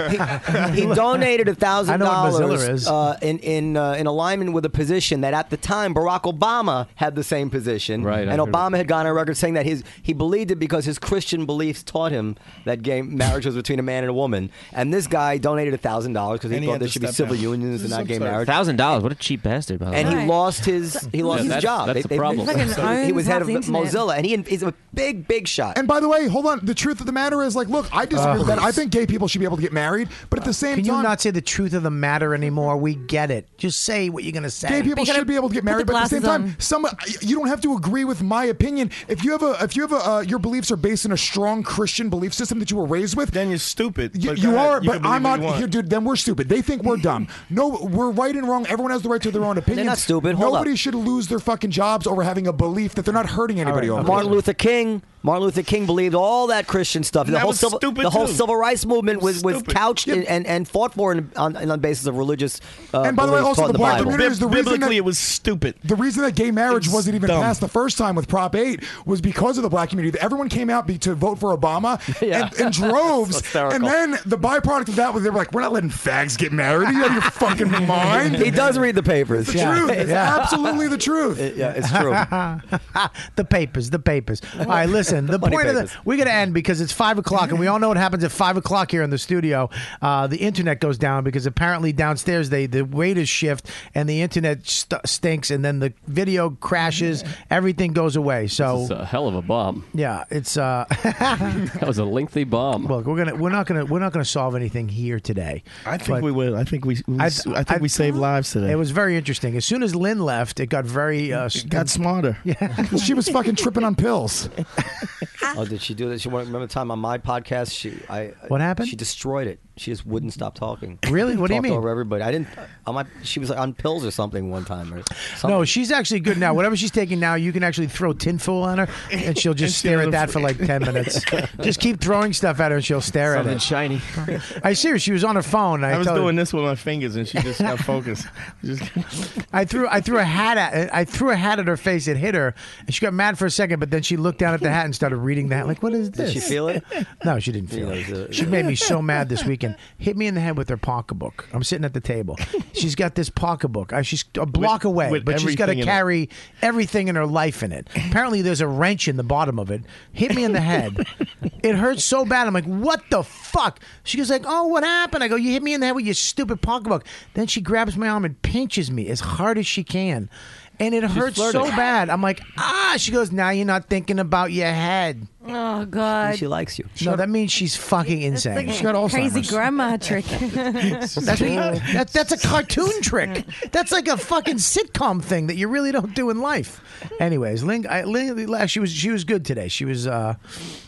O: [laughs]
F: [laughs]
O: He, he donated a
F: I
O: thousand
F: know what Mozilla
O: dollars
F: is.
O: in in uh, in alignment with a position that at the time Barack Obama had the same position, right?
G: I
O: And
G: heard
O: Obama had gone on record saying that his he believed it because his Christian beliefs taught him that gay marriage was between a man and a woman. And this guy donated a thousand dollars because he
J: And he
O: thought
J: had
O: there
J: to
O: should be
J: step
O: civil
J: down.
O: unions and not gay marriage.
J: Thousand dollars. What a cheap bastard. By the
O: And
J: way.
O: he lost his he lost
J: Yeah,
O: his
J: that's-
O: job.
J: that's the problem. He fucking
O: so he was
I: owns
O: head of
I: half the internet.
O: Mozilla, and he, he's a big big shot. Oh.
I: And by the way, hold on. The truth of the matter is, like, look, I disagree with that.
F: Ugh.
I: I think gay people should be able to get married, but at the same
F: Can you
I: time,
F: not say the truth of the matter anymore? We get it. Just say what you're gonna say.
I: gay people should be able to get married. But at the same time, some you don't have to agree with my opinion. If you have a, if you have a, uh, your beliefs are based in a strong Christian belief system that you were raised with,
K: then you're stupid.
I: You,
K: but go ahead.
I: are,
K: You can
I: but
K: believe
I: I'm
K: what you
I: not
K: want.
I: here, dude. Then we're stupid. They think we're dumb. No, we're right and wrong. Everyone has the right to their own opinion.
O: not stupid. Hold up.
I: Nobody should lose their fucking jobs over having a belief that they're not hurting anybody over.
O: Martin
I: it.
O: Luther King Martin Luther King believed all that Christian stuff.
D: And
O: The
D: that
O: whole
D: was
O: civil,
D: stupid,
O: the whole
D: too.
O: civil rights movement was, was
D: Stupid.
O: couched in, and and fought for in, on, on the basis of religious. Uh,
I: and by the way,
O: beliefs
I: also
O: taught
I: the
O: in
I: black
O: Bible.
I: community is the reason that,
K: it was stupid.
I: The reason that gay marriage wasn't even
O: dumb.
I: passed the first time with Prop Eight was because of the black community. Everyone came out be, to vote for
O: [laughs]
I: Obama
N: Yeah.
I: and, in droves,
N: It's hysterical.
I: and then the byproduct of that was they were like, "We're not letting fags get married. Are you out of your fucking
K: [laughs]
I: [laughs] mind?"
O: He does read the papers.
I: It's the truth. It's absolutely the truth.
O: Yeah, it's
I: [laughs]
F: [laughs] the papers,
O: [laughs]
F: the papers. All right, listen. The
O: Money
F: point of
O: papers.
F: the we got to end because it's five o'clock, and we all know what happens at five o'clock here in the studio. Uh, the internet goes down because apparently downstairs they the waiters shift, and the internet st- stinks, and then the video crashes. Everything goes away. So
G: It's a hell of a bomb.
F: yeah, it's uh
G: uh, [laughs] That was a lengthy bomb.
F: Look, we're gonna we're not gonna we're not gonna solve anything here today.
K: I think we will. I think we. we I, think we saved lives today.
F: It was very interesting. As soon as Lynn left, it got very uh,
K: got smarter.
F: [laughs] Yeah,
I: [laughs] she was fucking tripping on pills.
O: [laughs] Oh, did she do that? She remember the time on my podcast. She, I,
F: What happened?
O: She destroyed it. She just wouldn't stop talking.
F: Really? What do you
O: Talked
F: mean?
O: Over everybody. I didn't. On my, she was like on pills or something one time. Or [laughs] something.
F: No, she's actually good now. Whatever she's taking now, you can actually throw tinfoil on her, and
I: [laughs]
F: she'll just stare at that for like ten minutes. just keep throwing stuff at her, and she'll stare at it.
K: shiny.
F: I see her. She was on her phone. I,
K: I was
F: told her-
K: doing this with my fingers, and she just got
F: [laughs]
K: focused. Just-
F: I threw I threw a hat at I threw a hat at her face. It hit her, and she got mad for a second. But then she looked down at the hat and started reading the hat. Like, what is
O: Did
F: this?
O: she feel it?
F: [laughs] No, she didn't feel
O: Yeah,
F: it.
O: it was a-
F: she made me so mad this weekend. Hit me in the head with her pocketbook. I'm sitting at the table. She's got this pocketbook. Uh, she's a block away,
K: with
F: but she's got
K: everything
F: to
K: in it.
F: carry everything in her life in it. Apparently, there's a wrench in the bottom of it. Hit me in
O: [laughs]
F: the head. it hurts so bad. I'm like, what the fuck? She goes like, oh, what happened? I go, you hit me in the head with your stupid pocketbook. Then she grabs my arm and pinches me as hard as she can. And it hurts so
O: flirting.
F: bad. I'm like, ah. She goes, now you're not thinking about your head.
E: Oh God.
O: She likes you.
F: No, that means she's fucking insane.
E: like She's got a crazy Alzheimer's. grandma trick.
F: that's, what you- that- that's a cartoon trick. That's like a fucking sitcom thing that you really don't do in life. Anyways, Ling, I, Ling she was she was good today. She was uh,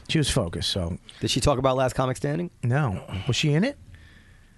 F: she was focused. So
O: Did she talk about Last Comic Standing?
F: no, was she in it?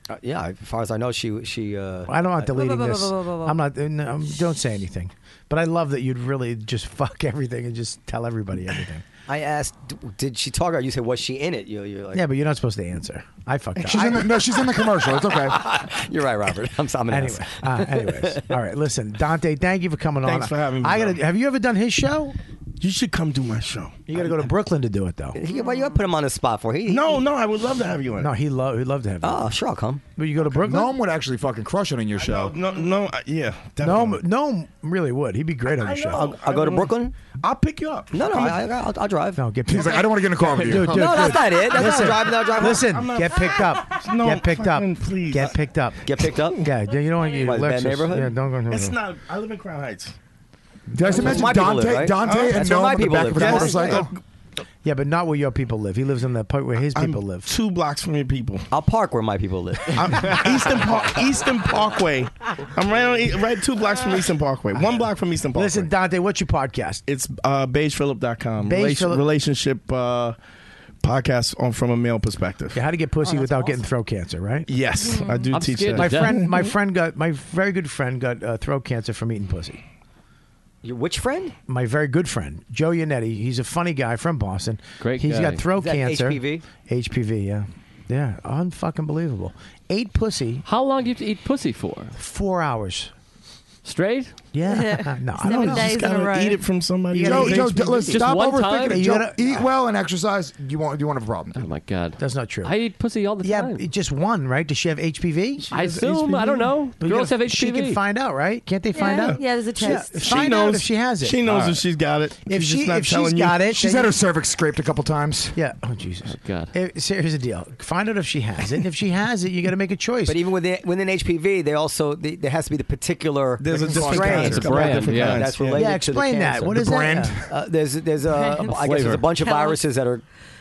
O: Uh, yeah, as far as I know, she she. Uh,
F: I don't want deleting
O: I-
F: this. I'm not. No, don't say anything. But I love that you'd really just [laughs] fuck everything and just tell everybody everything.
O: I asked, d- did she talk about? You said, was she in it? You, you're like,
F: Yeah, but you're not supposed to answer. I fucked up.
O: She's in the-
I: no, she's in the commercial. It's okay.
O: [laughs] You're right, Robert. I'm, I'm an
F: Anyway,
O: ass.
F: uh,
O: [laughs]
F: anyways, all right. Listen, Dante, thank you for coming on.
K: Thanks for having me,
F: I gotta.
K: bro.
F: Have you ever done his show?
K: You should come do my show.
F: You gotta go to Brooklyn to do it though.
O: He, why you put him on the spot for? He,
K: no, no, I would love to have you on.
F: No, he loved. He'd love to have. you.
O: Oh, sure, I'll come.
F: But you go to Brooklyn.
I: Gnome would actually fucking crush it on your show.
K: No, no, I- yeah,
F: Gnome, Gnome really would. He'd be great on the show.
O: I'll, I'll go to Brooklyn.
K: I'll pick you up.
O: No, no,
F: Come
O: I, I, I'll, I'll drive.
F: No, get.
I: He's like, I don't want to get in a car with you.
F: Dude, dude,
O: No, that's not
F: dude.
O: it. That's not
F: listen,
O: driving, not driving.
F: Listen,
O: I'm
K: not-
F: get picked up.
K: [laughs] No,
F: get picked up.
K: fucking please.
F: Get picked up.
O: Get picked up.
F: Yeah, you don't want you.
O: What, bad
F: Lexus.
O: neighborhood?
F: Yeah, don't go. No,
K: It's
F: no.
K: not. I live in Crown Heights.
I: Did I just
O: That's
I: imagine
O: where my people
I: Dante,
O: live, right?
I: Dante,
O: That's
I: and
O: where
I: Gnome
O: my
I: on the
O: people
I: back
O: live.
I: of his
O: Yes.
I: motorcycle?
F: Yeah, but not where your people live. He lives in the part where his people live.
K: Two blocks from your people.
O: I'll park where my people live. [laughs]
K: I'm Eastern Park, Eastern Parkway. I'm right on, E- right two blocks from Eastern Parkway. One block from Eastern Parkway.
F: Listen, Dante, what's your podcast?
K: It's uh, BeigePhilip.com.
F: Beige
K: Relation-
F: Phillip-
K: relationship uh, podcast on from a male perspective.
F: Yeah, how to get pussy without getting throat cancer, right?
K: Yes, I
O: Mm.
K: do
G: Oh, I'm
K: teach
G: scared
K: that.
F: My friend,
O: Mm-hmm.
F: my friend got my very good friend got uh, throat cancer from eating pussy.
O: Your which friend?
F: My very good friend Joe Yannetti, he's a funny guy from Boston.
G: Great
F: He's
G: guy.
F: got throat
O: Is that
F: cancer.
O: HPV?
F: HPV, yeah, yeah, unfucking believable. Ate pussy
G: How long do you have to eat pussy for?
F: four hours.
G: Straight?
O: [laughs]
F: Yeah, no, I
K: You
F: don't
K: just
F: know.
K: gotta eat it from somebody.
F: You
I: Joe,
K: else.
I: Joe, d- listen,
G: Just
I: stop
G: one
I: overthinking
G: time?
I: it.
F: You
I: Joe,
F: gotta-
I: eat well and exercise. You won't. You won't have a problem.
G: Oh my god.
F: That's not true.
G: I eat pussy all the
F: yeah,
G: time.
F: it just one, right? Does she have HPV?
G: I assume. I don't know.
F: But you
G: Girls
F: gotta-
G: have
F: She
G: HPV.
F: can find out, right? Can't they find
E: Yeah.
F: out?
E: Yeah, there's a
F: She-
E: test.
K: She
F: find out
K: knows-
F: if she has it.
K: She knows
F: All
K: if
F: right.
K: she's got it.
F: If
K: she's
F: she
K: just not
F: if
K: telling
F: she's
K: you.
F: got it,
I: She's
F: then
I: had her
F: you-
I: cervix scraped a couple times.
F: Yeah. Oh Jesus.
G: God.
F: Eh, so Here's the deal. Find out if she has it. If she has it, you got to make a choice.
O: But even within within HPV, they also they, there has to be the particular
K: There's a different
O: strain.
K: kinds. It's a brand,
O: Different
K: yeah.
O: kinds.
K: Yeah.
O: That's related.
F: yeah,
O: to
F: explain
O: the
F: that.
O: cancer.
F: What is
I: brand.
F: that?
O: Uh, there's there's a
E: Brand.
O: I guess there's
G: Flavor.
O: a bunch of viruses that are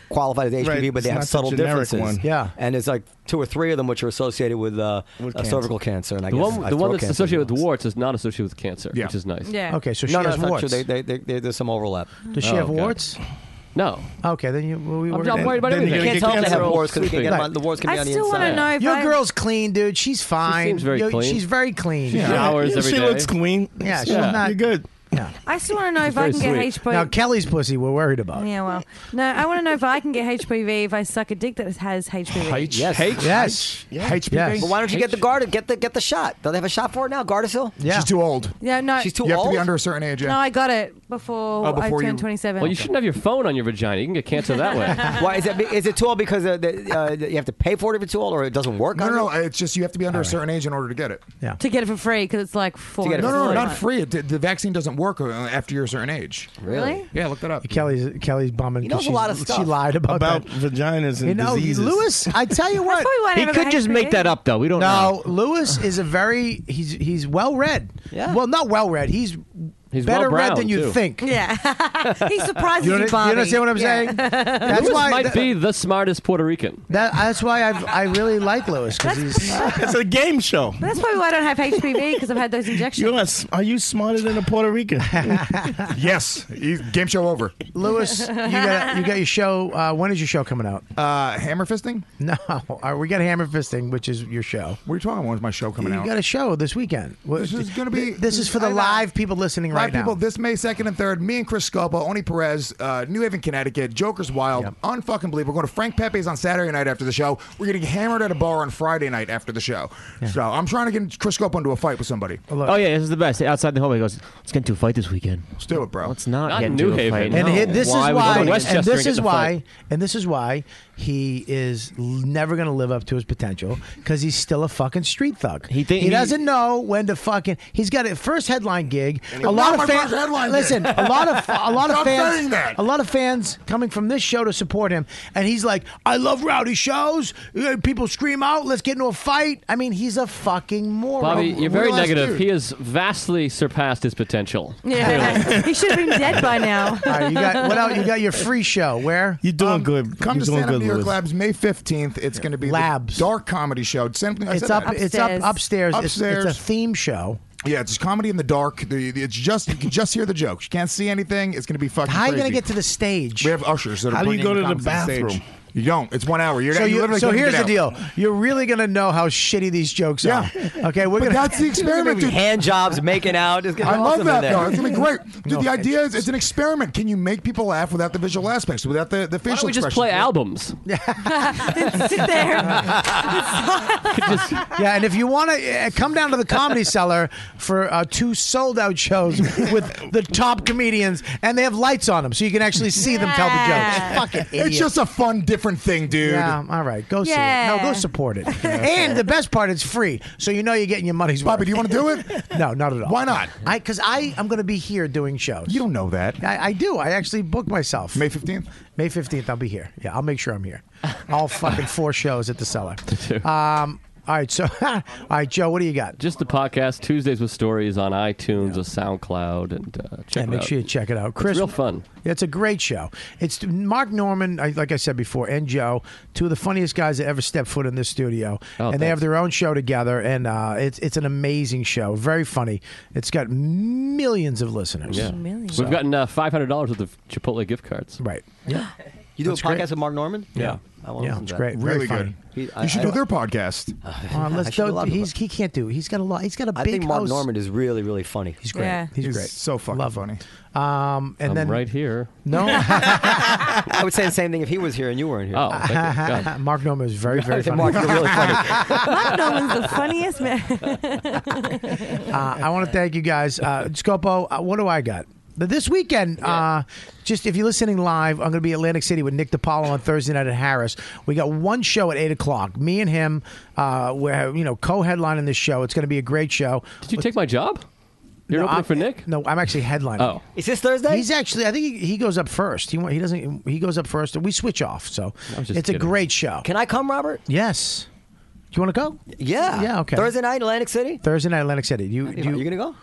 O: qualified as HPV, but
K: Right,
O: they
K: it's
O: have
K: not the
O: subtle
K: generic
O: differences.
K: one.
F: Yeah.
O: and there's like two or three of them which are associated with, uh,
K: With
O: uh,
K: cancer.
O: cervical cancer. And I
G: The
O: guess
G: one,
O: I
G: the one
O: throw
G: that's
O: cancer
G: associated
O: in
G: with warts is not associated with cancer,
I: Yeah.
G: which is nice.
E: Yeah.
F: Okay, so she
O: No, no,
F: has
O: that's not true.
F: warts.
O: They, they, they, they, there's some overlap.
F: Does she
G: Oh,
F: have
G: okay.
F: warts?
G: No,
F: Okay, then you. Well, we
G: I'm
F: worry
G: not
F: about
G: worried about
K: Then you're
G: anything.
K: gonna
O: Can't
K: get
O: tell if they have
K: cancer.
O: warts because
G: Sleeping.
O: the warts can be
E: I
O: on the
E: still want to
O: inside.
E: know
F: it.
E: if
F: Your
E: I,
F: girl's clean, dude. She's fine.
G: seems very
F: Yo,
G: clean.
F: She's very clean.
G: She
F: Yeah.
G: showers
K: Yeah,
G: every
K: she
G: day.
K: looks clean.
F: Yeah, she's
G: Yeah.
F: not.
K: You're good.
L: I still want to know
F: It's
L: if I
F: very
L: can get
F: sweet.
L: HPV.
F: Now Kelly's pussy, we're worried about.
L: yeah, well, no, I want to know if I can get HPV if I suck a dick that has HPV.
O: yes.
F: Yes. HPV. Yes.
O: But why don't you get the
F: H-
O: guard? Get the get the shot. Don't they have a shot for it now? Gardasil.
F: Yeah.
O: She's
I: too old.
L: Yeah, no.
O: She's too
I: You have
O: old.
I: to be under a certain age.
L: No, I got it before,
O: Oh, before
L: I
O: you-
L: turned 27.
G: Well, you shouldn't have your phone on your vagina. You can get cancer that way.
O: [laughs] Why is that? be- Is it too old because uh, the, uh, you have to pay for it if it's too old, or it doesn't work?
I: No,
O: on
I: no,
O: you?
I: no. It's just you have to be under a certain age in order to get it.
F: Yeah.
L: To get it for free because it's like four.
I: No, no, no, not free. It, the vaccine doesn't work uh, after you're a certain age.
L: Really?
I: Yeah, look that up.
F: Kelly's Kelly's bumming.
I: He knows
F: 'cause
I: a lot
F: she's-
I: of stuff.
F: She lied about
K: about
F: that.
K: vaginas and
F: You know,
K: diseases.
F: Lewis. I tell you what,
L: why [laughs] I He never could got just make HPV. that
G: up, though. We don't
F: No, Lewis is a very he's he's well read. Yeah. Well, not well read. He's
G: He's
F: better read
G: well-browned,
F: than you
G: too.
F: think.
L: Yeah. [laughs] he surprises
F: You
L: you,
F: don't- you
L: Bobby.
F: understand what I'm
L: [laughs] Yeah.
G: [laughs]
F: saying? That's
G: Lewis
F: why
G: might
F: that-
G: be the smartest Puerto Rican. [laughs]
F: That, that's why I've, I really like Lewis because he's.
K: It's a game show.
L: But that's probably why I don't have HPV because I've had those [laughs]
K: [laughs]
L: injections.
K: You're a s are you smarter than a Puerto Rican?
I: yes.
F: [laughs]
I: Game show over.
F: Lewis, you got you got your show. Uh, when is your show coming out?
I: Uh, hammer fisting?
F: No, Uh, we got hammer fisting, which is your show.
I: What are you talking about? When's my show coming
F: you
I: out?
F: got a show this weekend. What-
I: This is going to be.
F: This is for the
I: I know.
F: live people listening right
I: Live people
F: now.
I: this May second and third. Me and Chris Scopa, Oni Perez, uh, New Haven, Connecticut. Joker's Wild, unfucking believable. We're going to Frank Pepe's on Saturday night after the show. We're getting hammered at a bar on Friday night after the show. So I'm trying to get Chris Scopa into a fight with somebody.
Q: Oh yeah, this is the best. Outside the hallway, he goes, "Let's get into a fight this weekend."
I: Let's do it, bro.
Q: Let's not,
G: Not
Q: get
G: in
Q: into
G: New
Q: a
G: Haven.
Q: fight.
F: And
Q: No.
F: he- this is
Q: would
F: why,
Q: we go to
F: and
Q: Westchester
F: this
Q: get
F: is
Q: in a fight?
F: why, and this is why he is l- never going to live up to his potential because he's still a fucking street thug. He,
Q: think- he-
F: doesn't know when to fucking. He's got a first headline gig.
I: And he-
F: A lot
I: Not
F: of
I: my
F: fans.
I: first headline gig.
F: Listen, a lot of a lot of
I: Stop
F: fans.
I: saying that.
F: A lot of fans coming from this show to support him, and he's like, "I love rowdy shows. Uh, People scream out. Let's get into a fight." I mean, he's a fucking moron.
G: Bobby, you're very
F: Real ass
G: negative.
F: dude.
G: He has vastly surpassed his potential.
L: Yeah. he should have been dead by now.
F: All right, you got what else? You got your free show. Where
K: you're doing good.
I: Um, Come
K: you're
I: to
K: doing
I: Stand Up
K: good,
I: New York
K: Lewis.
I: Labs May 15th. It's going to be Labs Dark Comedy Show. Same thing. I
F: It's
I: said
F: up.
I: that.
F: It's up upstairs. It's-
I: Upstairs.
F: it's a theme show.
I: Yeah, it's just comedy in the dark. The, the- it's just you can just hear the jokes. You can't see anything. It's going to be fucking.
F: How are you
I: going
F: gonna get to the stage?
I: We have ushers. That are
F: How do you
I: bringing
F: go to the
I: comics on stage.
F: bathroom?
I: You don't. It's one hour. You're
F: so
I: you
F: you-
I: literally
F: so
I: can't
F: here's
I: get
F: the
I: out.
F: deal. You're really gonna know how shitty these jokes are. Okay, we're
I: But
F: gonna. [laughs]
I: that's the experiment, dude.
O: Hand jobs, making out. It's gonna
I: I
O: be
I: love
O: awesome in
I: that
O: there.
I: though. It's gonna be
F: [laughs]
I: great, dude. the idea is it's an experiment. Can you make people laugh without the visual aspects, without the the
G: Why
I: facial
G: don't we just
I: expressions?
G: play albums?
L: Sit there.
F: yeah, and if you want to uh, come down to the
I: [laughs]
F: Comedy Cellar for uh, two sold out shows with the top comedians, and they have lights on them, so you can actually see them tell
L: Yeah.
F: the jokes. Fucking idiot.
I: It's just a fun, different thing, dude.
F: Yeah, all right. Go see it. No,
L: Yeah.
F: go support it.
O: [laughs]
F: and the best part, it's free, so you know you're getting your money's worth.
I: Bobby, do you want to do it?
F: No, not at all.
I: Why not?
F: I because I am going to be here doing shows.
I: You don't know that.
F: I, I do. I actually booked myself.
I: May fifteenth.
F: May fifteenth, I'll be here. Yeah, I'll make sure I'm here. All fucking four shows at
G: [laughs]
F: the cellar. Um, all right, so [laughs] [laughs] all right, Joe, what do you got?
G: Just the podcast Tuesdays with Stories on iTunes or SoundCloud, and uh, check
F: Yeah,
G: it
F: make
G: out.
F: sure you check it out. Chris,
G: it's real fun.
F: Yeah, It's a great show. It's Mark Norman, I- like I said before, and Joe, two of the funniest guys that ever stepped foot in this studio,
G: Oh,
F: and they have
G: thanks.
F: their own show together, and uh, it's it's an amazing show. Very funny. It's got millions of listeners.
G: Yeah.
F: millions.
G: We've gotten uh, five hundred dollars worth of Chipotle gift cards.
F: Right. Yeah.
O: You do
F: That's
O: a podcast
F: great.
O: with Mark Norman?
G: Yeah.
O: I want
F: Yeah,
O: to listen
F: it's
O: to that.
F: great. Very
I: Really
F: funny.
I: good.
O: He- I-
I: you should
O: I-
I: do their
F: [laughs]
I: podcast.
F: Uh,
O: I
F: let's
O: should
F: do
O: love him,
F: he's he can't do. He's got a lot. He's got a
O: I
F: big
O: think Mark
F: house.
O: Norman is really, really funny.
F: He's great.
L: Yeah.
F: He's,
I: He's
F: great.
I: so fucking
F: Love him.
I: funny.
F: Um, and
G: I'm
F: then
G: right here.
F: no,
O: [laughs] I would say the same thing if he was here and you weren't here.
G: Oh, thank you. God.
O: [laughs]
F: Mark Norman is very very funny.
O: Mark, you're really funny.
L: Mark Norman's the funniest man. [laughs]
F: uh, I want to thank you guys. Uh, Scopo, uh, what do I got? But This weekend, uh, just if you're listening live, I'm going to be in Atlantic City with Nick DiPaolo on Thursday night at Harris. We got one show at eight o'clock. Me and him, uh, we're you know co-headlining this show. It's going to be a great show.
G: Did you take my job? You're
F: No,
G: opening
F: I'm-
G: for Nick.
F: No, I'm actually headlining.
G: Oh.
O: Is this Thursday?
F: He's actually. I think he, he goes up first. He wa- he doesn't. He goes up first, and we switch off. So
G: was
F: it's
G: just
F: a
G: kidding.
F: great show.
O: Can I come, Robert?
F: yes. Do you want to go?
O: Yeah.
F: Yeah. Okay.
O: Thursday night, Atlantic City.
F: Thursday night, Atlantic City. You.
O: You,
F: you
O: you gonna go?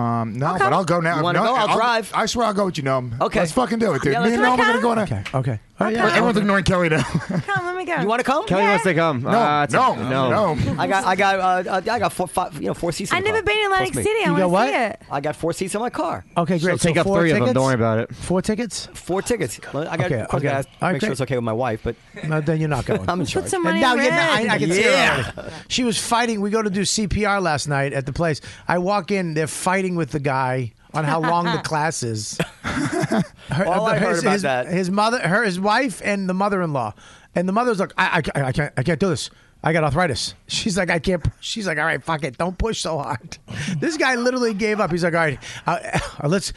I: Um, no, but I'll go now.
O: You [laughs] wanna
I: No,
O: go? I'll drive.
I: I swear I'll go with you, Noam.
O: Okay.
I: Let's fucking do it, dude.
O: Yeah,
I: Me
O: let's
I: and
O: go.
I: Noam are going to go on a.
F: okay. Okay. Oh, yeah.
I: But Everyone's ignoring Kelly now.
L: Come, let me go.
O: You want to come?
J: Kelly wants to come.
I: No,
O: Ah,
J: Uh, it's-
I: no,
J: no.
I: no,
O: I got, I got, uh, uh, I got four, five, you know, four seats. in
L: I've
O: the
L: never
O: car.
L: been in Atlantic
O: Trust me.
L: City. I
F: You
L: want
F: got
L: to
F: what?
L: see it.
O: I got four seats in my car.
F: Okay. Great.
J: She'll take
F: so
J: up
F: four
J: three of
F: tickets?
J: them. Don't worry about it.
F: Four tickets?
O: Four tickets. Let me- I got
F: Okay,
O: of course,
F: okay.
O: I gotta
F: All right,
O: make
F: great.
O: sure it's okay with my wife, but
F: [laughs] No, then you're not
O: [laughs]
F: going.
O: I'm in charge.
L: some money
F: And now
L: on
F: you're not,
L: red.
F: I, I can see
O: Yeah.
F: her already. She was fighting. We go to do CPR last night at the place. I walk in. They're fighting with the guy on how
O: [laughs]
F: long the class is. Her-
O: All I heard
F: his,
O: about
F: his-
O: that-
F: his mother, her, his wife, and the mother-in-law, and the mother's like, I, I, I can't, I can't do this. I got arthritis. [laughs] She's like, I can't. She's like, all right, fuck it, don't push so hard. [laughs] This guy literally gave up. He's like, all right, uh, [laughs] uh, let's,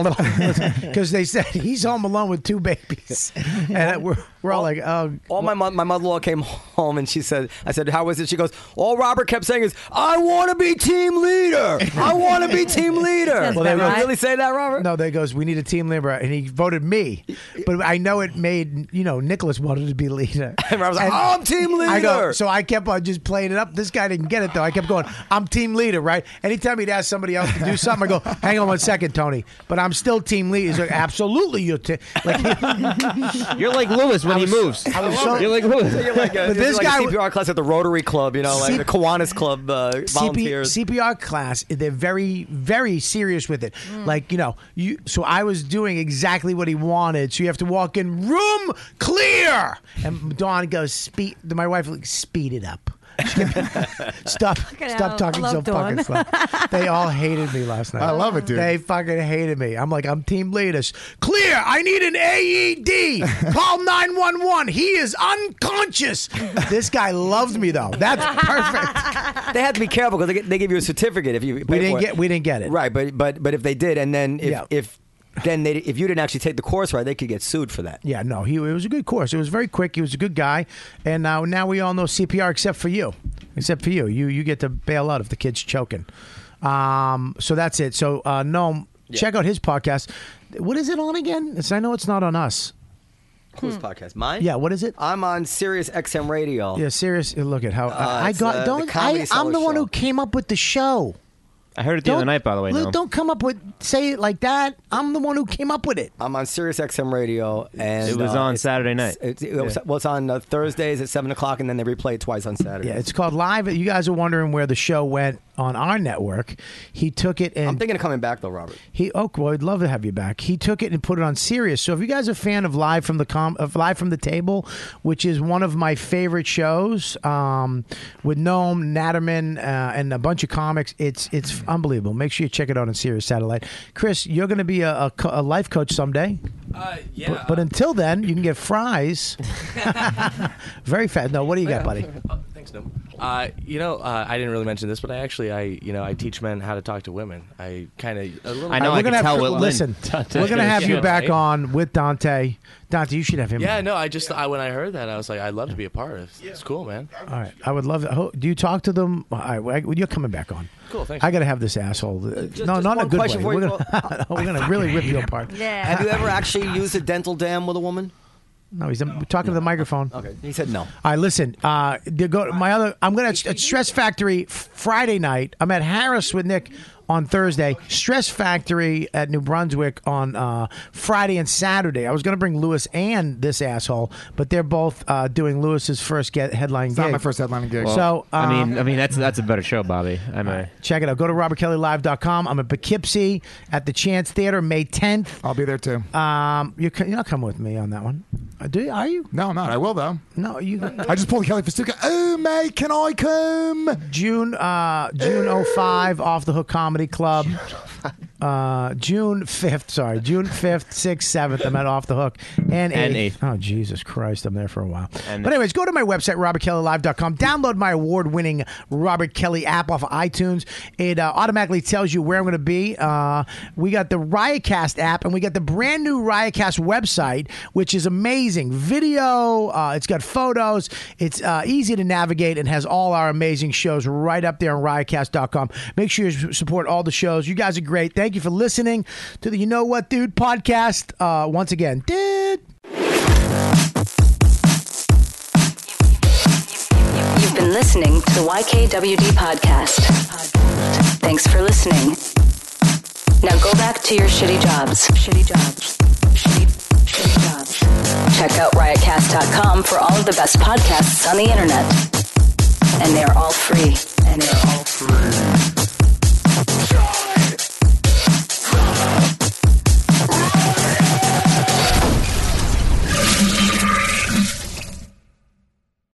F: because they said he's home alone with two babies, [laughs] and we're, we're all like, oh,
O: All my mo- my mother-in-law came home and she said, "I said, how was it?" She goes, "All Robert kept saying is, I want to be team leader. I want to be
F: [laughs]
O: team leader."
F: Well, they
O: Did you
F: wrote-
O: really say that, Robert?
F: No, they goes, we need a team leader, and he voted me. But I know it made you know Nicholas wanted to be leader.
O: [laughs] And I was like, "Oh, I'm team
F: I go,
O: leader."
F: so I kept on just playing it up. This guy didn't get it though. I kept going, I'm team leader, right? Anytime he'd ask somebody else to do something, I go, hang on one second, Tony. But I'm still team leader. He's like, absolutely, you're team. Like, [laughs]
Q: you're like Lewis when he moves.
F: I was so-
O: You're like a,
F: But this
O: like a
F: guy was-
O: CPR class at the Rotary Club, you know, like
F: C-
O: the Kiwanis Club uh,
F: CP,
O: volunteers.
F: CPR class, they're very, very serious with it. Like, you know, you so I was doing exactly what he wanted. So you have to walk in room clear. And Dawn goes, speed my wife like, speed it up. [laughs] Stop
S: it
F: stop
S: out.
F: talking
S: I
F: so
S: love Dawn.
F: fucking slow. They all hated me last night.
S: I love it, dude.
F: They fucking hated me. I'm like, I'm team leaders. Clear, I need an AED. Call 911. He is unconscious. This guy loved me though. That's
O: [laughs]
F: perfect.
O: they had to be careful because they, get- they give you a certificate if you. pay
F: didn't
O: for it.
F: get- we didn't get it.
O: Right, but but but if they did, and then if
F: Yeah.
O: if then they if you didn't actually take the course right, they could get sued for that.
F: Yeah, no, he it was a good course. It was very quick. He was a good guy, and now now we all know CPR except for you, except for you. You you get to bail out if the kid's choking. Um, so that's it. So uh, Noam, check out his podcast. What is it on again? It's- I know it's not on us.
O: Whose podcast? Mine.
F: Yeah, what is it?
O: I'm on Sirius XM Radio.
F: Yeah, serious. Look at how
O: Oh. Uh,
F: I, I
O: it's,
F: got.
O: uh, the
F: don't
O: Comedy
F: I? I'm
O: Cellar
F: the one
O: show.
F: who came up with the show.
Q: I heard it the other night, by the way.
F: Lou,
Q: Noam.
F: don't come up with say it like that. I'm the one who came up with it.
O: I'm on Sirius XM Radio, and
Q: It was
O: uh,
Q: on
O: it's-
Q: Saturday night.
O: It's, it was,
F: Yeah.
O: well, it's on uh, Thursdays at seven o'clock, and then they replay it twice on Saturday.
F: Yeah, it's called Live. You guys are wondering where the show went on our network. He took it and
O: I'm thinking of coming back though, Robert.
F: He oh well, I'd love to have you back. He took it and put it on Sirius. So if you guys are a fan of live from the com of live from the table, which is one of my favorite shows, um, with Noam Natterman uh, and a bunch of comics, it's it's unbelievable. Make sure you check it out on Sirius Satellite. Chris, you're going to be a, a, co- a life coach someday. Uh, yeah. But, but until then, you can get [laughs] fries. Very fat. No, what do you got, buddy?
M: Oh, thanks, Noam. Uh, you know, uh, I didn't really mention this, but I actually, I you know, I teach men how to talk to women. I kind of a little.
F: All right, we're gonna
M: [laughs]
F: have, Listen, we're gonna have you back on with Dante. Dante, you should have him.
M: Yeah, no, I just I, when I heard that, I was like, I'd love to be a part of. It's cool, man.
F: All right, I would love. That. Do you talk to them? All right, well, you're coming back on.
M: Cool, thanks.
F: I gotta have this asshole. Uh, no,
O: just
F: not in a
O: one
F: good way.
O: question for
F: We're
O: you, Oh,
F: gonna, [laughs] we're gonna really rip you apart.
O: Have you ever actually used a dental dam with a woman?
F: No, he's we're talking to the microphone.
O: Okay. He said no.
F: All right, listen. Uh, they go my other. I'm gonna at Stress Factory Friday night. I'm at Harris with Nick on Thursday. Stress Factory at New Brunswick on uh, Friday and Saturday. I was gonna bring Lewis and this asshole, but they're both uh, doing Lewis's first get headline
I: It's
F: gig.
I: not my first headlining gig.
Q: Well,
F: So,
Q: I
F: uh,
Q: mean, I mean that's that's a better show, Bobby. I mean,
F: Check it out. Go to robertkellylive.com. I'm at Poughkeepsie at the Chance Theater May 10th.
I: I'll be there too.
F: Um, you're, co- you're not coming with me on that one. Uh, Do you, are you?
I: No, I'm not. I will though.
F: No, you.
I: [laughs] I just pulled Kelly Festuca. Oh, mate, can I come? oh
F: June uh, June 05 off the hook comedy club. Uh, June 5th, sorry, June 5th, 6th, 7th. I'm at off the hook and 8th.
Q: And
F: Oh, [laughs] Jesus Christ. I'm there for a while.
Q: And-
F: but, anyways, go to my website, robertkellylive.com. Download my award winning Robert Kelly app off of iTunes. It uh, automatically tells you where I'm going to be. Uh, we got the Riotcast app and we got the brand new Riotcast website, which is amazing. Video, uh, it's got photos, it's uh, easy to navigate and has all our amazing shows right up there on riotcast.com. Make sure you s- support all the shows. You guys are great. Thank you for listening to the You Know What Dude podcast. Uh, once again, dude.
P: You've been listening to the YKWD podcast. Thanks for listening. Now go back to your shitty jobs. Shitty jobs. Shitty, shitty jobs. Check out riotcast.com for all of the best podcasts on the internet. And they are all free. And they are all free.